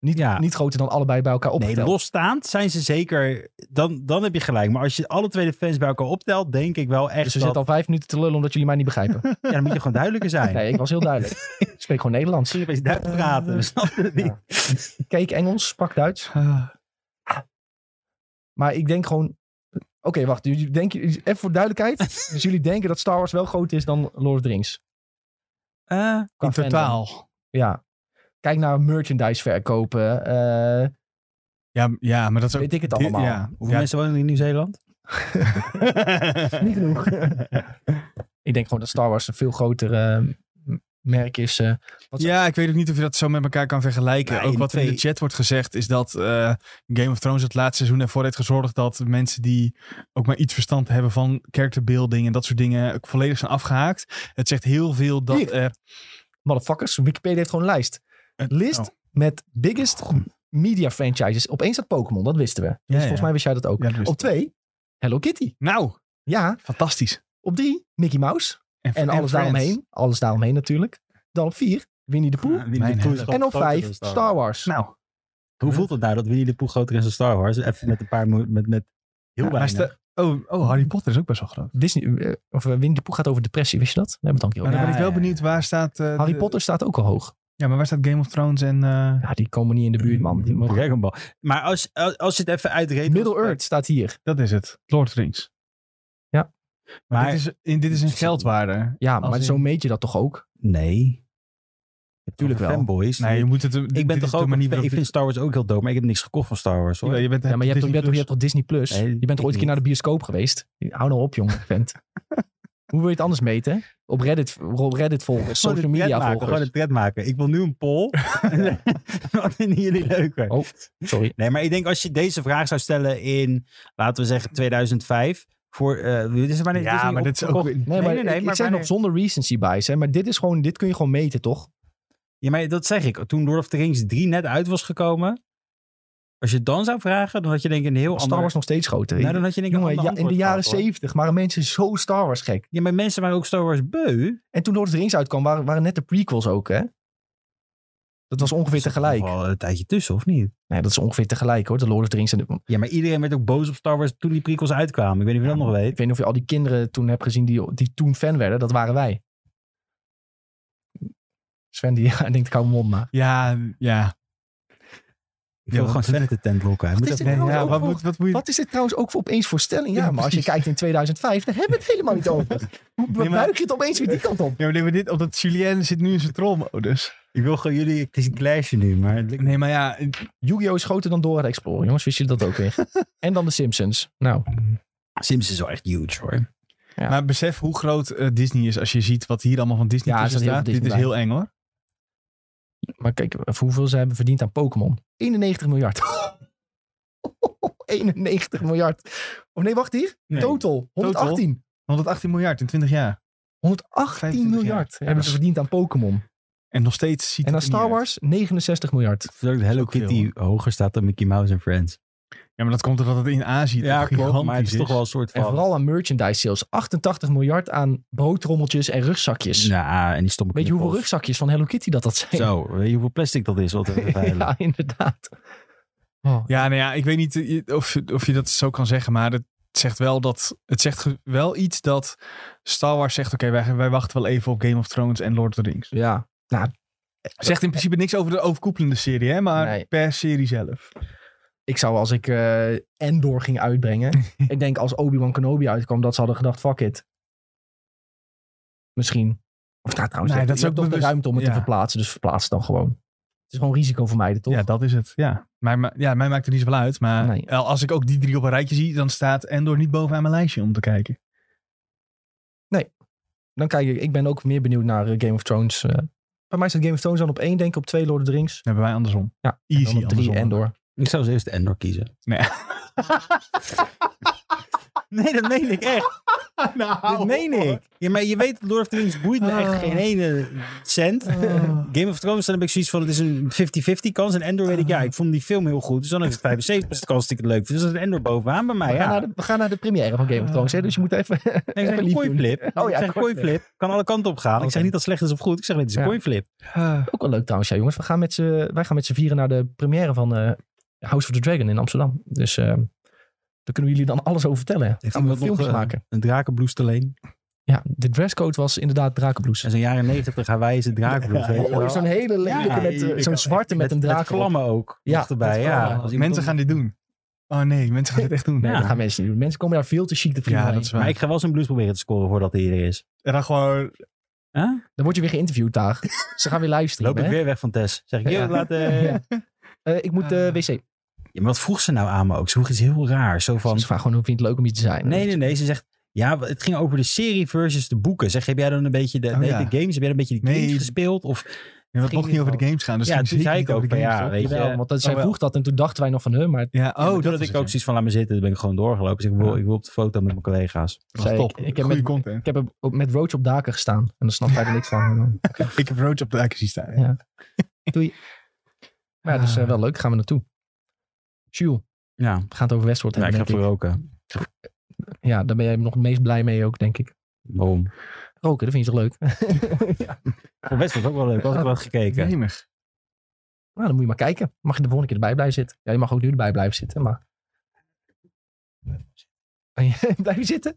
Niet, Ja. niet groter dan allebei bij elkaar Nee, opgeteld. losstaand zijn ze zeker, dan, dan heb je gelijk. Maar als je alle twee de fans bij elkaar optelt, denk ik wel echt dus we dat, zitten al vijf minuten te lullen omdat jullie mij niet begrijpen. ja, dan moet je gewoon duidelijker <laughs> zijn. Nee, ik was heel duidelijk. <laughs> Ik spreek gewoon Nederlands. Misschien opeens Duits praten, we snappen het niet. Keek Engels, sprak Duits. Ah, Maar ik denk gewoon... Oké, wacht. jullie denken- Even voor duidelijkheid. <laughs> Dus jullie denken dat Star Wars wel groter is dan Lord of the Rings? Eh, Qua in fandom. totaal. Ja. Kijk naar merchandise verkopen. eh, Ja, ja, maar dat is ook... weet ik het dit- allemaal. Ja, hoeveel ja. mensen wonen in Nieuw-Zeeland? <laughs> Niet genoeg. ik denk gewoon dat Star Wars een veel groter eh, m- merk is. eh. Wat- Ja, ik weet ook niet of je dat zo met elkaar kan vergelijken. Nee, ook die wat in twee- de chat wordt gezegd is dat eh, Game of Thrones het laatste seizoen ervoor heeft gezorgd dat mensen die ook maar iets verstand hebben van characterbuilding en dat soort dingen ook volledig zijn afgehaakt. Het zegt heel veel dat Hier. er... Motherfuckers, Wikipedia heeft gewoon een lijst. een- List Oh, met biggest media franchises. Opeens dat Pokémon, dat wisten we. Dus ja, volgens ja. mij wist jij dat ook. Ja, dat wist op twee, Hello Kitty. Nou, Ja. fantastisch. Op drie, Mickey Mouse. En alles Friends. daaromheen. Alles daaromheen natuurlijk. Dan op vier, Winnie de Pooh. Winnie Mijn de Pooh is hemel. gewoon en op groter vijf, dan Star Wars. Nou, Hoe voelt het nou dat Winnie de Pooh groter is dan Star Wars? Even met een paar, mo- met, met heel ja, maar weinig. sta- oh, oh, Harry Potter is ook best wel groot. Disney, eh, of eh, Winnie de Pooh gaat over depressie, wist je dat? Daar hebben we het dan Maar een keer dan over. ben ik wel ja, ja. benieuwd waar staat... eh, Harry de- Potter staat ook al hoog. Ja, maar waar staat Game of Thrones en... eh, Ja, die komen niet in de buurt, man. Mm, Die mogen- Dragon Ball. Maar als, als, als je het even uitreed... Middle Earth staat hier. Dat is het. Lord of the Rings. Ja. Maar, Maar- dit, is, in, dit is een geldwaarde. Ja, Als maar in- zo meet je dat toch ook? Nee. Tuurlijk wel. Fanboys. Nee, je moet het... ik ben toch ook een fan. Ik vind Star Wars ook heel dood, maar ik heb niks gekocht van Star Wars hoor. je bent, Ja, maar je hebt, toch, je Disney bent toch, je hebt Plus. toch Disney Plus? Nee, je bent ik toch ooit een keer niet. naar de bioscoop geweest? Hou nou op, jongen, vent. Hoe wil je het anders meten? Op Reddit, op Reddit volgers, Gewoon social een thread media maken, Gewoon volgers. een thread maken. Ik wil nu een <laughs> poll. Wat vinden jullie leuker? Oh, sorry. Nee, maar ik denk als je deze vraag zou stellen in, laten we zeggen 2005, voor, eh dit is wanneer Ja, Disney maar dit is ook... opgekocht- weer- Nee, maar, nee, nee, ik maar zeg bijna- nog zonder recency bias, hè, maar dit, is gewoon, dit kun je gewoon meten, toch? Ja, maar dat zeg ik. Toen Lord of the Rings 3 net uit was gekomen, als je het dan zou vragen, dan had je denk ik een heel Star ander... Wars nog steeds groter. Nou, dan had je denk ik een Jongen, ander ja, in de antwoord jaren gehad, hoor. zeventig waren mensen zo Star Wars gek. Ja, maar mensen waren ook Star Wars beu. En toen Lord of the Rings uitkwam, waren, waren net de prequels ook, hè? Dat was ongeveer Er zat tegelijk. nog wel een tijdje tussen, of niet? Nee, dat is ongeveer tegelijk, hoor. De Lord of the Rings en de... Ja, maar iedereen werd ook boos op Star Wars toen die prequels uitkwamen. Ik weet niet of je dat nog Ik weet. weet niet of je al die kinderen toen hebt gezien die, die toen fan werden. Dat waren wij. Sven, die <laughs> ja, denkt, ik hou mijn mond maar. Ja, ja. Ik wil Ja, gewoon want- verder de tent lokken. Hij Wat moet is even- dit Nee, nou ja, ook wat, nog- moet, wat moet je... Wat is dit trouwens ook voor opeens voor stelling? Ja, Ja, maar als je precies. kijkt in 2005, dan hebben we het helemaal niet over. Hoe maar- buig je het opeens weer die kant op? Ja, maar nee, maar dit, omdat Julien zit nu in zijn trollmodus. Ik wil gewoon jullie... Het is een clashje nu, maar... het lijkt- Nee, maar ja... eh, Yu-Gi-Oh! is groter dan Dora de Explorer, jongens. Wist je dat ook weer? en dan de Simpsons. Nou, Ah, Sims is wel echt huge, hoor. Ja. Maar besef hoe groot eh, Disney is als je ziet wat hier allemaal van Disney Ja, er tussen zit heel staat. veel Dit is Disney heel eng hoor. maar kijk even hoeveel ze hebben verdiend aan Pokémon. 91 miljard. <laughs> 91 miljard. Of nee, wacht hier. Nee. Total. 118. 118 miljard in 20 jaar. 118 25 miljard jaar. hebben ze verdiend aan Pokémon. En nog steeds ziet En aan het er Star niet uit. Wars 69 miljard. Ik vind ook dat Hello ook veel, Kitty hoger staat dan Mickey Mouse en Friends. Ja, maar dat komt omdat het in Azië toch gigantisch maar het is toch wel een soort En van... vooral aan merchandise sales. 88 miljard aan broodrommeltjes en rugzakjes. Ja, en die stomme Weet je hoeveel knuffels. rugzakjes van Hello Kitty dat dat zijn? <laughs> Zo, weet je hoeveel plastic dat is? Wat <laughs> we vervuilen? ja, inderdaad. Oh, Ja, nou ja, ik weet niet eh, je- of, je- of je dat zo kan zeggen, maar het zegt wel dat het zegt ge- wel iets dat Star Wars zegt: oké, wij, wij wachten wel even op Game of Thrones en Lord of the Rings. ja. Nou, Zegt in principe niks over de overkoepelende serie, hè, maar Nee. per serie zelf. Ik zou als ik eh, Endor ging <laughs> uitbrengen. ik denk als Obi-Wan Kenobi uitkwam, dat ze hadden gedacht: fuck it. Misschien. Of nou, trouwens, Nee, je hebt- dat is je hebt ook toch de bewust- ruimte om het te ja. verplaatsen. Dus verplaats het dan gewoon. Het is gewoon risico vermijden, toch? Ja, dat is het. Ja. Mij, ma- ja, mij maakt er niet zoveel uit, maar Nee. eh, als ik ook die drie op een rijtje zie, dan staat Endor niet bovenaan mijn lijstje om te kijken. Dan kijk ik, ik ben ook meer benieuwd naar eh, Game of Thrones. eh. bij mij staat Game of Thrones dan op één, denk ik op twee Lord of the Rings. Dan hebben wij andersom. Ja, Easy dan op drie <laughs> andersom. Endor. Ik zou als eerste Endor kiezen. <laughs> Nee, dat meen ik echt. Ah, nou! dat meen ik. Ja, maar je weet, Lord of the Rings boeit me echt geen ene cent. Ah. Game of Thrones, dan heb ik zoiets van, het is een 50-50 kans. En Endor weet ik, ja, Ah. ik vond die film heel goed. Dus dan is het 75% kans dat ik het leuk vind. Dus dat is Endor bovenaan bij mij, we, gaan ja. naar de, we gaan naar de première van Game of Thrones, hè? dus je moet even... Nee, ik even zeg lief doen. kooiflip. Oh ja, ik zeg kooiflip. kooiflip. Kan alle kanten op gaan. Ik zeg Oké. niet dat slecht is of goed. Ik zeg, dit is een Ja. kooiflip. Ook wel leuk trouwens, ja, jongens. We gaan met z'n- wij gaan met z'n vieren naar de première van eh, House of the Dragon in Amsterdam. Dus eh, daar kunnen we jullie dan alles over vertellen. Heeft Gaan we iemand nog, filmpjes eh, maken. Een drakenbloes te leen. Ja, de dresscode was inderdaad drakenbloes. En zo'n jaren 90 Hawaïse drakenbloes. weet je wel. Oh, zo'n hele lelijke, Ja, met, eh, je kan- zo'n zwarte met, een Met draken. op. klammen ook. Ja, Ja, erbij. met Ja, vlammen. Als iemand Mensen om- gaan dit doen. Oh nee, mensen gaan dit echt doen. Nee, Ja. dat gaan mensen niet doen. Mensen komen daar veel te chic te Ja, vrienden. dat is waar. Maar ik ga wel zo'n blues proberen te scoren voordat hij er is. En dan gewoon... Dan word je weer geïnterviewd daar. Ze gaan weer Loop livestreamen. ik hè? weer weg van Tess. Zeg ik, Ja. joh, laat... eh, Ja. Eh, ik moet eh Ah. wc. Ja, maar wat vroeg ze nou aan me ook? Ze vroeg iets heel raar. Zo van, Ze vragen gewoon, hoe vind je het leuk om hier te zijn? nee, nee, nee. Ze zegt, ja, het ging over de serie versus de boeken. Zeg, heb jij dan een beetje de, Oh, nee, ja. de games? Heb jij een beetje de games Nee. Oh, gespeeld? Of, Ja, Ging het mocht niet niet over de games gaan. Dus ja, ging toen zeker zei niet ik ook over van, de games, ja, toch? weet Jawel, je. Dus, eh, want dat, zij Oh, wel. vroeg dat en toen dachten wij nog van hun, maar Ja, Oh, oh, dat dat was ik het, ook ja. zoiets van, laat me zitten. Dan ben ik gewoon doorgelopen. Dus ik wil, ik wil op de foto met mijn collega's. Dat Zei was ik, top. ik heb Goeie met- content. <laughs> ik heb op- met Roach op daken gestaan. En dan snapt hij er niks <laughs> van. Ik heb Roach op de actie staan. Ja. Doei. Maar ja, dus eh, Ah. wel leuk. Gaan we naartoe. Jules, Ja, we gaan het over Westworld ja ik hebben, ga voor denk ik. roken. Ja, daar ben jij nog het meest blij mee ook, denk ik. Waarom? Roken, dat vind je toch leuk? <laughs> Voor West was ook wel leuk. Als ik Oh, wat gekeken. Jemig. Nou, dan moet je maar kijken. Mag je de volgende keer erbij blijven zitten? Ja, je mag ook nu erbij blijven zitten, maar... <laughs> Blijf zitten?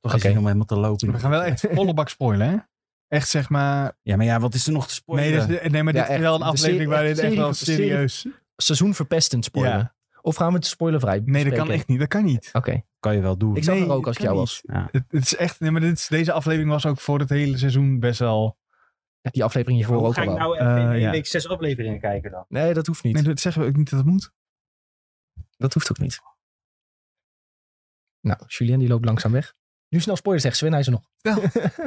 Toch Oké. is het om helemaal te lopen. We gaan wel echt volle bak spoilen, hè? Echt zeg maar... Ja, maar ja, wat is er nog te spoilen? Nee, dat is- nee maar Ja, dit is echt. wel een De aflevering serie- waar dit echt echt wel serie- serieus... Seizoen verpestend spoilen. Ja. Of gaan we het spoilervrij Nee, dat bespreken? kan echt niet. Dat kan niet. Oké. kan je wel doen. Ik zag Nee, er ook als het dat jou kan was. Ja. Het, het is echt... Nee, maar dit is- deze aflevering was ook voor het hele seizoen best wel... Ja, Die aflevering hiervoor ook al wel. nou even in één week zes afleveringen kijken dan? Nee, dat hoeft niet. nou- Nee, dat zeggen we ook niet dat het moet. Dat hoeft ook niet. Nou, Julien die loopt langzaam weg. Nu snel spoiler zegt Sven, hij is er nog.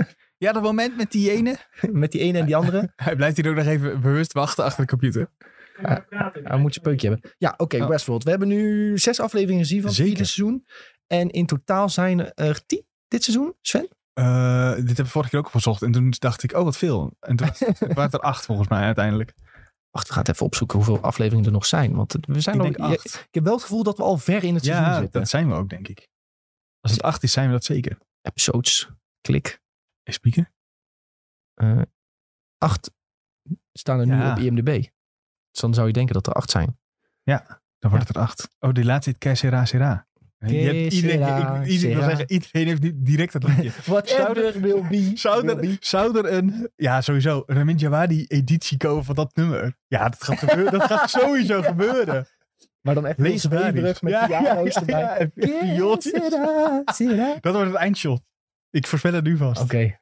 <laughs> Ja, dat moment met die ene. Met die ene en die andere. Hij blijft hier ook nog even bewust wachten achter de computer. Hij moet je peukje hebben. Ja, oké, Oh. Westworld. We hebben nu zes afleveringen gezien van het Zeker. vierde seizoen. En in totaal zijn er tien dit seizoen, Sven. <laughs> Eh, dit heb ik vorige keer ook opgezocht. En toen dacht ik, oh wat veel. En toen was- toen waren het er acht volgens mij uiteindelijk. Wacht, we gaan het even opzoeken hoeveel afleveringen er nog zijn. Want het- we zijn ik al, denk ik acht. heb wel het gevoel dat we al ver in het seizoen Ja, zitten. dat zijn we ook denk ik. Als het acht is, zijn we dat zeker. Episodes, klik. Hey, Spieken? Eh, acht staan er nu Ja. op IMDb. Dus dan zou je denken dat er acht zijn. Dan wordt het er acht. Oh, die laatste is Keisera Sera. Je Que hebt iedereen, sera, ik, iedereen, wil sera. zeggen, iedereen heeft nu direct het <laughs> liedje. Whatever will be. <laughs> Zou will be. er, zou er een, ja sowieso, Ramin Djawadi editie komen van dat nummer? Ja, dat gaat, gebeuren, dat gaat <laughs> sowieso gebeuren. Maar dan echt heel zweverig met piano's erbij. ja, en viooltjes. Dat wordt het eindshot. Ik voorspel het nu vast. Oké.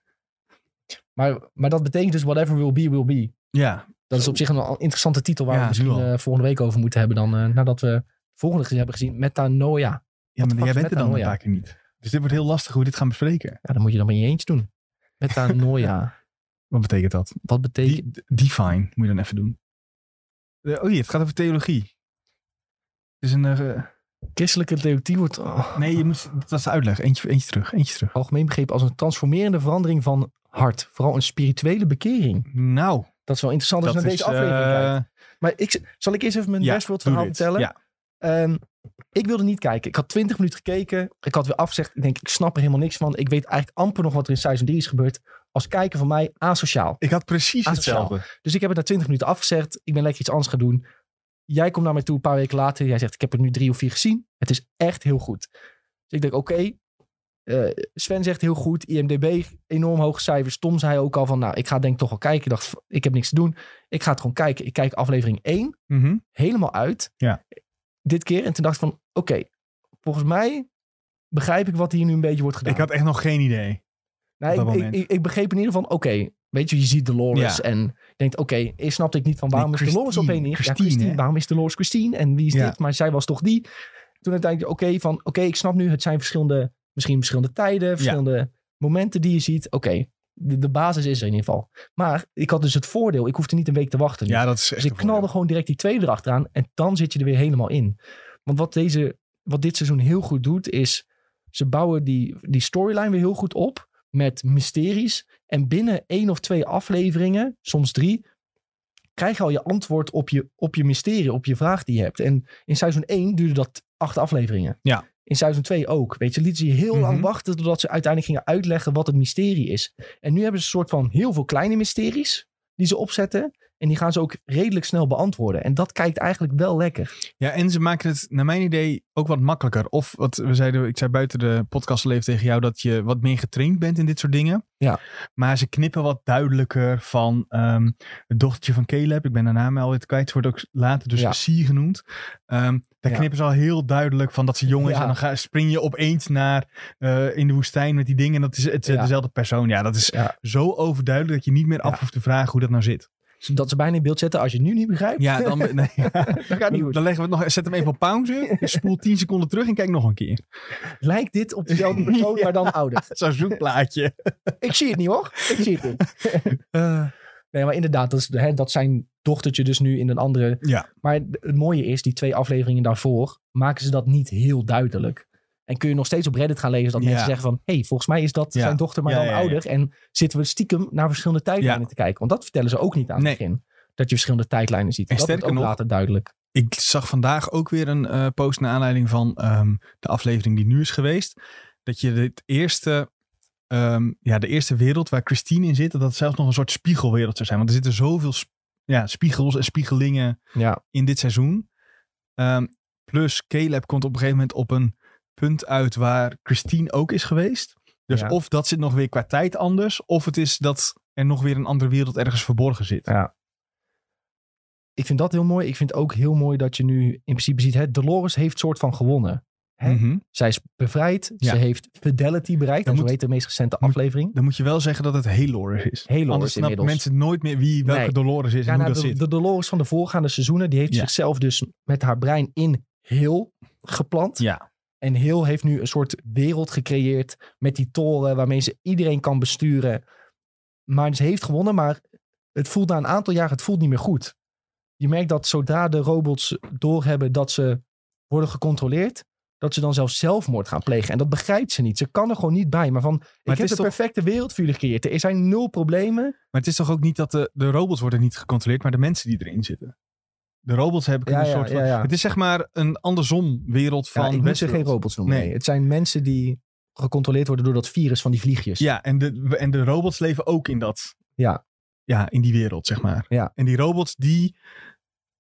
Maar, maar dat betekent dus whatever will be, will be. Ja, Dat is op zich een al interessante titel waar Ja, we misschien nu al. eh, volgende week over moeten hebben. Dan eh, nadat we volgende gezien hebben gezien. Metanoia. ja maar fuck jij is bent er dan een metanoia? paar keer niet. Dus dit wordt heel lastig hoe we dit gaan bespreken. Ja, dan moet je dan maar in je eentje doen. <laughs> Metanoia. Wat betekent dat? Wat betekent... Die, define moet je dan even doen. Eh, oh jee, het gaat over theologie. Het is een, eh, Christelijke theologie wordt oh, nee, je moet, dat was de uitleg. Eentje, eentje terug, eentje terug. algemeen begrepen als een transformerende verandering van hart. Vooral een spirituele bekering. Nou, Dat is wel interessant als je naar is, deze aflevering eh, kijkt. Maar ik, zal ik eerst even mijn ja, Westworld doe verhaal dit. vertellen? Ja, Ehm, ik wilde niet kijken. Ik had 20 minuten gekeken. Ik had weer afgezegd. Ik denk, ik snap er helemaal niks van. Ik weet eigenlijk amper nog wat er in seizoen 3 is gebeurd. Als kijker van mij, asociaal. ik had precies Asociaal. hetzelfde. Dus ik heb het na 20 minuten afgezegd. Ik ben lekker iets anders gaan doen. Jij komt naar mij toe een paar weken later. Jij zegt, ik heb er nu drie of vier gezien. Het is echt heel goed. Dus ik denk, oké. eh, Sven zegt heel goed. IMDB, enorm hoge cijfers. Tom zei ook al van, nou, ik ga denk ik toch wel kijken. Ik dacht, ik heb niks te doen. Ik ga het gewoon kijken. Ik kijk aflevering 1 Mhm. helemaal uit. Ja. Dit keer. En toen dacht ik van, oké, volgens mij begrijp ik wat hier nu een beetje wordt gedaan. Ik had echt nog geen idee. Nee, op dat ik, ik, moment. ik- ik begreep in ieder geval, van, oké, weet je, je ziet Dolores Ja. en je denkt, oké, eerst snapte ik niet van waarom Nee, is Dolores Christine, opeen hier? ja, Christine, Christine, hè? waarom is Dolores Christine en wie is Ja. dit? Maar zij was toch die? Toen uiteindelijk, oké, van, oké, ik snap nu, het zijn verschillende, misschien verschillende tijden, verschillende momenten die je ziet. Oké, de, de basis is er in ieder geval. Maar ik had dus het voordeel, ik hoefde niet een week te wachten. nu. Ja, dat is echt dus ik een voordeel. knalde gewoon direct die tweede erachteraan. En dan zit je er weer helemaal in. Want wat, deze, wat dit seizoen heel goed doet, is ze bouwen die, die storyline weer heel goed op. Met mysteries. En binnen één of twee afleveringen, soms drie, krijg je al je antwoord op je, op je mysterie, op je vraag die je hebt. En in seizoen 1 duurde dat acht afleveringen. Ja. In seizoen 2 ook. Weet je, lieten ze je heel lang Mhm. wachten totdat ze uiteindelijk gingen uitleggen wat het mysterie is. En nu hebben ze een soort van heel veel kleine mysteries die ze opzetten. En die gaan ze ook redelijk snel beantwoorden. En dat kijkt eigenlijk wel lekker. Ja, en ze maken het naar mijn idee ook wat makkelijker. Of wat we zeiden, ik zei buiten de podcast al even tegen jou dat je wat meer getraind bent in dit soort dingen. Ja. Maar ze knippen wat duidelijker van ehm, het dochtertje van Caleb. Ik ben haar naam alweer kwijt. Ze wordt ook later dus Ja. Sia genoemd. Ehm, daar Ja. knippen ze al heel duidelijk van dat ze jong is. Ja. En dan ga, spring je opeens naar eh, in de woestijn met die dingen. En dat is het, is eh, Ja. dezelfde persoon. Ja, dat is Ja. zo overduidelijk dat je niet meer af Ja. hoeft te vragen hoe dat nou zit. Dat ze bijna in beeld zetten. Als je het nu niet begrijpt, Ja, dan... Nee, <laughs> dan gaat het niet dan, goed. dan leggen we het nog, zet hem even op <laughs> pauze, spoel 10 seconden terug en kijk nog een keer. Lijkt dit op dezelfde persoon, <laughs> Ja. maar dan ouder. Zo'n zoekplaatje. Ik zie het niet hoor. Ik zie het niet. Eh, Nee, maar inderdaad, dat, is, hè, dat zijn dochtertje dus nu in een andere... Ja. Maar d- het mooie is, die twee afleveringen daarvoor maken ze dat niet heel duidelijk. En kun je nog steeds op Reddit gaan lezen dat Ja. mensen zeggen van... hé, hey, volgens mij is dat Ja. zijn dochter maar Ja, dan ja, ja. ouder. En zitten we stiekem naar verschillende tijdlijnen te kijken. Want dat vertellen ze ook niet aan het Nee. begin. Dat je verschillende tijdlijnen ziet. En dat wordt ook sterker nog- later duidelijk. ik zag vandaag ook weer een eh, post naar aanleiding van ehm, de aflevering die nu is geweest. Dat je dit eerste, ehm, ja, de eerste wereld waar Christine in zit, dat dat zelfs nog een soort spiegelwereld zou zijn. Want er zitten zoveel sp- ja, spiegels en spiegelingen Ja, in dit seizoen. Ehm, plus Caleb komt op een gegeven moment op een punt uit waar Christine ook is geweest. Dus Ja. of dat zit nog weer qua tijd anders, of het is dat er nog weer een andere wereld ergens verborgen zit. Ja. ik vind dat heel mooi. Ik vind ook heel mooi dat je nu in principe ziet... Hè, Dolores heeft soort van gewonnen. Hè? Mhm. Zij is bevrijd. Ja. Ze heeft fidelity bereikt. Dan en zo moet- heet de meest recente moet- aflevering. Dan moet je wel zeggen dat het Helor is. Helor Anders is snappen inmiddels. mensen nooit meer wie welke Nee. Dolores is en Ja, hoe nou, dat de, zit. de Dolores van de voorgaande seizoenen, die heeft Ja. zichzelf dus met haar brein in heel geplant. Ja. En heel heeft nu een soort wereld gecreëerd met die toren waarmee ze iedereen kan besturen. Maar ze heeft gewonnen, maar het voelt na een aantal jaar, het voelt niet meer goed. Je merkt dat zodra de robots doorhebben dat ze worden gecontroleerd, dat ze dan zelfs zelfmoord gaan plegen. En dat begrijpt ze niet. Ze kan er gewoon niet bij. Maar van, ik het heb is de toch- perfecte wereld voor jullie gecreëerd. Er zijn nul problemen. Maar het is toch ook niet dat de, de robots worden niet gecontroleerd, maar de mensen die erin zitten. De robots hebben Ja, een ja, soort van... ja, ja. Het is zeg maar een andersom wereld van ja, ik moet ze geen Westworld. robots noemen. Nee. Nee. Het zijn mensen die gecontroleerd worden door dat virus van die vliegjes. Ja, en de, en de robots leven ook in dat. Ja. Ja, in die wereld, zeg maar. Ja. En die robots, die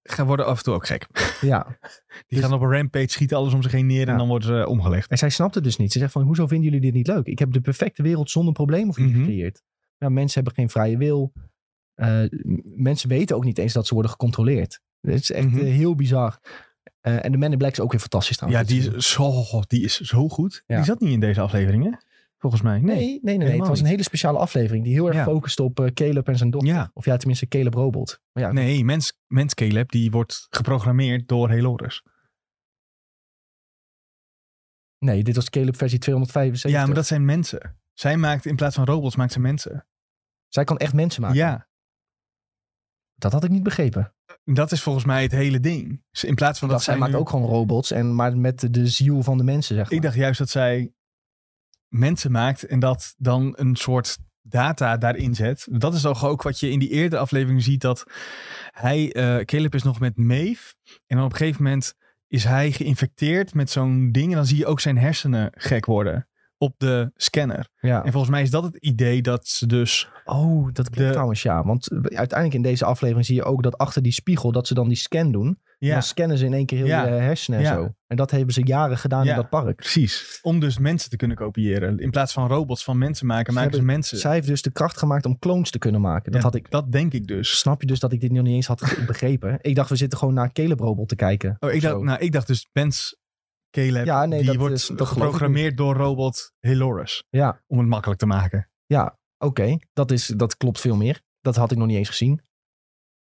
gaan worden af en toe ook gek. Die Ja. Dus- gaan op een rampage, schieten alles om zich heen neer en Ja. dan worden ze omgelegd. En zij snapt het dus niet. Ze zegt van, hoezo vinden jullie dit niet leuk? Ik heb de perfecte wereld zonder problemen voor jullie Mhm. gecreëerd. Ja, mensen hebben geen vrije wil. Eh, m- mensen weten ook niet eens dat ze worden gecontroleerd. Het is echt Mhm. eh, heel bizar. Eh, en de Man in Black is ook weer fantastisch ja, trouwens. die is, zo, die is zo goed. Ja. Die zat niet in deze aflevering, hè? Volgens mij. Nee. Nee, nee, nee. nee, Het helemaal was een niet. hele speciale aflevering die heel erg Ja. focust op eh, Caleb en zijn dochter. Ja. Of ja, tenminste Caleb Robot. Maar ja, Nee, mens, mens Caleb, die wordt geprogrammeerd door Heloris. nee, dit was Caleb versie 275. Ja, maar dat zijn mensen. Zij maakt in plaats van robots, maakt ze mensen. Zij kan echt mensen maken. Ja, Dat had ik niet begrepen. dat is volgens mij het hele ding. Dus In plaats van Dat dat, zij zij maakt nu- ook gewoon robots, en, maar met de, de ziel van de mensen, zeg maar. Ik dacht juist dat zij mensen maakt en dat dan een soort data daarin zet. Dat is toch ook wat je in die eerdere aflevering ziet dat hij, eh Caleb is nog met Maeve en dan op een gegeven moment is hij geïnfecteerd met zo'n ding en dan zie je ook zijn hersenen gek worden op de scanner. ja. En volgens mij is dat het idee dat ze dus Oh, dat klopt De- trouwens, ja. Want eh, uiteindelijk in deze aflevering zie je ook dat achter die spiegel, dat ze dan die scan doen. ja, Dan scannen ze in één keer heel Ja. je eh, hersenen en Ja. zo. En dat hebben ze jaren gedaan in Ja. dat park. precies, om dus mensen te kunnen kopiëren in plaats van robots van mensen maken, Ze maken ze hebben- mensen. Zij heeft dus de kracht gemaakt om clones te kunnen maken. Dat Ja, had ik... Dat denk ik dus. Snap je dus dat ik dit nog niet eens had ge- begrepen? Ik dacht, we zitten gewoon naar Caleb Robot te kijken. Oh, ik Of dacht, zo. nou, ik dacht dus Pens Caleb, Ja, nee, die dat wordt is- dat geloof ik geprogrammeerd door robot Heloris. Ja. Om het makkelijk te maken. Oké, dat is dat klopt veel meer. Dat had ik nog niet eens gezien.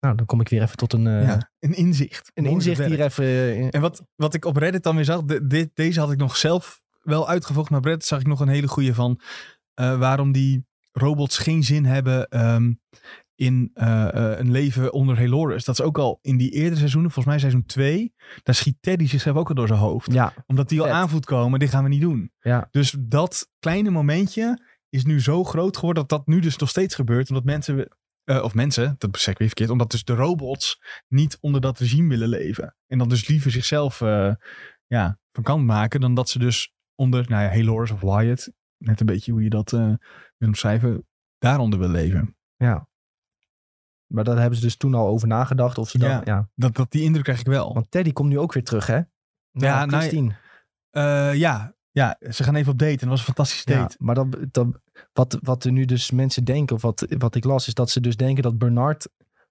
Nou, dan kom ik weer even tot een, eh, ja. Een inzicht. een Mooi inzicht gewerkt. hier even... eh, in- En wat, wat ik op Reddit dan weer zag, de- dit, deze had ik nog zelf wel uitgevochten. Maar op Reddit zag ik nog een hele goede van eh, waarom die robots geen zin hebben ehm, in eh, eh, een leven onder Heloris. Dat is ook al in die eerdere seizoenen, volgens mij seizoen 2, daar schiet Teddy zichzelf ook al door zijn hoofd. Ja, Omdat die al Vet. aanvoelt komen, dit gaan we niet doen. Ja. Dus dat kleine momentje is nu zo groot geworden dat dat nu dus nog steeds gebeurt. Omdat mensen, eh, of mensen, dat zeg ik weer verkeerd, omdat dus de robots niet onder dat regime willen leven. En dan dus liever zichzelf eh, ja, van kant maken dan dat ze dus onder, nou ja, Heloris of Wyatt, net een beetje hoe je dat eh wil omschrijven, daaronder wil leven. ja. Maar daar hebben ze dus toen al over nagedacht. Of ze dat, ja. Ja. Dat, dat, die indruk krijg ik wel. Want Teddy komt nu ook weer terug, hè? Ja, nou, Christine. Eh, ja, ja, ze gaan even op date en dat was een fantastisch date. Ja, maar dat, dat, wat, wat er nu dus mensen denken, of wat, wat ik las, is dat ze dus denken dat Bernard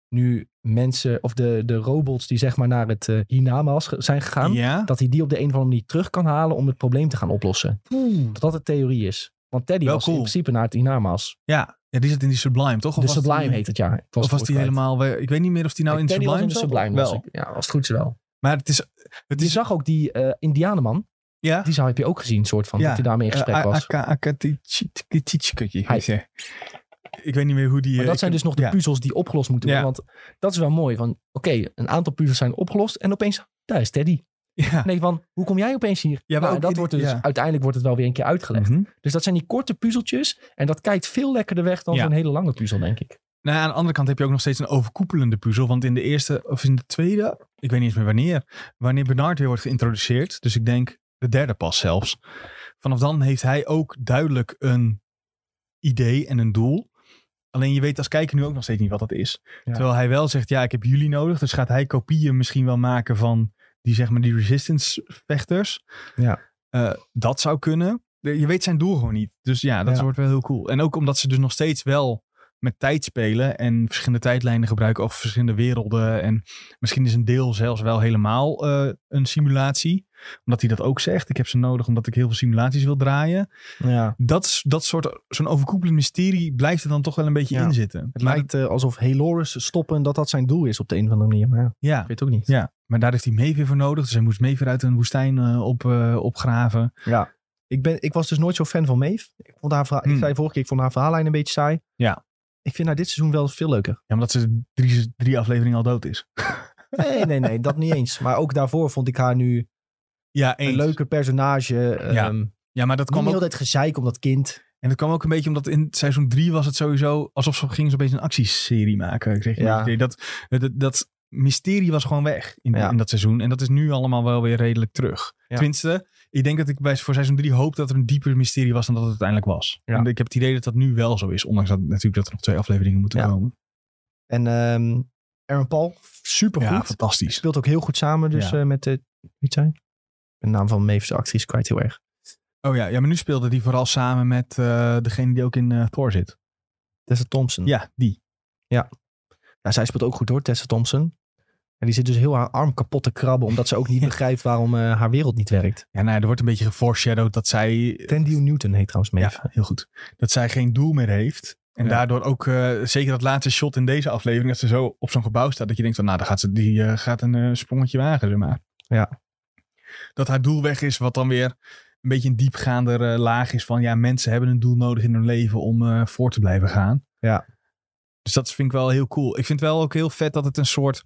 nu mensen, of de, de robots die zeg maar naar het eh, Hinamas ge- zijn gegaan, Ja? dat hij die op de een of andere manier terug kan halen om het probleem te gaan oplossen. Oeh. Dat dat de theorie is. Want Teddy Hm. Wel was in cool. principe naar het Hinamas. Ja, ja, die zit in die Sublime, toch? Of De was Sublime die- heet het, ja. Ik Of het was woord die kwijt. helemaal... weer- Ik weet niet meer of die nou Nee, in de Teddy was Sublime in de zat? Sublime. was Wel. ik. Ja, als het goed is wel. Maar het is... Het Je is zag ook die eh Indianenman. ja? Die zou, heb je ook gezien, soort van, Ja, dat hij daarmee in gesprek Eh, A- was. Aka- Akatitschikutje, Hij- is hij. Ik weet niet meer hoe die... Maar eh, dat ik- zijn dus nog de ja. puzzels die opgelost moeten worden. Want dat is wel mooi. Van oké, een aantal puzzels zijn opgelost. En opeens, daar is Teddy. Ja. Nee, van hoe kom jij opeens hier? Ja, maar Nou, ook dat in- wordt dus, ja. uiteindelijk wordt het wel weer een keer uitgelegd. Mhm. Dus dat zijn die korte puzzeltjes. En dat kijkt veel lekkerder weg dan Ja. zo'n hele lange puzzel, denk ik. Nou, ja, aan de andere kant heb je ook nog steeds een overkoepelende puzzel. Want in de eerste, of in de tweede, ik weet niet eens meer wanneer, wanneer Bernard weer wordt geïntroduceerd. Dus ik denk de derde pas zelfs. Vanaf dan heeft hij ook duidelijk een idee en een doel. Alleen je weet als kijker nu ook nog steeds niet wat dat is. Ja. Terwijl hij wel zegt, ja, ik heb jullie nodig. Dus gaat hij kopieën misschien wel maken van die, zeg maar, die resistance vechters. Ja. Eh, dat zou kunnen. De- Je weet zijn doel gewoon niet. Dus ja, dat Ja. wordt wel heel cool. En ook omdat ze dus nog steeds wel met tijd spelen en verschillende tijdlijnen gebruiken of verschillende werelden. En misschien is een deel zelfs wel helemaal eh, een simulatie. Omdat hij dat ook zegt. Ik heb ze nodig omdat ik heel veel simulaties wil draaien. Ja. Dat, is- dat soort, zo'n overkoepelend mysterie blijft er dan toch wel een beetje Ja. in zitten. Het Maar lijkt eh, alsof Heloris stoppen dat dat zijn doel is op de een of andere manier. Maar ja, dat- ik ja, weet het ook niet. ja, maar daar heeft hij mee weer voor nodig. Dus hij moest mee weer uit een woestijn eh, op, eh, opgraven. Ja. Ik, ben, ik was dus nooit zo fan van Maeve. Ik, vond haar verhaal, ik Hmm. zei vorige keer, ik vond haar verhaallijn een beetje saai. Ja. Ik vind haar dit seizoen wel veel leuker. Ja, omdat ze drie, drie afleveringen al dood is. Nee, nee, nee, dat niet eens. Maar ook daarvoor vond ik haar nu Ja, een eens. leuker personage. Ja, ehm, Ja, maar dat kwam kwam ook altijd gezeik om dat kind. En dat kwam ook een beetje omdat in seizoen 3 was het sowieso alsof ze gingen ze opeens een actieserie maken. Ik zeg, Ja. ja. dat, dat, dat mysterie was gewoon weg in, Ja. in dat seizoen. En dat is nu allemaal wel weer redelijk terug. Ja. Tenminste, ik denk dat ik bij, voor seizoen 3 hoop dat er een dieper mysterie was dan dat het uiteindelijk was. Ja. En ik heb het idee dat dat nu wel zo is. Ondanks dat, natuurlijk dat er nog twee afleveringen moeten Ja. komen. En ehm, Aaron Paul, supergoed. Ja, fantastisch. Speelt ook heel goed samen dus Ja. eh, met de... Wie zijn? De naam van Maeve's actrice kwijt heel erg. Oh ja, ja, maar nu speelde die vooral samen met eh, degene die ook in eh, Thor zit. Tessa Thompson. Ja, die. Nou, zij speelt ook goed hoor, Tessa Thompson. En die zit dus heel haar arm kapot te krabben... omdat ze ook <laughs> niet begrijpt waarom eh, haar wereld niet werkt. Ja, nou ja, er wordt een beetje geforeshadowed dat zij Tandy Newton heet trouwens Maeve. Ja, heel goed. Dat zij geen doel meer heeft. En Ja. daardoor ook, eh, zeker dat laatste shot in deze aflevering, dat ze zo op zo'n gebouw staat. Dat je denkt van, nou, dan gaat ze, die eh, gaat een eh, sprongetje wagen, zeg maar. Ja. Dat haar doel weg is, wat dan weer een beetje een diepgaander eh, laag is van, ja, mensen hebben een doel nodig in hun leven om eh, voor te blijven gaan. Ja. Dus dat vind ik wel heel cool. Ik vind wel ook heel vet dat het een soort,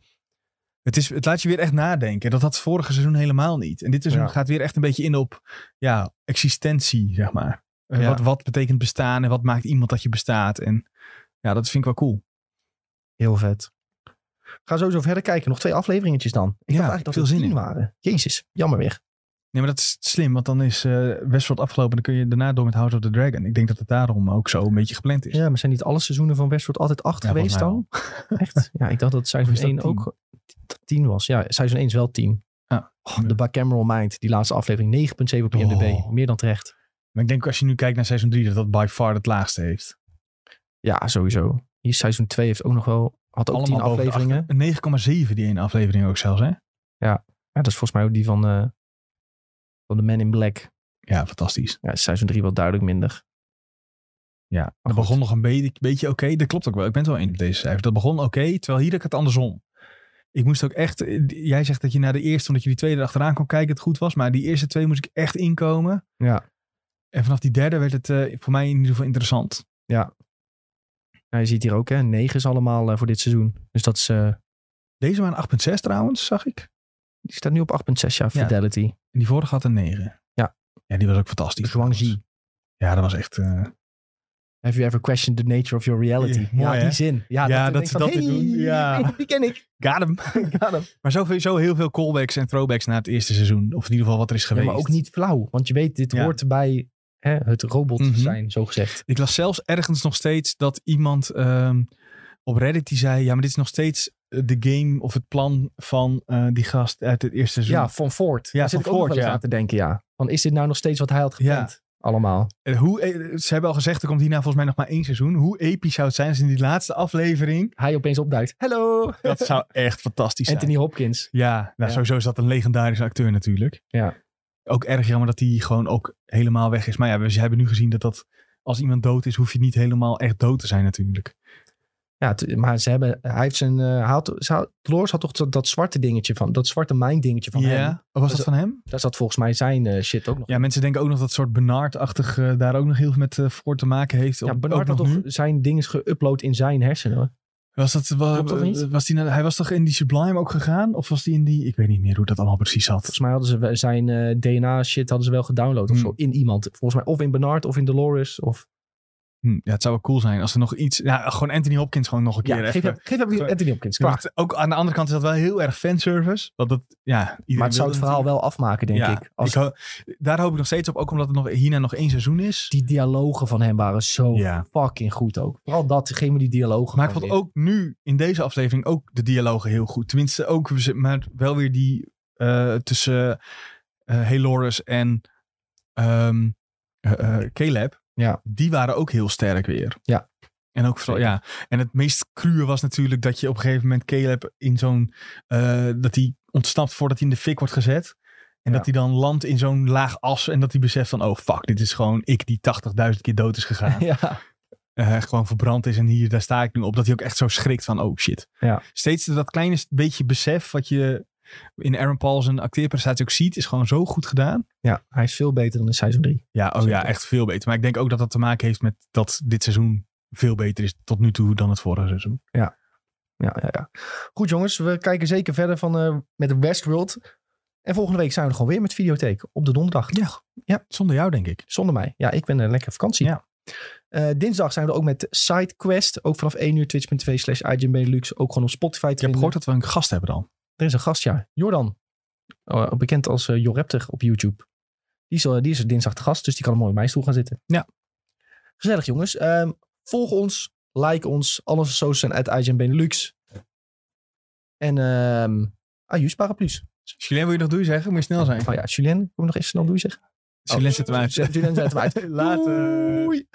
het, is, het laat je weer echt nadenken. Dat had vorige seizoen helemaal niet. En dit seizoen Ja. gaat weer echt een beetje in op, ja, existentie, zeg maar. En Ja. Wat, wat betekent bestaan en wat maakt iemand dat je bestaat? En ja, dat vind ik wel cool. Heel vet. Ga sowieso verder kijken. Nog twee afleveringetjes dan. Ik Ja, dacht eigenlijk dat veel er zin tien in. waren. Jezus, jammer weer. Nee, maar dat is slim, want dan is eh Westworld afgelopen. Dan kun je daarna door met House of the Dragon. Ik denk dat het daarom ook zo een beetje gepland is. Ja, maar zijn niet alle seizoenen van Westworld altijd acht Ja, geweest dan? volgens <laughs> Echt? Ja, ik dacht dat Of is seizoen dat 1 tien? ook t- tien was. Ja, seizoen 1 is wel tien. Ah, Oh, de Bicameral Mind, die laatste aflevering, 9.7 op IMDb. Oh. Meer dan terecht. Maar ik denk als je nu kijkt naar seizoen 3, dat dat by far het laagste heeft. Ja, sowieso. Hier seizoen 2 heeft ook nog wel, had ook tien boven de afleveringen. acht- Een 9,7 die ene aflevering ook zelfs, hè? Ja, dat is volgens mij ook die van, eh, van de Man in Black. Ja, fantastisch. Ja, seizoen 3 wel duidelijk minder. Ja, dat goed. begon nog een be- beetje oké. Dat klopt ook wel. Ik ben het wel in met deze cijfers. Dat begon oké, terwijl hier had ik het andersom. Ik moest ook echt... eh, Jij zegt dat je na de eerste, omdat je die tweede achteraan kon kijken, het goed was. Maar die eerste twee moest ik echt inkomen. Ja. En vanaf die derde werd het eh, voor mij in ieder geval interessant. Ja. Nou, je ziet hier ook, hè, 9 is allemaal eh, voor dit seizoen. Dus dat is, eh, Deze waren 8.6 trouwens, zag ik. die staat nu op 8,6 jaar Ja. Fidelity. En die vorige had een 9. Ja. Ja, die was ook fantastisch. Zhuangzi. Ja, dat was echt... eh, Have you ever questioned the nature of your reality? Ja, Ja, mooi, die hè? zin. Ja, Ja, dat, dat ik ze denk dat weer hey, doen. Ja. <laughs> Die ken ik. got hem. Ja, dat- Maar sowieso heel veel callbacks en throwbacks naar het eerste seizoen. Of in ieder geval wat er is ja, geweest. maar ook niet flauw. Want je weet, dit Ja. hoort bij hè, het robot Mhm. zijn, zo gezegd. Ik las zelfs ergens nog steeds dat iemand ehm, op Reddit die zei... Ja, maar dit is nog steeds eh, de game of het plan van eh, die gast uit het eerste seizoen. Ja, van Ford. Ja, Daar van zit ik ook nog Ford, wel eens ja. aan te denken, ja. Van, is dit nou nog steeds wat hij had Ja. gepland? Allemaal. Eh, Hoe, eh, ze hebben al gezegd, er komt hierna volgens mij nog maar één seizoen. Hoe episch zou het zijn als in die laatste <laughs> aflevering... Hij opeens opduikt. Hallo! Dat zou echt fantastisch zijn. Anthony Hopkins. Ja, nou, Ja. sowieso is dat een legendarische acteur natuurlijk. Ja. Ook erg jammer dat hij gewoon ook helemaal weg is. Maar ja, we hebben nu gezien dat dat... Als iemand dood is, hoef je niet helemaal echt dood te zijn natuurlijk. Ja, t- maar ze hebben, hij heeft zijn, eh, hij had, ze had, Dolores had toch dat, dat zwarte dingetje van, dat zwarte mind dingetje van ja. hem. Oh, was Dus- dat van hem? Daar zat volgens mij zijn eh, shit ook nog. Ja, mensen denken ook nog dat soort Bernard-achtig eh, daar ook nog heel veel met eh, voor te maken heeft. Ja, Op- Bernard ook had nog hm? toch nu. zijn ding is geüpload in zijn hersenen. hoor. Was dat, was, Klopt dat niet? was die, naar- hij was toch in die Sublime ook gegaan? Of was die in die... Ik weet niet meer hoe dat allemaal precies zat. Volgens mij hadden ze wel- zijn eh, DNA shit hadden ze wel gedownload of Hmm. zo in iemand. Volgens mij of in Bernard of in Dolores. Of... Hm, ja, het zou wel cool zijn als er nog iets... Ja, gewoon Anthony Hopkins gewoon nog een Ja, keer geef, even... hem, geef hem Gewoon- Anthony Hopkins. Maar Klaar. het- ook aan de andere kant is dat wel heel erg fanservice. Want dat, ja, iedereen Maar het zou wil het verhaal natuurlijk. wel afmaken, denk Ja, ik. Als ik ho- daar hoop ik nog steeds op. Ook omdat het nog, hierna nog één seizoen is. Die dialogen van hem waren zo Ja. fucking goed ook. Vooral dat, geef me die dialogen. Maar ik gewoon vond weer. ook nu in deze aflevering ook de dialogen heel goed. Tenminste, ook ze- maar wel weer die eh, tussen eh Heloris en ehm, eh, eh, Caleb. Ja. Die waren ook heel sterk weer. Ja. En ook vooral, ja. En het meest cruwe was natuurlijk dat je op een gegeven moment Caleb in zo'n. eh, dat hij ontsnapt voordat hij in de fik wordt gezet. Ja. En dat hij dan landt in zo'n laag as. En dat hij beseft van: oh fuck, dit is gewoon ik die 80.000 keer dood is gegaan Ja. eh, gewoon verbrand is en hier, daar sta ik nu op. Dat hij ook echt zo schrikt van, oh shit. Ja. Steeds dat kleine beetje besef wat je in Aaron Paul's acteerprestatie ook ziet, is gewoon zo goed gedaan. ja, hij is veel beter dan in seizoen 3. Ja, oh ja, Zeker. echt veel beter. Maar ik denk ook dat dat te maken heeft met dat dit seizoen veel beter is tot nu toe dan het vorige seizoen. Ja, ja, ja. Goed jongens, we kijken zeker verder van, eh, met Westworld. En volgende week zijn we er gewoon weer met Videotheek op de donderdag. Ja. Zonder jou, denk ik. Zonder mij. Ja, ik ben een lekker op vakantie. Ja. Eh, dinsdag zijn we er ook met SideQuest. Ook vanaf 1 uur twitch.tv slash Benelux. Ook gewoon op Spotify te Ik heb vinden. gehoord dat we een gast hebben dan. Er is een gast, ja. Jordan. Eh, bekend als eh, Jorepter op YouTube. Die is, eh, die is er dinsdag te gast, dus die kan mooi op mijn stoel gaan zitten. Ja. Gezellig jongens. Ehm, volg ons, like ons. Al onze socials zijn uit IGN Benelux. En ehm Ajus Paraplu's. Julien, wil je nog doei zeggen? Moet je snel zijn. Oh ja, Julien, kom je nog even snel doen zeggen? Julien zet hem uit. Julien zet hem uit. <laughs> Later. Doei.